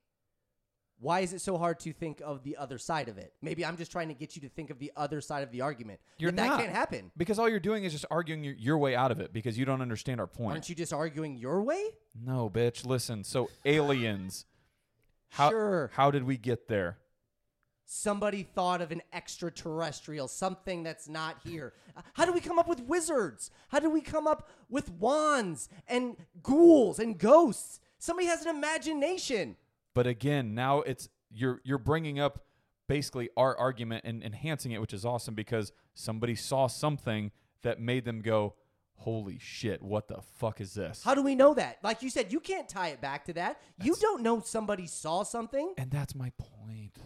S2: why is it so hard to think of the other side of it? Maybe I'm just trying to get you to think of the other side of the argument.
S1: You're
S2: But that
S1: not.
S2: can't happen.
S1: Because all you're doing is just arguing your, your way out of it because you don't understand our point.
S2: Aren't you just arguing your way?
S1: No, bitch, listen. So aliens. How
S2: Sure.
S1: how did we get there?
S2: Somebody thought of an extraterrestrial, something that's not here. How do we come up with wizards? How do we come up with wands and ghouls and ghosts? Somebody has an imagination.
S1: But again, now it's you're you're bringing up basically our argument and enhancing it, which is awesome because somebody saw something that made them go, "Holy shit, what the fuck is this?"
S2: How do we know that? Like you said, you can't tie it back to that. you don't know somebody saw something
S1: and that's my point.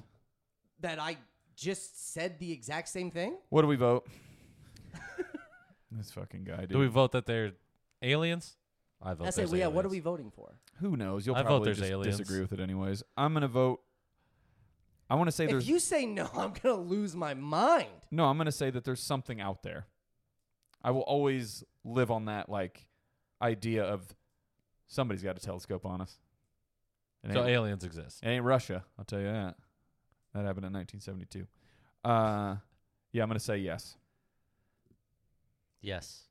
S2: that I just said the exact same thing.
S1: What do we vote? this fucking guy, dude.
S3: Do we vote that they're aliens? I vote
S2: I say,
S3: there's
S2: well, yeah, what are we
S3: aliens.
S2: voting for?
S1: Who knows? You'll
S3: I vote
S1: probably
S3: there's
S1: just
S3: aliens.
S1: disagree with it anyways. I'm gonna vote. I want to say
S2: If
S1: there's
S2: you say no, I'm going to lose my mind.
S1: no. I'm gonna say that there's something out there. I will always live on that like idea of somebody's got a telescope on us. It
S3: So
S1: ain't,
S3: aliens exist.
S1: it ain't Russia. I'll tell you that. That happened in 1972. Uh, yeah, I'm gonna say yes.
S4: Yes.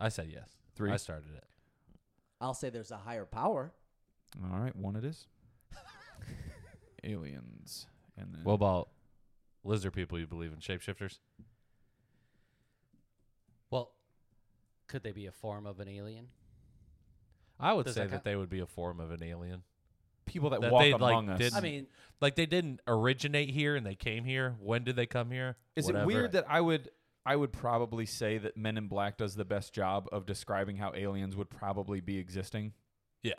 S3: I said yes.
S1: Three.
S3: I started it.
S2: I'll say there's a higher power.
S1: All right, one it is. aliens, and then
S3: What about lizard people? You believe in shapeshifters?
S4: Well, could they be a form of an alien?
S3: I would
S4: Does
S3: say
S4: that
S3: that,
S4: count?
S3: they would be a form of an alien.
S1: people that,
S3: That
S1: walk
S3: they, like,
S1: among us.
S3: didn't-
S4: I mean,
S3: Like they didn't originate here and they came here. When did they come here?
S1: Is
S3: Whatever.
S1: it weird that I would I would probably say that Men in Black does the best job of describing how aliens would probably be existing?
S3: Yeah.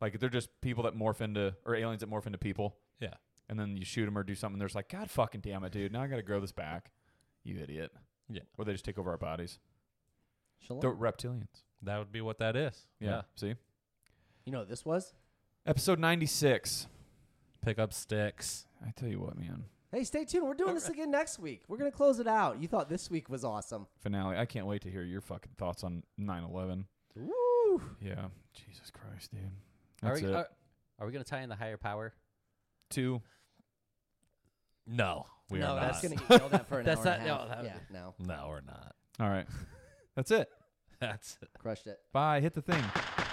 S1: Like they're just people that morph into or aliens that morph into people,
S3: Yeah.
S1: and then you shoot them or do something. There's like, God fucking damn it, dude! Now I got to grow this back, you idiot.
S3: Yeah.
S1: Or they just take over our bodies.
S2: Shalom.
S1: The reptilians.
S3: That would be what that is.
S1: Yeah. See.
S2: You know what this was?
S1: Episode ninety six.
S3: Pick up sticks.
S1: I tell you what, man.
S2: Hey, stay tuned. We're doing this again next week. We're going to close it out. You thought this week was awesome.
S1: Finale. I can't wait to hear your fucking thoughts on 9-11.
S2: Woo!
S1: Yeah. Jesus Christ, dude.
S4: Are
S1: That's
S4: we,
S1: it.
S4: are, are we going to tie in the higher power?
S1: Two.
S3: No, we
S2: no,
S3: are not.
S2: that's gonna get yelled at for an
S4: That's
S2: hour and a
S4: not- no,
S2: half.
S4: that-
S2: yeah, no,
S3: no, we're not.
S1: All right. That's it.
S3: That's
S2: crushed it.
S1: Bye. Hit the thing.